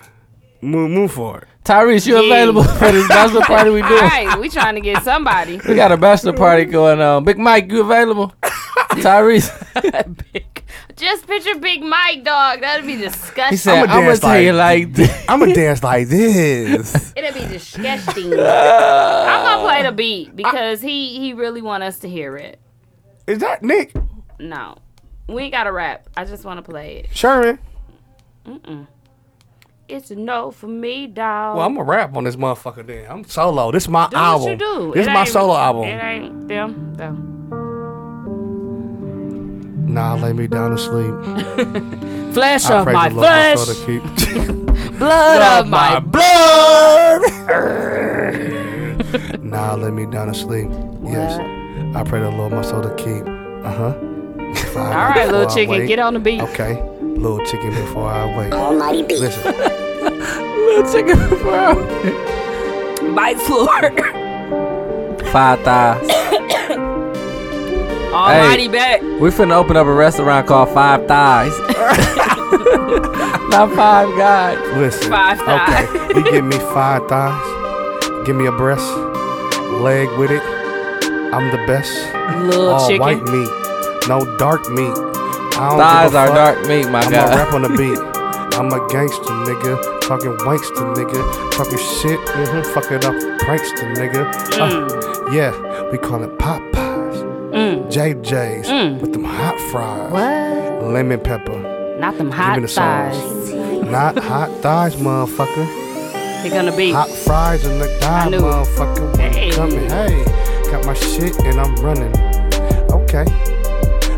Speaker 4: move, move forward.
Speaker 2: Tyrese, you
Speaker 1: Yeah.
Speaker 2: available [laughs] for this bachelor party we
Speaker 1: all [laughs]
Speaker 2: doing?
Speaker 1: right. We trying to
Speaker 2: [laughs]
Speaker 1: get somebody.
Speaker 2: We got a bachelor party going on. Big Mike, you
Speaker 1: [laughs]
Speaker 2: available? Tyrese.
Speaker 1: Big- Just picture Big Mike, dog. That'd be disgusting.
Speaker 2: he said,
Speaker 4: I'ma
Speaker 2: I'm going
Speaker 4: dance
Speaker 2: to tell you
Speaker 4: like-
Speaker 2: like this.
Speaker 4: [laughs] I'm gonna dance like this.
Speaker 1: It'll be [laughs] disgusting. I'm gonna play the beat because he he really want us to hear it.
Speaker 4: Is that Nick
Speaker 1: No, we ain't got to rap. I just want to play it.
Speaker 4: Sherman?
Speaker 1: It's a no for me, dog.
Speaker 4: Well, I'm gonna rap on this motherfucker. Then I'm solo. This is my
Speaker 1: do
Speaker 4: album.
Speaker 1: what you do.
Speaker 4: This is
Speaker 1: It
Speaker 4: my
Speaker 1: ain't-
Speaker 4: solo
Speaker 1: It
Speaker 4: album.
Speaker 1: ain't them though.
Speaker 4: Nah, lay me down to sleep.
Speaker 1: [laughs] Flesh
Speaker 4: I
Speaker 1: of
Speaker 4: praise
Speaker 1: my
Speaker 4: the Lord for
Speaker 1: flesh,
Speaker 4: the [laughs]
Speaker 1: blood of my
Speaker 4: blood. keep. [laughs] nah, let me down to sleep. Yes. I pray the Lord my soul to keep. Uh huh.
Speaker 1: All right, little chicken, get on the beat.
Speaker 4: Okay. Little chicken before I wait. Almighty beat. Listen.
Speaker 1: Little chicken Bites
Speaker 4: [laughs]
Speaker 1: floor.
Speaker 2: Five thighs.
Speaker 1: Almighty back.
Speaker 2: We finna open up a restaurant called Five [laughs] Thighs. Not five guys.
Speaker 4: Listen.
Speaker 2: Five thighs.
Speaker 4: Okay. You give me five thighs. Give me a breast. Leg with it. I'm the best.
Speaker 1: Little
Speaker 4: All
Speaker 1: chicken.
Speaker 4: white meat. No dark meat. I don't
Speaker 2: Thighs
Speaker 4: give a
Speaker 2: are
Speaker 4: fuck.
Speaker 2: dark meat, my
Speaker 4: I'm
Speaker 2: guy.
Speaker 4: a rap on
Speaker 2: [laughs]
Speaker 4: the beat. I'm a gangster nigga, talking wankster nigga, talking shit, mm-hmm, fuck it up, prankster nigga.
Speaker 1: Mm.
Speaker 4: Uh, yeah, we call it Popeyes, JJ's with them hot fries,
Speaker 1: Mm. What?
Speaker 4: lemon pepper,
Speaker 1: Not them
Speaker 4: give me
Speaker 1: hot
Speaker 4: the sauce.
Speaker 1: thighs.
Speaker 4: Not hot thighs, motherfucker.
Speaker 1: They're gonna be.
Speaker 4: Hot fries in the thigh,
Speaker 1: knew it.
Speaker 4: motherfucker. When
Speaker 1: Hey.
Speaker 4: hey. coming, hey, got my shit and I'm running. Okay,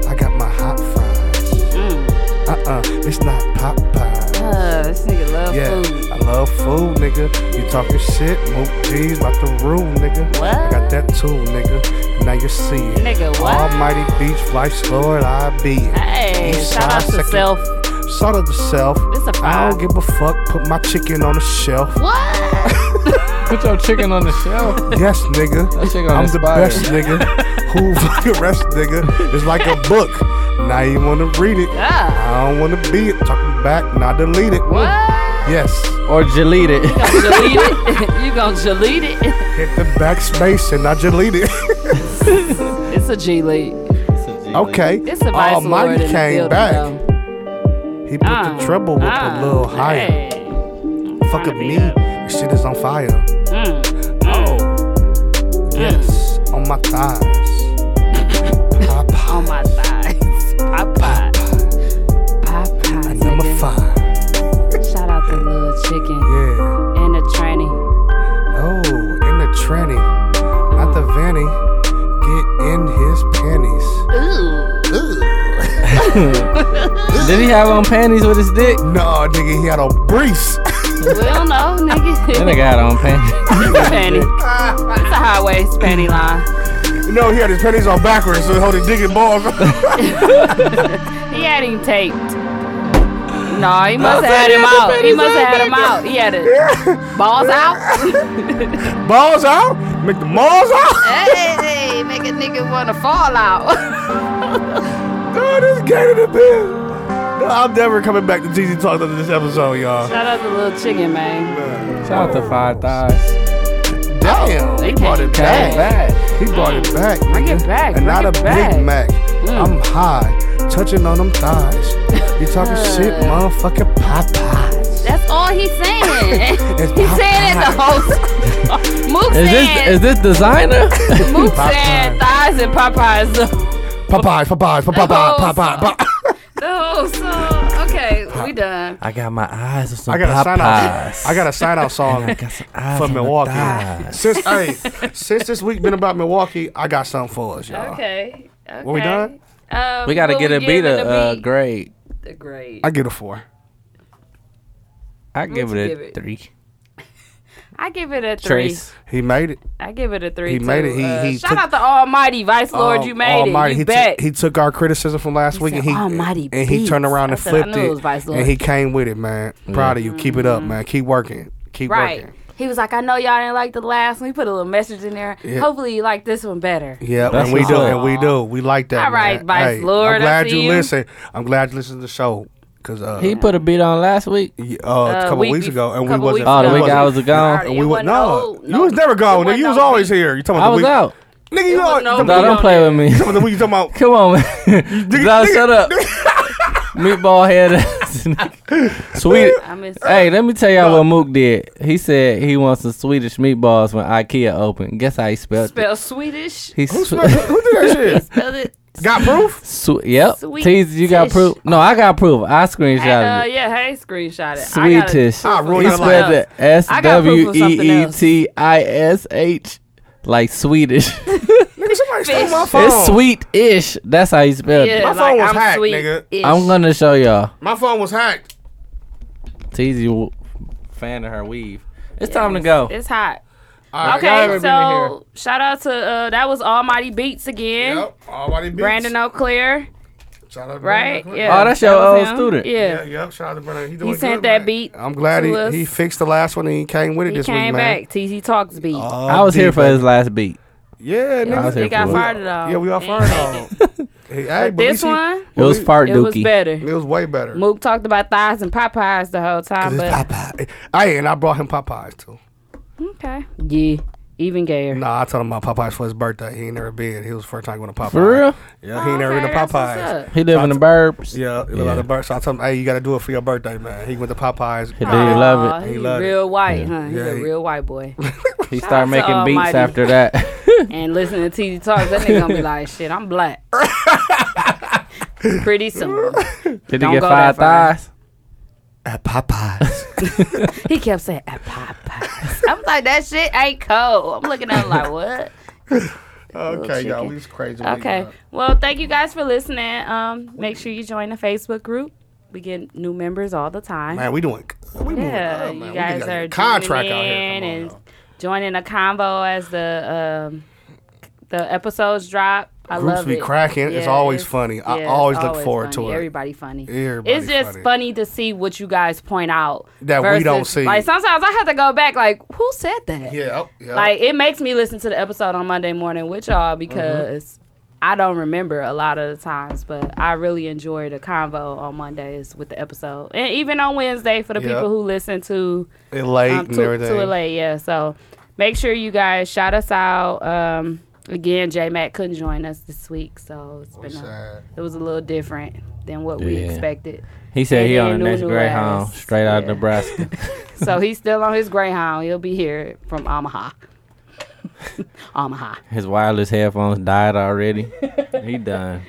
Speaker 4: I got my hot fries.
Speaker 1: Mm.
Speaker 4: Uh-uh, it's not Popeyes.
Speaker 1: Uh, this nigga love
Speaker 4: Yeah,
Speaker 1: food.
Speaker 4: I love food, nigga. You talking shit, move G's about the rule, nigga. I got that too, nigga. Now you see it.
Speaker 1: Nigga, what? Uh-uh.
Speaker 4: Almighty Beach, life's Lord, I be it.
Speaker 1: Hey,
Speaker 4: East
Speaker 1: shout
Speaker 4: side,
Speaker 1: out to
Speaker 4: second-
Speaker 1: self.
Speaker 4: Shout out to self.
Speaker 1: It's a
Speaker 4: I
Speaker 1: five.
Speaker 4: don't give a fuck. Put my chicken on the shelf.
Speaker 1: What?
Speaker 4: [laughs]
Speaker 2: Put your chicken on the shelf.
Speaker 4: Yes, nigga. [laughs]
Speaker 2: chicken
Speaker 4: I'm the
Speaker 2: inspired.
Speaker 4: best, nigga. [laughs] Who fucking rest, nigga? It's like a book. Now you wanna read it. I don't wanna be it. Talking back, now delete it.
Speaker 1: What?
Speaker 4: Yes.
Speaker 2: Or delete [laughs] it.
Speaker 1: You gonna delete it? [laughs] you gonna delete it?
Speaker 4: Hit the backspace and I delete it. [laughs]
Speaker 1: It's a G League.
Speaker 4: Okay. Oh,
Speaker 1: It's a vice lord in the building, though.
Speaker 4: He put
Speaker 1: Uh,
Speaker 4: the treble with
Speaker 1: uh,
Speaker 4: a little higher. Fuck with me. This shit is on fire.
Speaker 1: Mm,
Speaker 4: Oh. Yes. On my thighs.
Speaker 1: On my thighs. [laughs] Popeye. Popeye.
Speaker 4: Number five.
Speaker 1: Shout out to Little Chicken.
Speaker 4: Yeah.
Speaker 1: And the tranny.
Speaker 4: Oh, in the tranny. Not the vanny. Get in his panties.
Speaker 1: Ooh.
Speaker 2: Did he have on panties with his dick?
Speaker 4: No, nigga, he had on briefs.
Speaker 1: we don't know, nigga.
Speaker 2: That nigga had on panties.
Speaker 1: It's
Speaker 4: [laughs]
Speaker 1: a panty. It's a high waist panty line.
Speaker 4: [laughs] No, he had his panties on backwards, so holding dick and balls.
Speaker 1: [laughs] He had him taped. No, he must have had him out. He must have had him out. He had it. Balls
Speaker 4: [laughs]
Speaker 1: out.
Speaker 4: balls out? Make the balls out?
Speaker 1: hey, make a nigga wanna fall out.
Speaker 4: Oh, this game to the bill. No, I'm never coming back to GG Talk after this episode,
Speaker 1: [laughs]
Speaker 4: y'all.
Speaker 1: Shout out to Little Chicken, man.
Speaker 2: Shout out to Five Thighs.
Speaker 4: Damn,
Speaker 1: They
Speaker 4: he brought
Speaker 1: came
Speaker 4: it
Speaker 2: Came
Speaker 4: back.
Speaker 2: back.
Speaker 4: He brought it back.
Speaker 1: Bring
Speaker 4: nigga.
Speaker 1: it back, bring
Speaker 4: And not
Speaker 1: it
Speaker 4: a
Speaker 1: back. Hmm.
Speaker 4: Big Mac. I'm high, touching on them thighs. You
Speaker 1: [laughs]
Speaker 4: talking shit, motherfucking Popeyes.
Speaker 1: That's all he's saying.
Speaker 4: [laughs] It's
Speaker 1: he's saying it the whole
Speaker 4: [laughs]
Speaker 1: Mook
Speaker 2: Is this is
Speaker 1: said,
Speaker 2: this designer?
Speaker 1: Mook said thighs and Popeyes [laughs] the,
Speaker 4: Popeyes, Popeyes, Popeyes,
Speaker 1: Oh,
Speaker 4: Popeyes, Popeyes.
Speaker 1: the whole song. Okay, we done.
Speaker 2: I got my eyes on some
Speaker 4: I got a sign out.
Speaker 2: Popeyes.
Speaker 4: I got a sign out song
Speaker 2: got some eyes
Speaker 4: for
Speaker 2: on the
Speaker 4: Milwaukee.
Speaker 2: thighs.
Speaker 4: Since [laughs] hey, since this week been about Milwaukee, I got something for us, y'all.
Speaker 1: Okay. okay.
Speaker 4: we done?
Speaker 1: Um,
Speaker 2: We gotta
Speaker 1: what
Speaker 2: get a beat
Speaker 1: giving
Speaker 2: a
Speaker 1: the
Speaker 2: uh,
Speaker 1: beat?
Speaker 2: grade.
Speaker 1: The grade.
Speaker 4: I get a four.
Speaker 2: I give
Speaker 1: you
Speaker 2: it a
Speaker 1: give it?
Speaker 2: three.
Speaker 1: I give it a three.
Speaker 2: Trace.
Speaker 4: He made it.
Speaker 1: I give it a three.
Speaker 4: He
Speaker 1: too.
Speaker 4: made it. He-
Speaker 1: Uh,
Speaker 4: he
Speaker 1: shout
Speaker 4: took-
Speaker 1: out to Almighty Vice Lord.
Speaker 4: Um,
Speaker 1: you made
Speaker 4: Almighty,
Speaker 1: it.
Speaker 4: he,
Speaker 1: You
Speaker 4: took-
Speaker 1: bet.
Speaker 4: he took our criticism from last week
Speaker 1: said,
Speaker 4: and he
Speaker 1: "Almighty
Speaker 4: and he
Speaker 1: beats."
Speaker 4: turned around
Speaker 1: I
Speaker 4: and
Speaker 1: said, I
Speaker 4: flipped
Speaker 1: knew it
Speaker 4: it,
Speaker 1: was Vice Lord.
Speaker 4: and he came with it, man. Proud of you. Keep it up, man. Keep working. Keep
Speaker 1: right.
Speaker 4: working.
Speaker 1: He was like, I know y'all didn't like the last one. He put a little message in there.
Speaker 4: Yeah.
Speaker 1: Hopefully, you like this one better.
Speaker 4: Yeah,
Speaker 2: That's
Speaker 4: and we
Speaker 2: what's
Speaker 4: do,
Speaker 2: up.
Speaker 4: and we do. We like that.
Speaker 1: All right,
Speaker 4: man.
Speaker 1: Vice
Speaker 4: Hey,
Speaker 1: Lord, I
Speaker 4: I'm glad
Speaker 1: see
Speaker 4: you,
Speaker 1: you.
Speaker 4: listen. I'm glad you listened to the show because uh,
Speaker 2: He put a beat on last week.
Speaker 4: y- uh, a couple
Speaker 1: week
Speaker 4: weeks
Speaker 1: bef-
Speaker 4: ago, and we
Speaker 1: couple
Speaker 4: wasn't.
Speaker 1: weeks
Speaker 2: Oh, the
Speaker 1: No,
Speaker 4: we
Speaker 2: week
Speaker 1: it
Speaker 2: I was
Speaker 1: wasn't.
Speaker 2: gone.
Speaker 1: Alright,
Speaker 4: We
Speaker 1: it
Speaker 4: was
Speaker 1: wasn't
Speaker 4: no.
Speaker 1: no-
Speaker 4: You
Speaker 1: no-
Speaker 4: was never gone.
Speaker 1: it
Speaker 4: Nigga, you
Speaker 1: wasn't
Speaker 4: was
Speaker 1: no
Speaker 4: always
Speaker 1: beat.
Speaker 4: here. You talking
Speaker 2: I
Speaker 4: about the
Speaker 2: was
Speaker 4: week?
Speaker 2: out.
Speaker 4: Nigga, you
Speaker 1: wasn't
Speaker 4: always.
Speaker 1: no
Speaker 4: talking
Speaker 2: No,
Speaker 1: beat.
Speaker 4: about
Speaker 2: don't play with me. [laughs]
Speaker 4: the week you talking about?
Speaker 2: Come on, man. Nah,
Speaker 4: [laughs] nigga.
Speaker 2: shut up. Meatball head. Sweet.
Speaker 1: I miss
Speaker 2: Hey, let me tell y'all what Mook did. He said he wants some Swedish meatballs when IKEA opened. Guess how he spelled it.
Speaker 1: spell Swedish.
Speaker 2: He
Speaker 4: Who
Speaker 2: sw-
Speaker 4: smelled- who did that shit?
Speaker 1: Spell
Speaker 4: [laughs]
Speaker 1: it.
Speaker 4: Got proof?
Speaker 2: sw- yep.
Speaker 1: Sweet
Speaker 2: Tease, you got
Speaker 1: tish.
Speaker 2: proof. No, I got proof. I
Speaker 1: And, uh,
Speaker 2: screenshotted it.
Speaker 1: yeah, hey, screenshot it. I gotta-
Speaker 2: Sweetish.
Speaker 4: I
Speaker 2: He
Speaker 4: ruined her life.
Speaker 2: spelled it S
Speaker 1: I got proof
Speaker 2: W
Speaker 1: of something
Speaker 2: E E
Speaker 1: else.
Speaker 2: T I S H, like Swedish.
Speaker 4: Somebody stole my phone.
Speaker 2: It's sweet ish. That's how you spell
Speaker 4: Yeah,
Speaker 2: it.
Speaker 4: My phone like, was I'm hacked, sweet nigga.
Speaker 2: I'm gonna show y'all.
Speaker 4: My phone was hacked.
Speaker 2: Teasy w- fan of her weave. It's time to go.
Speaker 1: It's hot.
Speaker 2: All right, y'all
Speaker 1: okay,
Speaker 2: ever been in
Speaker 1: so shout out to uh, that was Almighty Beats again. Yep,
Speaker 4: Almighty Beats.
Speaker 1: Brandon O'Clair.
Speaker 4: Shout out to
Speaker 1: right?
Speaker 4: Brandon
Speaker 1: Yeah.
Speaker 2: Oh, that's
Speaker 1: that
Speaker 2: your
Speaker 1: was
Speaker 2: old
Speaker 1: him.
Speaker 2: student.
Speaker 1: Yeah.
Speaker 4: yeah. Shout out to Brandon. He,
Speaker 1: He
Speaker 4: doing
Speaker 1: sent
Speaker 4: good,
Speaker 1: that
Speaker 4: man.
Speaker 1: beat.
Speaker 4: I'm glad
Speaker 1: to
Speaker 4: he,
Speaker 1: us.
Speaker 4: he fixed the last one and he came with it
Speaker 1: He
Speaker 4: this
Speaker 1: came
Speaker 4: week, man. Oh,
Speaker 1: back. TZ Talks beat.
Speaker 4: Uh,
Speaker 2: I was here for his last beat.
Speaker 4: Yeah,
Speaker 2: I was
Speaker 4: nigga.
Speaker 2: here
Speaker 1: We got
Speaker 2: for it.
Speaker 1: fired at all.
Speaker 4: Yeah, we got fired all. Hey, hey,
Speaker 1: But
Speaker 4: but
Speaker 1: this
Speaker 4: we see-
Speaker 1: one,
Speaker 2: It was fart
Speaker 1: it was
Speaker 2: dookie.
Speaker 1: better.
Speaker 4: It was way better.
Speaker 1: Mook talked about thighs and Popeyes the whole time,
Speaker 4: It's
Speaker 1: but
Speaker 4: Popeye. I and I brought him Popeyes too.
Speaker 1: okay, yeah, even gayer.
Speaker 4: Nah, I told him about Popeyes for his birthday. He ain't never been. He was the first time going to Popeyes.
Speaker 2: For real?
Speaker 4: Yeah, he ain't never been to Popeyes.
Speaker 2: He live in the burbs.
Speaker 4: Yeah, he yeah. The bur- so I told him, hey, you got to do it for your birthday, man. He went to Popeyes.
Speaker 2: He did love
Speaker 1: Aw,
Speaker 2: it.
Speaker 1: He, real white, huh? He's
Speaker 4: Yeah,
Speaker 1: a
Speaker 4: he-
Speaker 1: real white boy.
Speaker 2: He started making beats
Speaker 1: Almighty. [laughs]
Speaker 2: after that.
Speaker 1: and listening to TZ Talks, that nigga gonna be like, shit, I'm
Speaker 4: [laughs]
Speaker 1: black. Pretty soon.
Speaker 2: Did he
Speaker 1: Don't
Speaker 2: get
Speaker 1: go that
Speaker 2: five
Speaker 1: far.
Speaker 2: thighs?
Speaker 4: At Ah, Popeyes.
Speaker 1: [laughs] He kept saying, at Popeyes. I'm like, that shit ain't cold. I'm looking at him like, what?
Speaker 4: okay, y'all, we was crazy. when we
Speaker 1: Okay.
Speaker 4: got-
Speaker 1: Well, thank you guys for listening. Um, make sure you join the Facebook group. We get new members all the time.
Speaker 4: Man, we doing. We moving
Speaker 1: yeah,
Speaker 4: up, man.
Speaker 1: you
Speaker 4: We
Speaker 1: guys
Speaker 4: got a
Speaker 1: are
Speaker 4: contract
Speaker 1: joining
Speaker 4: out here.
Speaker 1: in
Speaker 4: Come on,
Speaker 1: and joining a combo as the um, the episodes drop. I
Speaker 4: Groups
Speaker 1: love
Speaker 4: be
Speaker 1: it.
Speaker 4: cracking. It's always funny. I
Speaker 1: it's
Speaker 4: always look forward to
Speaker 1: funny.
Speaker 4: it.
Speaker 1: Everybody funny.
Speaker 4: Everybody
Speaker 1: it's just funny.
Speaker 4: funny.
Speaker 1: to see what you guys point out
Speaker 4: That we don't see.
Speaker 1: Like sometimes I have to go back. Like who said that?
Speaker 4: Yeah. yeah.
Speaker 1: Like it makes me listen to the episode on Monday morning with
Speaker 4: Mm-hmm.
Speaker 1: y'all because I don't remember a lot of the times, but I really enjoy the convo on Mondays with the episode, and even on Wednesday for the
Speaker 4: Yeah.
Speaker 1: people who listen to um,
Speaker 4: It late and
Speaker 1: to,
Speaker 4: everything.
Speaker 1: to it late. Yeah, so make sure you guys shout us out. Um, again, J Mac couldn't join us this week, so
Speaker 4: Oh,
Speaker 1: it's been a, it was a little different than what we
Speaker 2: Yeah.
Speaker 1: expected.
Speaker 2: He said
Speaker 1: And
Speaker 2: he on
Speaker 1: then
Speaker 2: the
Speaker 1: Nunu
Speaker 2: next Greyhound,
Speaker 1: asked-
Speaker 2: straight out of
Speaker 1: yeah.
Speaker 2: Nebraska.
Speaker 1: so he's still on his Greyhound. He'll be here from Omaha. [laughs] Omaha.
Speaker 2: His wireless headphones
Speaker 1: [laughs]
Speaker 2: died already. he done.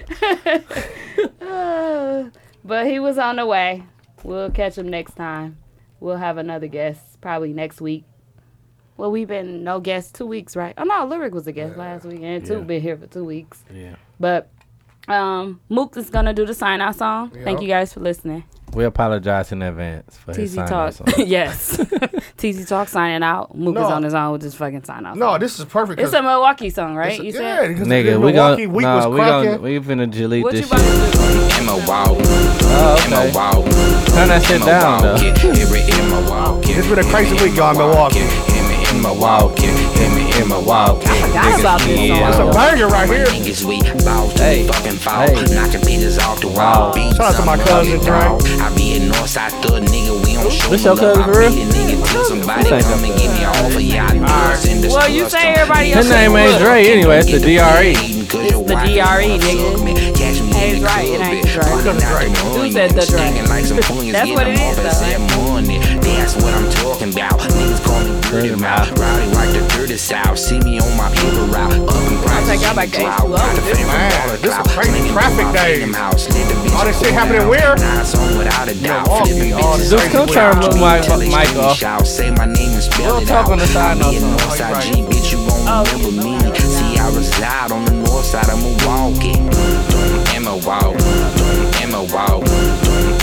Speaker 1: Uh, but he was on the way. We'll catch him next time. We'll have another guest probably next week. Well, we've been no guests two weeks, right? Oh no, Lyric was a guest last week, and two
Speaker 2: Yeah.
Speaker 1: been here for two weeks.
Speaker 2: Yeah.
Speaker 1: But um, Mook is gonna do the sign out song. Thank you guys for listening.
Speaker 2: We apologize in advance for his
Speaker 1: TZ
Speaker 2: sign
Speaker 1: Talk, [laughs] yes. TZ Talk signing out. Mook
Speaker 4: No.
Speaker 1: is on his own with his fucking sign out.
Speaker 4: No, this is perfect.
Speaker 1: it's
Speaker 4: 'cause-
Speaker 1: a Milwaukee song, right? you
Speaker 4: yeah,
Speaker 1: said.
Speaker 4: because
Speaker 2: Nigga, we
Speaker 4: Milwaukee
Speaker 2: gonna
Speaker 4: week
Speaker 2: nah,
Speaker 4: was
Speaker 2: we
Speaker 4: cracking.
Speaker 2: gonna we finna delete
Speaker 1: What
Speaker 2: this
Speaker 1: you about
Speaker 2: shit.
Speaker 1: to do?
Speaker 9: Emma Wow.
Speaker 2: Oh, okay.
Speaker 9: Emma Wow.
Speaker 2: Turn that shit down though.
Speaker 9: Emma Wow.
Speaker 4: It's been a crazy week, y'all, in Milwaukee.
Speaker 9: Emma Wow. Emma Wow.
Speaker 1: forgot about this song.
Speaker 9: Yeah.
Speaker 1: It's
Speaker 4: a banger right here.
Speaker 9: Niggas, we bow to the fucking fall. Knocking pieces off the wall. Beats,
Speaker 4: Shout out to my
Speaker 9: I'm a
Speaker 4: cousin,
Speaker 9: rugged
Speaker 4: Dre.
Speaker 9: dog. I be a Northside thug nigga. We don't show
Speaker 2: This
Speaker 9: no
Speaker 2: your
Speaker 9: love.
Speaker 2: cousin,
Speaker 9: I
Speaker 2: for real?
Speaker 9: be a nigga till somebody come and get me off of y'all. Send us
Speaker 1: Well,
Speaker 9: to
Speaker 1: you
Speaker 9: us
Speaker 1: say
Speaker 9: to-
Speaker 1: everybody else
Speaker 2: His name
Speaker 1: is
Speaker 2: ain't
Speaker 1: Mook.
Speaker 2: Dre anyway. It's the
Speaker 4: E.
Speaker 2: E. DRE.
Speaker 1: It's the DRE, nigga. Hey, it's right. It ain't Dre. Who said the Dre?
Speaker 9: like
Speaker 4: [laughs]
Speaker 9: some points.
Speaker 1: That's
Speaker 9: get
Speaker 1: what
Speaker 9: them
Speaker 1: it is,
Speaker 9: off and
Speaker 1: though,
Speaker 9: say money. That's what I'm talking about. Niggas call me dirty mouth. Rowdy like the dirty south. See me on my paper route. Up and proud.
Speaker 1: take y'all back to H2O with this
Speaker 4: Man, this is crazy traffic days. All this shit happening where?
Speaker 9: without a doubt.
Speaker 4: Milwaukee,
Speaker 9: Flipping
Speaker 4: all
Speaker 9: bitches
Speaker 4: this
Speaker 9: off
Speaker 2: Just come
Speaker 9: the
Speaker 2: turn
Speaker 9: block.
Speaker 2: my- my-
Speaker 9: Tell
Speaker 2: mic
Speaker 9: it,
Speaker 2: off.
Speaker 9: shout, Say my name and spell
Speaker 2: Don't
Speaker 9: it
Speaker 2: talk
Speaker 9: out.
Speaker 2: on the side,
Speaker 9: I be
Speaker 2: no,
Speaker 9: a
Speaker 2: son.
Speaker 9: Northside
Speaker 2: Right.
Speaker 9: G, bitch, you gon' remember me. See, I reside on the north side of Milwaukee. Emma Walk, Emma Walk,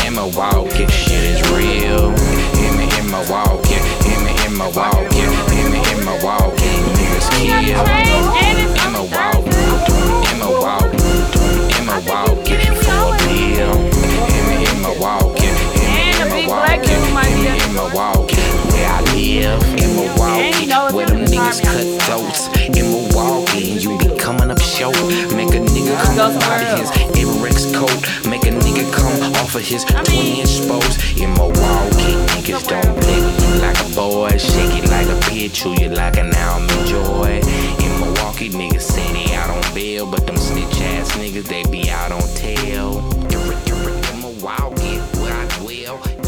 Speaker 9: Emma Walk. Shit is real. Emma, Emma Walk, Emma, Emma Walk, Emma, Emma Walk. Niggas kill. Emma Walk, Emma Walk, Emma Walk. For real. Emma, Emma Walk, Emma,
Speaker 1: And a
Speaker 9: Emma
Speaker 1: big black
Speaker 9: Walk,
Speaker 1: dude might be
Speaker 9: Emma,
Speaker 1: there.
Speaker 9: Emma Walk. Where I live, Emma
Speaker 1: And you know
Speaker 9: Walk.
Speaker 1: it's
Speaker 9: Where
Speaker 1: him in
Speaker 9: them
Speaker 1: the
Speaker 9: niggas
Speaker 1: car.
Speaker 9: cut throats in Milwaukee, and you be coming up short. Make a nigga come
Speaker 1: Go
Speaker 9: off
Speaker 1: somewhere
Speaker 9: of his Everex coat. Make a nigga come off of his 20 inch spokes in Milwaukee. Niggas don't play with you like a boy. Shake it like a bitch, chew you like an almond joy. In Milwaukee, niggas say they out on bail, but them snitch ass niggas, they be out on tail. Every- every- in Milwaukee, where I dwell.